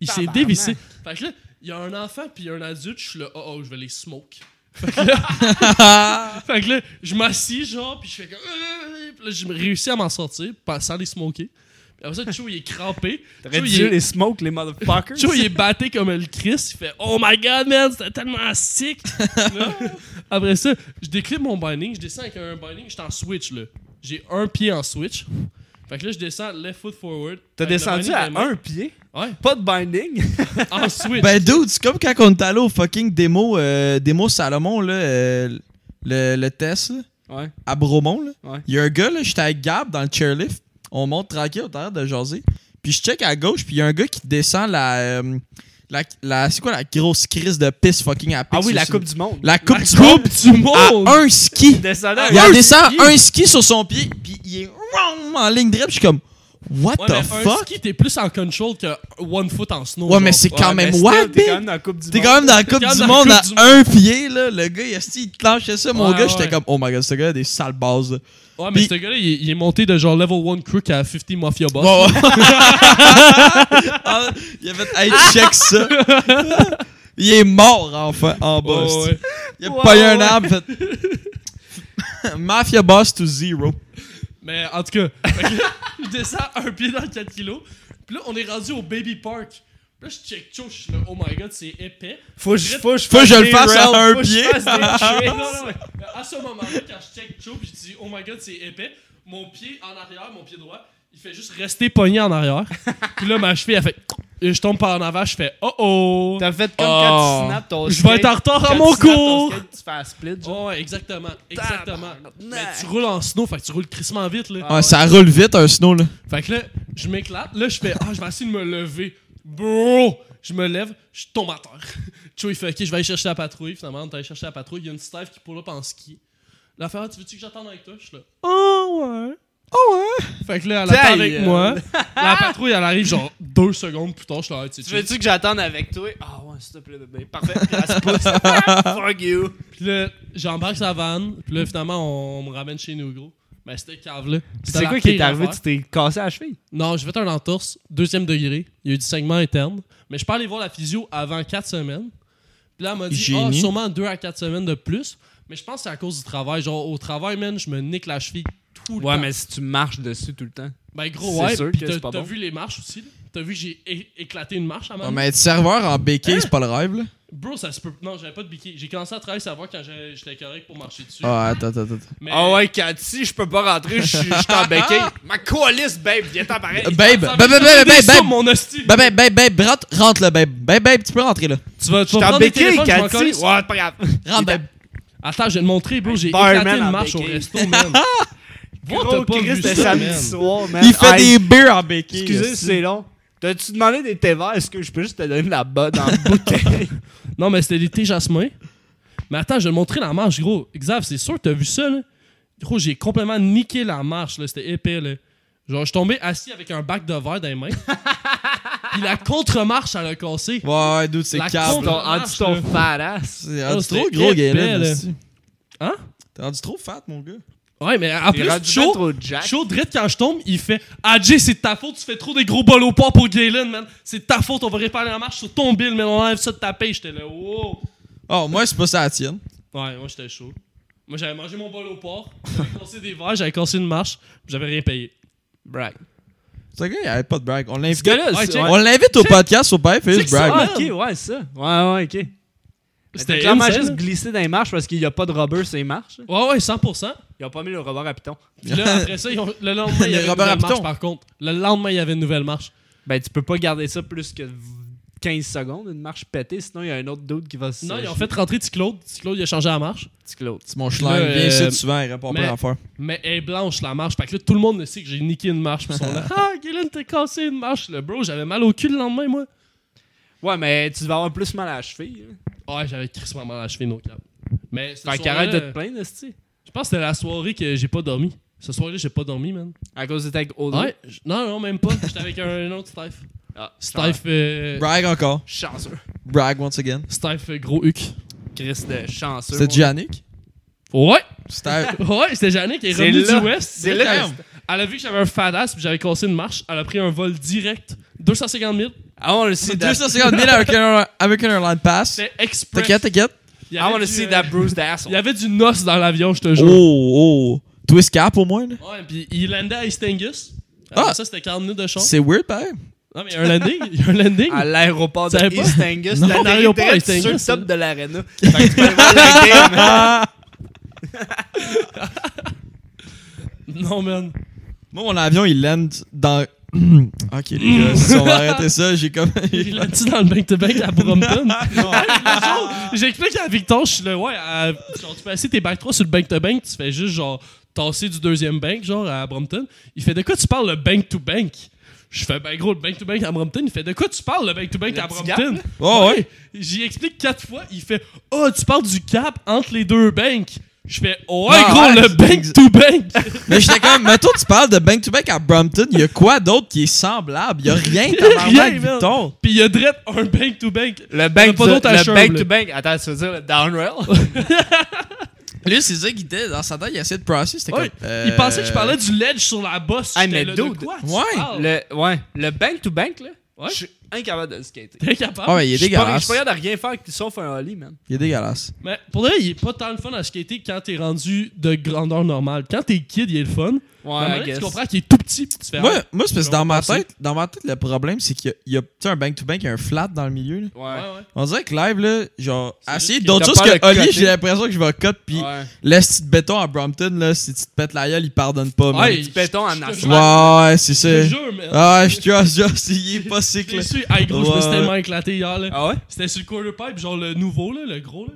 Speaker 3: Il s'est
Speaker 2: Tabarnak.
Speaker 3: dévissé. Fait que là, il y a un enfant puis un adulte, je suis là Oh oh, je vais les smoke. Fait que là, fait que là, je m'assis, genre, puis je fais comme. Euh, Puis là, j'ai réussi à m'en sortir pas- sans les smoker. Puis après ça, Chou, il est crampé.
Speaker 2: T'aurais
Speaker 3: Chou,
Speaker 2: dû
Speaker 3: il est-
Speaker 2: les smoke, les motherfuckers.
Speaker 3: Joe, il est batté comme le Chris. Il fait Oh my god, man, c'était tellement sick. Là, Après ça, je déclipe mon binding. Je descends avec un binding. J'étais en switch, là. J'ai un pied en switch. Fait que là, je descends left foot forward.
Speaker 2: T'as
Speaker 3: Fait que le
Speaker 2: descendu
Speaker 3: binding
Speaker 2: à
Speaker 3: de main-
Speaker 2: un pied,
Speaker 3: Ouais,
Speaker 2: pas de binding.
Speaker 3: en switch.
Speaker 1: Ben, dude, c'est comme quand on est allé au fucking démo, euh, démo Salomon, là, euh, le, le test, là,
Speaker 2: Ouais.
Speaker 1: à Bromont, là.
Speaker 2: Ouais.
Speaker 1: Il y a un gars, là, j'étais avec Gab dans le chairlift. On monte tranquille au terrain de jaser. Puis je check à gauche, puis il y a un gars qui descend la. euh, la, la- c'est quoi la grosse crise de pisse fucking à
Speaker 2: Ah oui,
Speaker 1: pisse
Speaker 2: la
Speaker 1: aussi.
Speaker 2: Coupe du Monde.
Speaker 1: La coupe
Speaker 3: La
Speaker 1: du monde.
Speaker 3: coupe du monde!
Speaker 1: À un ski.
Speaker 2: Descendant à
Speaker 1: Il
Speaker 2: un
Speaker 1: en descend
Speaker 3: ski.
Speaker 1: un ski sur son pied, puis il est vroom en ligne droite. puis Je suis comme, what
Speaker 3: Ouais, mais
Speaker 1: the
Speaker 3: un
Speaker 1: fuck?
Speaker 3: ski, t'es plus en control que one foot en snow.
Speaker 1: Ouais, mais
Speaker 3: genre.
Speaker 1: c'est
Speaker 2: Ouais,
Speaker 1: quand
Speaker 2: mais
Speaker 1: même
Speaker 2: still,
Speaker 1: wack,
Speaker 2: T'es
Speaker 1: big.
Speaker 2: quand même dans la Coupe du
Speaker 1: T'es
Speaker 2: Monde.
Speaker 1: quand même dans la Coupe
Speaker 3: T'es quand
Speaker 1: du
Speaker 3: même dans
Speaker 1: Monde
Speaker 3: la
Speaker 1: à
Speaker 3: Coupe du
Speaker 1: un pied, là. Le gars, il, esti, il clenchait ça, mon
Speaker 3: Ouais,
Speaker 1: gars. J'étais
Speaker 3: ouais.
Speaker 1: comme, oh my god, ce gars a des sales bases. là.
Speaker 3: Ouais, mais
Speaker 1: Puis-
Speaker 3: ce gars-là, il, est- il est monté de genre level 1 crook à 50 Mafia Boss.
Speaker 1: Ouais, ouais. Ah, il a fait, hey, check ça. Il est mort, enfin, en
Speaker 3: Ouais,
Speaker 1: bas. esti.
Speaker 3: ouais.
Speaker 1: Il a
Speaker 2: Ouais,
Speaker 1: pas eu un
Speaker 2: ouais.
Speaker 1: arbre, fait. Mafia boss to zero.
Speaker 3: Mais en tout cas, fait que là, je descends un pied dans le 4 kilos. Puis là, on est rendu au Baby Park. Puis là, je check Cho, je suis là, oh my god, c'est épais.
Speaker 2: Faut que je- faut que je
Speaker 1: Faut que
Speaker 2: fasse
Speaker 1: je le
Speaker 2: des
Speaker 1: fasse à
Speaker 2: rounds,
Speaker 1: un
Speaker 2: faut que je
Speaker 1: pied.
Speaker 2: fasse des
Speaker 3: Mais non,
Speaker 2: tricks.
Speaker 3: non, mais à ce moment-là, quand je check Cho, puis je dis, oh my god, c'est épais, mon pied en arrière, mon pied droit, il fait juste rester pogné en arrière. Puis là, ma cheville, elle fait. Et je tombe par en avant, je fais, oh oh.
Speaker 2: T'as fait comme
Speaker 3: Oh.
Speaker 2: quand tu snaps ton
Speaker 3: Je vais être en
Speaker 2: skate.
Speaker 3: retard à
Speaker 2: Quand
Speaker 3: mon
Speaker 2: tu snaps ton
Speaker 3: cours.
Speaker 2: skate, Tu fais un split, genre.
Speaker 3: Ouais, exactement, exactement.
Speaker 2: Tabarnak.
Speaker 3: Mais tu roules en snow, fait que tu roules crissement vite, là.
Speaker 1: Ouais, ça roule vite, un snow, là.
Speaker 3: Fait que là, je m'éclate. Là, je fais, ah, je vais essayer de me lever. Bro! Je me lève, je tombe à terre. Joe, il fait Ok, je vais aller chercher la patrouille. Finalement, on est allé chercher la patrouille. Il y a une Steve qui pull up en ski. Là, elle fait, Ah, tu veux-tu que j'attende avec toi? Je suis là. Oh ouais! Oh ouais! Fait que là, elle attend
Speaker 2: Ta
Speaker 3: avec
Speaker 2: gueule.
Speaker 3: moi. la patrouille, elle arrive genre deux secondes plus tard. Je suis là, Ah, tu
Speaker 2: Ah! Tu
Speaker 3: sais,
Speaker 2: veux-tu que j'attende avec toi? Ah ouais, s'il te plaît, bébé. Parfait. Puis elle se pousse. Fuck you.
Speaker 3: Puis là, j'embarque sa vanne. Puis là, finalement, on me ramène chez nous, gros. Mais c'était cave là. C'était
Speaker 2: C'est
Speaker 3: la
Speaker 2: quoi qui est
Speaker 3: pire
Speaker 2: arrivé?
Speaker 3: affaire.
Speaker 2: Tu t'es cassé la cheville?
Speaker 3: Non, j'ai fait un entorse, deuxième degré. Il y a eu du saignement interne. Mais je peux aller voir la physio avant 4 semaines. Puis là, elle m'a dit,
Speaker 1: Génie.
Speaker 3: ah, sûrement 2 à 4 semaines de plus. Mais je pense que c'est à cause du travail. Genre, au travail, man, je me nique la cheville tout le temps.
Speaker 2: si tu marches dessus tout le temps.
Speaker 3: Ben, gros,
Speaker 2: c'est
Speaker 3: ouais.
Speaker 2: sûr
Speaker 3: Puis
Speaker 2: que
Speaker 3: t'as
Speaker 2: c'est pas
Speaker 3: t'as
Speaker 2: bon.
Speaker 3: vu les marches aussi, là? T'as vu que j'ai é- éclaté une marche à ma
Speaker 1: Non, mais être serveur en béquille,
Speaker 3: Hein?
Speaker 1: c'est pas le rêve, là.
Speaker 3: Bro, ça se peut. Non, j'avais pas de biquet. J'ai commencé à travailler sa voix quand j'ai- j'étais correct pour marcher dessus.
Speaker 1: Ah, attends, attends, attends.
Speaker 3: Mais-
Speaker 2: Ah ouais, Cathy, je peux pas rentrer, je suis je suis en béquille. Ma coalice, babe, viens t'en pareil.
Speaker 1: Euh, Babe,
Speaker 3: Ça
Speaker 1: babe,
Speaker 3: m'a
Speaker 1: babe,
Speaker 3: donné
Speaker 1: babe, babe,
Speaker 3: ça,
Speaker 1: babe,
Speaker 3: mon hostie.
Speaker 1: babe, babe, babe, babe, ben, rentre, rentre là, babe. Babe, babe, tu peux rentrer là.
Speaker 3: Tu vas, tu
Speaker 2: Je
Speaker 3: vas
Speaker 2: suis en
Speaker 3: prendre le
Speaker 2: béquille,
Speaker 3: téléphone, je vais
Speaker 2: Cathy.
Speaker 3: encore
Speaker 2: Ouais,
Speaker 3: aller-
Speaker 2: c'est pas grave.
Speaker 1: Rentre, babe.
Speaker 3: Attends, je vais te montrer, bro. J'ai
Speaker 2: Barman
Speaker 3: éclaté une
Speaker 2: en
Speaker 3: marche au
Speaker 2: béquille.
Speaker 3: resto, man. Voir, t'as
Speaker 2: Gros
Speaker 3: pas vu
Speaker 2: Christ de
Speaker 3: ça, man.
Speaker 2: samedi soir, man.
Speaker 1: Il fait
Speaker 2: Hey,
Speaker 1: des beers en béquille.
Speaker 2: Excusez,
Speaker 1: aussi.
Speaker 2: c'est long. T'as-tu demandé des thés verts? Est-ce que je peux juste te donner de la bonne en bouteille?
Speaker 3: Non, mais c'était des thés jasmin. Mais attends, je vais te montrer la marche, gros. Xav, c'est sûr que t'as vu ça, là. Gros, j'ai complètement niqué la marche, là. C'était épais, là. Genre, je suis tombé assis avec un bac de verre dans les mains. Puis la contre-marche, elle a cassé.
Speaker 1: Ouais, ouais, dude, c'est
Speaker 3: La
Speaker 1: calme.
Speaker 3: con-
Speaker 1: là.
Speaker 2: Ton
Speaker 3: marche,
Speaker 2: anti ton
Speaker 3: là.
Speaker 2: fat ass.
Speaker 1: T'es
Speaker 3: Oh,
Speaker 1: rendu
Speaker 3: c'était
Speaker 1: trop gros,
Speaker 3: épais,
Speaker 1: Galen.
Speaker 3: là.
Speaker 1: aussi.
Speaker 3: Hein?
Speaker 1: T'es rendu trop fat, mon gars.
Speaker 3: Ouais, mais en
Speaker 2: T'es
Speaker 3: plus,
Speaker 2: rendu bien
Speaker 3: chaud,
Speaker 2: trop jack.
Speaker 3: Chaud drette quand je tombe, il fait AJ, c'est de ta faute, tu fais trop des gros bols au porc pour Galen, man. C'est de ta faute, on va réparer la marche sur ton bill, mais on enlève ça de ta paye. J'étais là, wow.
Speaker 1: Oh, moi, c'est pas ça la tienne.
Speaker 3: Ouais, moi j'étais chaud. Moi j'avais mangé mon bol au porc, j'avais cassé des verres, j'avais cassé une marche, puis j'avais rien payé.
Speaker 2: Brag.
Speaker 1: Ce gars, il avait pas de brag. On
Speaker 2: Ce
Speaker 1: l'invite.
Speaker 2: gars-là,
Speaker 3: Ouais,
Speaker 2: c'est-
Speaker 3: check.
Speaker 2: ouais.
Speaker 1: On l'invite au podcast au père,
Speaker 3: Check
Speaker 1: fils
Speaker 3: ça,
Speaker 1: brag.
Speaker 2: Ah, ok, ouais, c'est ça. Ouais, ouais, ok. C'était
Speaker 3: C'était
Speaker 2: clairement
Speaker 3: insane,
Speaker 2: juste
Speaker 3: là.
Speaker 2: glissé dans les marches parce qu'il n'y a pas de rubber sur les marches.
Speaker 3: Ouais, ouais, 100%.
Speaker 2: Ils ont pas mis le rubber à piton.
Speaker 3: Puis là, après ça, ils ont- le lendemain, il y
Speaker 1: Le
Speaker 3: avait une
Speaker 1: Robert
Speaker 3: nouvelle marche
Speaker 1: Habiton.
Speaker 3: par contre. Le lendemain, il y avait une nouvelle marche.
Speaker 2: Ben, tu peux pas garder ça plus que 15 secondes, une marche pétée, sinon il y a un autre doute qui va se.
Speaker 3: Non, ils ont fait rentrer Ticlaude. Ticlaude, il a changé la marche.
Speaker 2: Petit Claude.
Speaker 1: C'est mon
Speaker 3: Là,
Speaker 1: schlang.
Speaker 3: euh,
Speaker 1: Bien sûr, souvent, il répond
Speaker 3: mais-
Speaker 1: pas d'affaires.
Speaker 3: Mais elle est blanche, la marche. Fait que là, tout le monde le sait que j'ai niqué une marche. Puis ils sont là, ah, Galen, t'as cassé une marche. Le bro, j'avais mal au cul le lendemain, moi.
Speaker 2: Ouais, mais tu vas avoir plus mal à la cheville. hein.
Speaker 3: Ouais, j'avais crissement mal à la cheville, nos câbles. Mais ce
Speaker 2: Fait
Speaker 3: soir-là,
Speaker 2: qu'arrête de te plaindre, esti.
Speaker 3: Je pense que c'était la soirée que j'ai pas dormi. Ce soir-là, j'ai pas dormi, man.
Speaker 2: À cause de ta odeur.
Speaker 3: Ouais, j- non, non, même pas. J'étais avec un autre Steph.
Speaker 2: Ah,
Speaker 3: Steph, euh,
Speaker 1: Brag encore.
Speaker 2: Chanceux.
Speaker 1: Brag once again.
Speaker 3: Steph euh, gros huc.
Speaker 2: Chris de chanceux.
Speaker 1: C'était
Speaker 2: mon
Speaker 1: Yannick.
Speaker 3: Ouais,
Speaker 1: C'était.
Speaker 3: ouais, c'était Jannick qui est
Speaker 2: C'est
Speaker 3: revenue
Speaker 2: là.
Speaker 3: du West.
Speaker 2: C'est là.
Speaker 1: Damn.
Speaker 3: Elle a vu que j'avais un fadasse puis j'avais cassé une marche. Elle a pris un vol direct, 250 000.
Speaker 2: gars. I wanna see that.
Speaker 1: 250 000 avec un, avec un airline pass.
Speaker 3: C'était express.
Speaker 1: T'inquiète, t'inquiète.
Speaker 3: Il y
Speaker 2: I
Speaker 3: avait
Speaker 2: wanna
Speaker 3: du,
Speaker 2: see
Speaker 3: euh,
Speaker 2: that bruised
Speaker 3: Il y
Speaker 2: asshole.
Speaker 3: avait du noce dans l'avion, je te jure.
Speaker 1: Oh, oh. Twist cap au moins, là.
Speaker 2: Oh.
Speaker 3: Ouais, puis il landait à Istingus. Après
Speaker 1: Ah.
Speaker 3: Ça, c'était 40 minutes de chance.
Speaker 1: C'est weird, pareil.
Speaker 3: Non, mais il y a un landing. Il y a un landing.
Speaker 2: À l'aéroport de
Speaker 3: Tu savais pas?
Speaker 2: East Angus.
Speaker 3: Non,
Speaker 2: la vérité,
Speaker 3: l'aéroport
Speaker 2: tu
Speaker 3: East
Speaker 2: es sur le
Speaker 3: Angus,
Speaker 2: top
Speaker 3: hein.
Speaker 2: de l'arena. Fait que tu peux voir la game.
Speaker 3: Non, man.
Speaker 1: Moi, mon avion, il land dans. ok, les gars, si on va arrêter ça, j'ai comme.
Speaker 3: Il l'a dit dans le back-to-back à Brompton. Genre, J'explique à Victor, je suis là, ouais, à- genre, tu peux assis tes back 3 sur le bank-to-bank, tu fais juste genre tasser du deuxième bank, genre à Brompton. Il fait de quoi tu parles le bank-to-bank? Je fais, ben gros, le bank-to-bank à Brompton, il fait de quoi tu parles le bank-to-bank
Speaker 2: Le
Speaker 3: à
Speaker 2: petit
Speaker 3: Brompton?
Speaker 1: Oh, ouais.
Speaker 3: J'y explique quatre fois, il fait, oh, tu parles du cap entre les deux banks. Je fais, ouais,
Speaker 1: Ah,
Speaker 3: gros,
Speaker 1: ouais,
Speaker 3: le
Speaker 1: c'est
Speaker 3: bank-to-bank.
Speaker 1: Mais j'étais comme, mettons, tu parles de back-to-back à Brompton, il y a quoi d'autre qui est semblable? Il y a rien,
Speaker 3: Rien,
Speaker 1: tabarnak,
Speaker 3: man.
Speaker 1: Victor.
Speaker 3: Puis il y a direct un bank-to-bank.
Speaker 2: Le
Speaker 3: Il y en a
Speaker 2: bank
Speaker 3: pas
Speaker 2: to,
Speaker 3: d'autre à
Speaker 2: le
Speaker 3: Sherbrooke.
Speaker 2: bank to bank. Attends, tu veux dire le downrail?
Speaker 1: Lui, c'est ça qu'il était dans sa tête, il essayait de processer, c'était
Speaker 3: Ouais,
Speaker 1: comme. euh,
Speaker 3: Il pensait que je parlais du ledge sur la bosse.
Speaker 2: Ah,
Speaker 3: J'étais
Speaker 2: mais
Speaker 3: là,
Speaker 2: dude,
Speaker 3: de quoi tu
Speaker 1: ouais,
Speaker 3: parles?
Speaker 2: le, ouais. Le bank to bank, là.
Speaker 3: Ouais.
Speaker 2: Je suis incapable de skater.
Speaker 3: T'es capable.
Speaker 1: Ah, mais il est
Speaker 2: Je suis pas- Je
Speaker 1: dégueulasse.
Speaker 2: suis pas capable de rien faire sauf un ollie, man.
Speaker 1: Il est dégueulasse.
Speaker 3: Mais pour de vrai, il est pas tant le fun à skater quand t'es rendu de grandeur normale. Quand t'es kid, il est le fun.
Speaker 2: Ouais,
Speaker 3: Mais
Speaker 2: I guess.
Speaker 3: tu comprends qu'il est tout petit, puis tu fais.
Speaker 1: Moi, moi c'est parce que dans ma
Speaker 3: Pensez.
Speaker 1: tête, dans ma tête, le problème, c'est qu'il y a- il y a, tu sais, un back-to-back, il y a un flat dans le milieu, là.
Speaker 3: ah,
Speaker 2: Ouais.
Speaker 3: ouais, ouais.
Speaker 1: On dirait que live, là, genre,
Speaker 3: C'est
Speaker 1: essayer
Speaker 3: juste
Speaker 1: d'autres
Speaker 2: qu'il
Speaker 1: choses
Speaker 2: t'a
Speaker 1: que
Speaker 2: peur de
Speaker 1: Oli,
Speaker 2: coter.
Speaker 1: j'ai l'impression que je vais cut, puis
Speaker 2: Ouais.
Speaker 1: le petit béton à Brompton, là, si tu te pètes la gueule, il pardonne pas, man.
Speaker 3: Ouais,
Speaker 2: Du béton en
Speaker 3: je te
Speaker 2: asphalte.
Speaker 3: jure,
Speaker 1: Ouais, ouais, c'est
Speaker 3: Je te
Speaker 1: ça.
Speaker 3: jure, man.
Speaker 1: Ah, je trust, Joss, il est pas
Speaker 3: Je
Speaker 1: sick,
Speaker 3: l'ai
Speaker 1: là.
Speaker 3: su. Hey, gros, je me suis
Speaker 1: Ouais.
Speaker 3: tellement éclaté hier, là.
Speaker 2: Ah ouais?
Speaker 3: C'était sur le quarter pipe, genre le nouveau, là, le gros, là.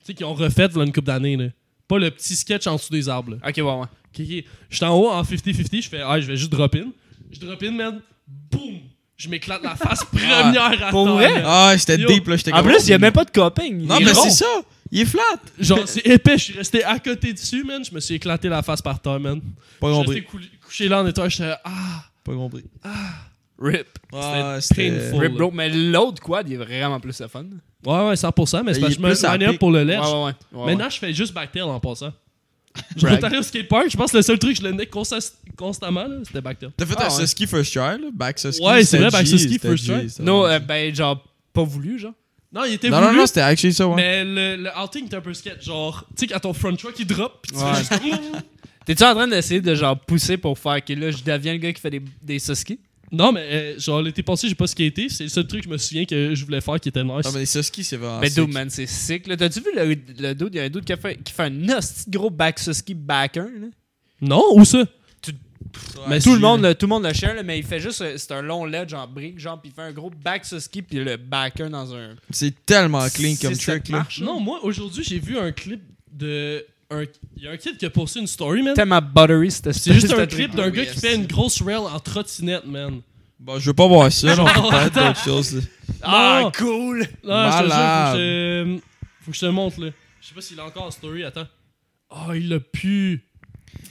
Speaker 3: Tu sais, qu'ils ont refait, là, une coupe d'années, là. Pas le petit sketch en dessous des arbres, là.
Speaker 2: Ok, ouais, ouais.
Speaker 3: Ok, ok. J'étais en haut en 50-50, je fais, ah, je vais juste drop in. Je drop in, man. Boum! je m'éclate la face première à
Speaker 2: Pour
Speaker 3: terre,
Speaker 2: vrai?
Speaker 3: man.
Speaker 1: Ah, c'était
Speaker 3: hein. Yo.
Speaker 1: deep, là. J'étais
Speaker 2: En
Speaker 1: comme-
Speaker 2: plus, il y a même pas de coping.
Speaker 1: Non,
Speaker 2: Il est
Speaker 1: mais
Speaker 2: rond.
Speaker 1: c'est ça. Il est flat.
Speaker 3: Genre, c'est épais, je suis resté à côté dessus, man. Je me suis éclaté la face par terre, man.
Speaker 1: Pas
Speaker 3: Je suis
Speaker 1: compris.
Speaker 3: resté cou- couché là en étant, j'étais ah,
Speaker 1: Pas compris.
Speaker 2: Rip.
Speaker 1: Ah,
Speaker 3: C'était painful.
Speaker 2: Rip, bro. Mais l'autre quad, il est vraiment plus le fun.
Speaker 3: ouais, ouais, 100%, mais c'est
Speaker 1: Il
Speaker 3: parce
Speaker 1: est
Speaker 3: que je me
Speaker 1: plus à
Speaker 3: manière
Speaker 1: pic.
Speaker 3: pour le
Speaker 2: Ouais,
Speaker 3: lèche.
Speaker 2: ouais, ouais. ouais,
Speaker 3: Maintenant, je fais juste backtail en passant. Je
Speaker 2: Brag.
Speaker 3: retourne au skatepark, je pense que le seul truc que je le consta- constamment, là, c'était backtail.
Speaker 1: T'as fait
Speaker 2: Ah,
Speaker 1: un
Speaker 2: ouais.
Speaker 1: Suski first try, là? Back Suski.
Speaker 3: Ouais, c'est
Speaker 1: c'était
Speaker 3: vrai, back
Speaker 1: G,
Speaker 3: Suski
Speaker 1: c'était
Speaker 3: first
Speaker 1: G,
Speaker 3: try.
Speaker 1: c'était
Speaker 2: Non,
Speaker 1: G.
Speaker 2: euh, ben, genre, pas voulu, genre.
Speaker 3: Non, il était
Speaker 1: non, non,
Speaker 3: voulu,
Speaker 1: non, c'était actually ça, ouais.
Speaker 3: mais le, le outing était un peu sketch. Genre, tu sais, quand ton front truck il drop, pis tu
Speaker 2: Ouais.
Speaker 3: fais juste comme,
Speaker 2: T'es-tu en train d'essayer de, genre, pousser pour faire que là, je deviens le gars qui fait des, des soskis?
Speaker 3: Non, mais euh, genre, l'été passé, j'ai pas skaté. C'est le seul truc que je me souviens que je voulais faire qui était nice.
Speaker 1: Non, mais les Suski, Ah, c'est vraiment.
Speaker 2: Mais
Speaker 1: sick.
Speaker 2: Ben, dude, man, c'est sick. Là, t'as-tu vu le, le dude? Il y a un dude qui, a fait, qui fait un hostie de gros back soski back 1, là.
Speaker 3: Non, où ça?
Speaker 1: Ouais,
Speaker 3: mais
Speaker 2: Tout
Speaker 3: Sûr.
Speaker 2: le, monde, le- tout le monde le share, là, mais il fait juste. euh, C'est un long ledge en brique, genre, puis il fait un gros back soski, puis le back 1 dans un.
Speaker 1: C'est tellement Ah, clean
Speaker 2: six,
Speaker 1: comme
Speaker 2: sept
Speaker 1: trick, là.
Speaker 2: marches,
Speaker 3: Non, moi, aujourd'hui, j'ai vu un clip de. un- Il y a un kid qui a posté une story, man.
Speaker 2: Tellement buttery, c'était
Speaker 3: C'est juste un clip
Speaker 2: truc.
Speaker 3: d'un
Speaker 1: Ah,
Speaker 3: gars
Speaker 1: oui,
Speaker 3: qui fait
Speaker 1: yes.
Speaker 3: une grosse rail en trottinette, man.
Speaker 1: Bon, je veux pas voir ça, là. On peut parler d'autres choses, là.
Speaker 2: Ah,
Speaker 3: Non.
Speaker 2: cool!
Speaker 3: Là, je te
Speaker 1: Malade.
Speaker 3: jure, faut que je- faut que je te le montre, là. Je sais pas s'il a encore en story, attends. Ah, il l'a pu.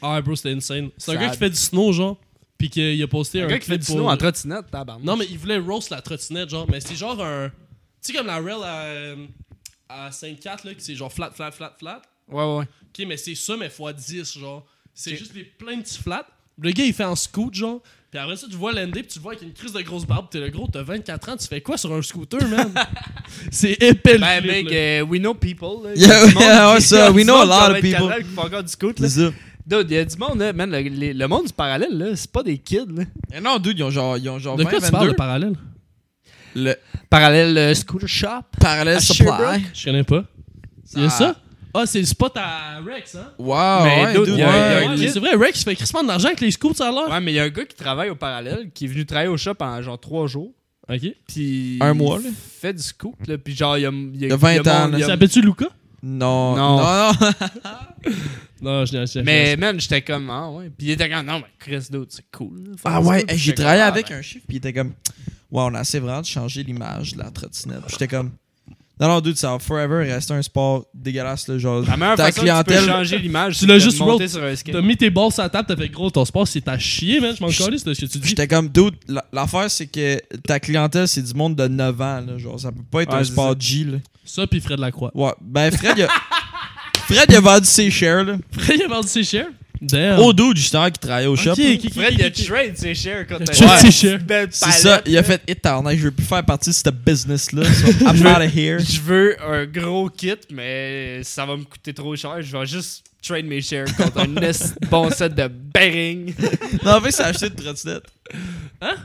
Speaker 3: Ah, bro, c'était insane. C'est un
Speaker 2: Sad.
Speaker 3: gars qui fait du snow, genre. Puis qu'il a posté
Speaker 2: Un
Speaker 3: un,
Speaker 2: gars qui fait
Speaker 3: clip
Speaker 2: du
Speaker 3: pour-
Speaker 2: snow en trottinette, tabarnak.
Speaker 3: Non, mais il voulait roast la trottinette, genre. Mais c'est genre un. Tu sais, comme la rail à, euh, à 5-4, là, qui c'est genre flat, flat, flat, flat.
Speaker 2: Ouais, ouais, ouais.
Speaker 3: Ok, mais c'est ça, mais fois 10, genre. C'est
Speaker 2: Ok.
Speaker 3: juste des plein de petits flats. Le gars, il fait en scoot, genre. Puis après ça, tu vois l'ND, puis tu le vois avec une crise de grosse barbe. T'es le gros, t'as 24 ans, tu fais quoi sur un scooter, man? c'est épais le
Speaker 2: Ben,
Speaker 3: clip,
Speaker 2: mec,
Speaker 3: là.
Speaker 2: euh, we know people.
Speaker 1: Yeah,
Speaker 2: Là. Il y a du monde
Speaker 1: yeah,
Speaker 2: qui-
Speaker 1: ça,
Speaker 2: il y a
Speaker 1: we
Speaker 2: du
Speaker 1: know a
Speaker 2: monde
Speaker 1: lot
Speaker 2: qui
Speaker 1: of
Speaker 2: va être
Speaker 1: people.
Speaker 2: capable, qui font encore du scoot, là.
Speaker 1: C'est ça.
Speaker 2: Dude, il y a du monde, là, man. Le, les- le monde du parallèle, là, c'est pas des kids, là.
Speaker 1: Eh Non, dude, ils ont genre, ils ont genre
Speaker 3: De
Speaker 1: 20,
Speaker 3: quoi tu parles de
Speaker 1: 22.
Speaker 3: parallèle?
Speaker 1: Le
Speaker 2: Parallèle euh, scooter shop. À
Speaker 1: parallèle
Speaker 2: Sherbrooke.
Speaker 1: supply.
Speaker 3: Je connais pas. Il y a
Speaker 1: Ça-
Speaker 3: ça? Ah, c'est le spot à Rex, hein?
Speaker 1: Wow,
Speaker 2: Mais
Speaker 1: ouais,
Speaker 2: dude,
Speaker 1: dude,
Speaker 2: il y a-
Speaker 1: ouais.
Speaker 2: un
Speaker 3: mais
Speaker 2: kid.
Speaker 3: c'est vrai, Rex il fait crissement de l'argent avec les scoots à l'heure.
Speaker 2: Ouais, mais il y a un gars qui travaille au parallèle, qui est venu travailler au shop en genre trois jours.
Speaker 3: Ok.
Speaker 2: Puis.
Speaker 1: Un mois,
Speaker 2: il
Speaker 1: là.
Speaker 2: Fait du scoot, là. Puis genre, il y a. Il y a,
Speaker 1: Il y a 20
Speaker 2: il y a
Speaker 1: ans,
Speaker 2: mon-
Speaker 1: là.
Speaker 2: il y a-
Speaker 3: Ça tu Luca?
Speaker 1: Non,
Speaker 2: Non.
Speaker 1: non, non.
Speaker 3: Non, je l'ai acheté.
Speaker 2: Mais, man, j'étais comme, ah, ouais. Puis il était comme, non, mais Chris, dude, c'est cool. là. Faut
Speaker 1: Ah
Speaker 2: du
Speaker 1: ouais,
Speaker 2: scoot.
Speaker 1: hey, j'ai
Speaker 2: J'étais
Speaker 1: travaillé
Speaker 2: comme, ah,
Speaker 1: avec
Speaker 2: ben,
Speaker 1: un chiffre, puis il était comme, wow, on a assez vraiment de changer l'image de la trottinette. J'étais comme, non, non, dude, ça va forever rester un sport dégueulasse, là, genre.
Speaker 2: ah, ben, La meilleure
Speaker 1: ta
Speaker 2: façon que tu
Speaker 1: clientèle-
Speaker 2: peux changer l'image,
Speaker 3: Tu
Speaker 2: c'est
Speaker 3: l'as
Speaker 2: de
Speaker 3: juste
Speaker 2: monter
Speaker 3: roll-
Speaker 2: sur un skate.
Speaker 3: T'as mis tes balles sur la table, t'as fait gros, ton sport, c'est à chier, man. Je m'en
Speaker 1: Chut.
Speaker 3: calisse de ce que tu dis.
Speaker 1: J'étais comme, dude, la- l'affaire, c'est que ta clientèle, c'est du monde de 9 ans, là, genre, ça peut pas être
Speaker 2: Ouais,
Speaker 1: un
Speaker 2: c'est
Speaker 1: sport
Speaker 2: ça.
Speaker 1: G, là.
Speaker 3: Ça, puis Fred Lacroix.
Speaker 1: Ouais, ben Fred, il a... Fred, il a vendu ses shares, là.
Speaker 3: Fred, il a vendu ses shares. Damn.
Speaker 1: Au dude, justement, qui travaillait au shop.
Speaker 3: Ok,
Speaker 1: là.
Speaker 3: ok, ok,
Speaker 2: Fred, il a
Speaker 3: ok, ok.
Speaker 2: trade ses shares quand t'as
Speaker 3: trade
Speaker 2: Ouais.
Speaker 3: ses shares.
Speaker 2: Belle
Speaker 1: C'est
Speaker 2: palette,
Speaker 1: ça, il a
Speaker 2: là.
Speaker 1: fait Hit Tarnac, je veux plus faire partie de ce business-là. so I'm out of here.
Speaker 2: Je veux un gros kit, mais ça va me coûter trop cher. Je vais juste trade mes shares contre un esti de bon set de bearing.
Speaker 1: Non, en fait, c'est acheté de trottinette. Hein?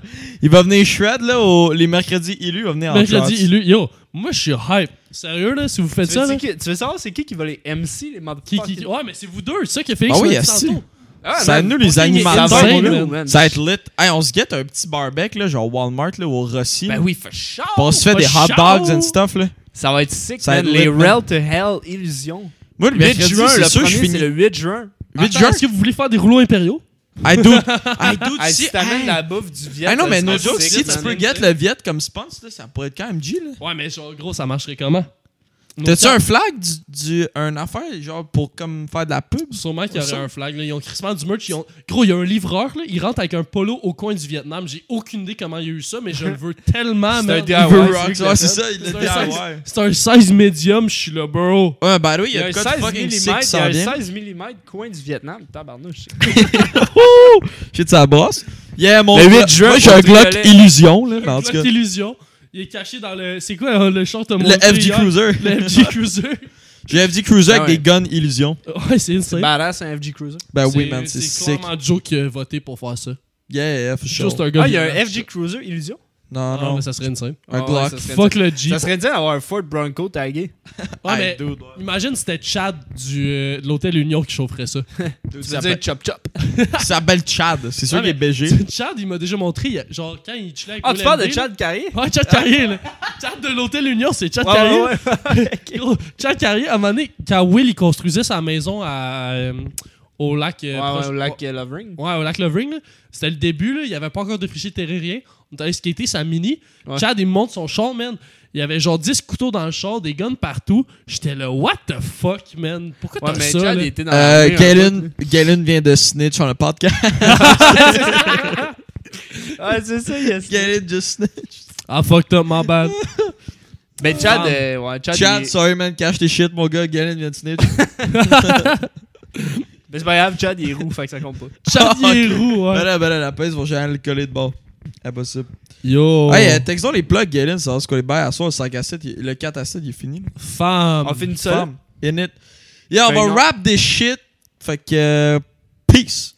Speaker 1: Il va venir shred, là, au- les mercredis élus, il va venir en
Speaker 3: Mercredi,
Speaker 1: shorts.
Speaker 3: il est- Yo, moi, je suis hype. Sérieux, là, si vous faites
Speaker 2: Tu
Speaker 3: ça,
Speaker 2: veux,
Speaker 3: là.
Speaker 2: dire qui- tu veux savoir c'est qui qui va les MC, les
Speaker 3: Qui,
Speaker 2: motherfuckers?
Speaker 3: qui- Ouais, mais c'est vous deux, c'est ça qui a fait
Speaker 1: Ah oui,
Speaker 3: m'a dit
Speaker 1: asti.
Speaker 3: tantôt.
Speaker 2: Ah,
Speaker 1: Ça
Speaker 2: man,
Speaker 1: nous, les
Speaker 2: fucking
Speaker 1: animateurs,
Speaker 2: insane,
Speaker 3: là.
Speaker 2: nous, man.
Speaker 1: Ça va être lit. Hey, on se guette un petit barbecue, là, genre Walmart, là, au Rossi.
Speaker 2: Ben
Speaker 1: là.
Speaker 2: oui, for sure.
Speaker 1: Puis on se fait
Speaker 2: Oh,
Speaker 3: pas
Speaker 2: bah,
Speaker 1: des hot
Speaker 3: chaud.
Speaker 1: dogs and stuff, là.
Speaker 2: Ça va être sick,
Speaker 1: Ça va
Speaker 2: man.
Speaker 1: être
Speaker 2: Les
Speaker 1: lit, man.
Speaker 2: Rail to Hell Illusion.
Speaker 1: Moi, le
Speaker 2: 8
Speaker 1: mercredi,
Speaker 2: juin,
Speaker 1: c'est
Speaker 2: le
Speaker 1: sûr, je
Speaker 2: premier,
Speaker 1: finis.
Speaker 2: c'est le 8 juin.
Speaker 1: 8
Speaker 3: Attends,
Speaker 1: juin,
Speaker 3: Est-ce que vous voulez faire des rouleaux impériaux?
Speaker 1: I do. I do,
Speaker 2: Ah,
Speaker 1: si.
Speaker 2: si t'amènes
Speaker 1: hey.
Speaker 2: la bouffe du Viet.
Speaker 1: Ah non,
Speaker 2: ça
Speaker 1: mais
Speaker 2: serait
Speaker 1: no joke,
Speaker 2: sick,
Speaker 1: si tu
Speaker 2: man.
Speaker 1: peux get le Viet comme sponsor, là, ça pourrait être quand même G, là.
Speaker 3: Ouais, mais genre, gros, ça marcherait comment?
Speaker 1: T'as-tu
Speaker 3: Nos-
Speaker 1: un flag du, du- un affaire, genre, pour comme faire de la pub?
Speaker 3: Sûrement qu'il y aurait
Speaker 1: Ça.
Speaker 3: un flag. Là. Ils ont crissement du merch. Ils ont... Gros, il y a un livreur, là. il rentre avec un polo au coin du Vietnam. J'ai aucune idée comment il y a eu ça, mais je le veux tellement,
Speaker 2: C'est un
Speaker 3: man.
Speaker 2: DIY. Ah
Speaker 1: Il veut
Speaker 2: ouais, c'est
Speaker 1: rock,
Speaker 2: lui qui
Speaker 1: ouais,
Speaker 2: l'a
Speaker 1: c'est
Speaker 2: fait.
Speaker 1: ça, il
Speaker 3: C'est
Speaker 1: l'a
Speaker 3: un
Speaker 1: dit, ah,
Speaker 3: size-
Speaker 1: ouais.
Speaker 3: C'est un size médium, je suis là, bro.
Speaker 1: Ouais, by the way, il
Speaker 2: Il
Speaker 1: y a de quoi de fucking sick qui s'en
Speaker 2: y a
Speaker 1: vient.
Speaker 2: un 16 mm coin du Vietnam, tabarnouche.
Speaker 1: J'ai de sa brosse. Yeah, mon
Speaker 2: Le
Speaker 1: Glock.
Speaker 2: 8 juin,
Speaker 1: Moi, j'ai un
Speaker 2: contre
Speaker 1: Glock
Speaker 2: Violet.
Speaker 1: Illusion, là, en
Speaker 3: Bloc
Speaker 1: tout cas.
Speaker 3: illusion. Il est caché dans le. C'est quoi euh, le short de mon
Speaker 1: Le FG Cruiser.
Speaker 3: Le FG Cruiser.
Speaker 1: J'ai un FG Cruiser
Speaker 2: Ah
Speaker 1: avec
Speaker 2: ouais.
Speaker 1: des guns Illusion.
Speaker 3: ouais, c'est insane.
Speaker 2: Badass, un FG Cruiser.
Speaker 1: Ben oui, man, c'est
Speaker 3: C'est
Speaker 1: sick.
Speaker 3: clairement Joe qui a voté pour faire ça.
Speaker 1: Yeah, yeah, for sure.
Speaker 3: Juste un gars.
Speaker 2: Ah, il y a un
Speaker 3: violent.
Speaker 2: FG Cruiser Illusion.
Speaker 1: Non,
Speaker 3: Ah,
Speaker 1: non.
Speaker 3: mais ça serait insane.
Speaker 1: Un
Speaker 2: Ah ouais,
Speaker 1: Glock.
Speaker 2: ça serait
Speaker 3: Fuck
Speaker 2: dur.
Speaker 3: le Jeep.
Speaker 2: Ça serait dur d'avoir un Ford Bronco tagué.
Speaker 3: Ouais, ah, mais
Speaker 1: Hey, dude, ouais.
Speaker 3: imagine c'était Chad du, euh, de l'hôtel Union qui chaufferait ça.
Speaker 2: Tu
Speaker 1: Dude,
Speaker 2: veux
Speaker 1: ça
Speaker 2: dire
Speaker 1: s'appelle-
Speaker 2: chop chop.
Speaker 1: ça s'appelle Chad. C'est sûr
Speaker 3: Ah,
Speaker 1: qu'il est Euh,
Speaker 3: mais-
Speaker 1: BG.
Speaker 3: Chad, il m'a déjà montré, il a- genre, quand il chillait avec
Speaker 2: Ah, tu
Speaker 3: Will
Speaker 2: parles de
Speaker 3: Henry,
Speaker 2: Chad Carrier?
Speaker 3: là. Ouais, Chad Carrier, là. Chad de l'hôtel Union, c'est Chad
Speaker 2: Ouais,
Speaker 3: Carrier.
Speaker 2: ouais, ouais.
Speaker 3: Gros, Chad Carrier, à un moment donné, quand Will, il construisait sa maison à, euh, au lac... euh,
Speaker 2: Ouais,
Speaker 3: proche-
Speaker 2: ouais, au lac euh, Lovering.
Speaker 3: Ouais, au lac Lovering, là, c'était le début, là, il n'y avait pas encore de fichier terrain, rien. On est allé skater sa mini.
Speaker 2: Ouais.
Speaker 3: Chad, il me montre son char, man. Il y avait genre 10 couteaux dans le char, des guns partout. J'étais là, what the fuck, man? Pourquoi
Speaker 2: Ouais,
Speaker 3: t'as
Speaker 2: mais
Speaker 3: ça?
Speaker 2: Chad,
Speaker 3: là?
Speaker 2: il était dans la
Speaker 1: Euh,
Speaker 2: rue, hein. un
Speaker 1: Galen, Galen vient de snitch sur le podcast.
Speaker 2: peu. Ouais, c'est ça, il y a ça.
Speaker 1: Galen just snitch.
Speaker 3: Ah, fucked up, my bad.
Speaker 2: Mais Chad,
Speaker 3: Ah.
Speaker 2: euh, ouais, Chad,
Speaker 1: Chad,
Speaker 2: il-
Speaker 1: sorry man, cache tes shit, mon gars. Galen vient de snitch.
Speaker 2: Mais c'est pas grave, Chad, il est roux, fait que ça compte pas.
Speaker 3: Chad, il est
Speaker 1: Ok.
Speaker 3: roux, ouais.
Speaker 1: Ben là, ben là, la pèse va jamais le coller de bord. Impossible.
Speaker 3: Yo.
Speaker 1: Hey, euh, textons les plugs, Galen, ça va ce qu'on les bails à soir. Le 5 à 7, il- le 4 à 7, il est fini. là.
Speaker 3: femme.
Speaker 2: On finit ça. là.
Speaker 1: Femme. In it. Yeah, on
Speaker 2: Ben
Speaker 1: va
Speaker 2: non.
Speaker 1: rap des shit. Fait que. euh, peace.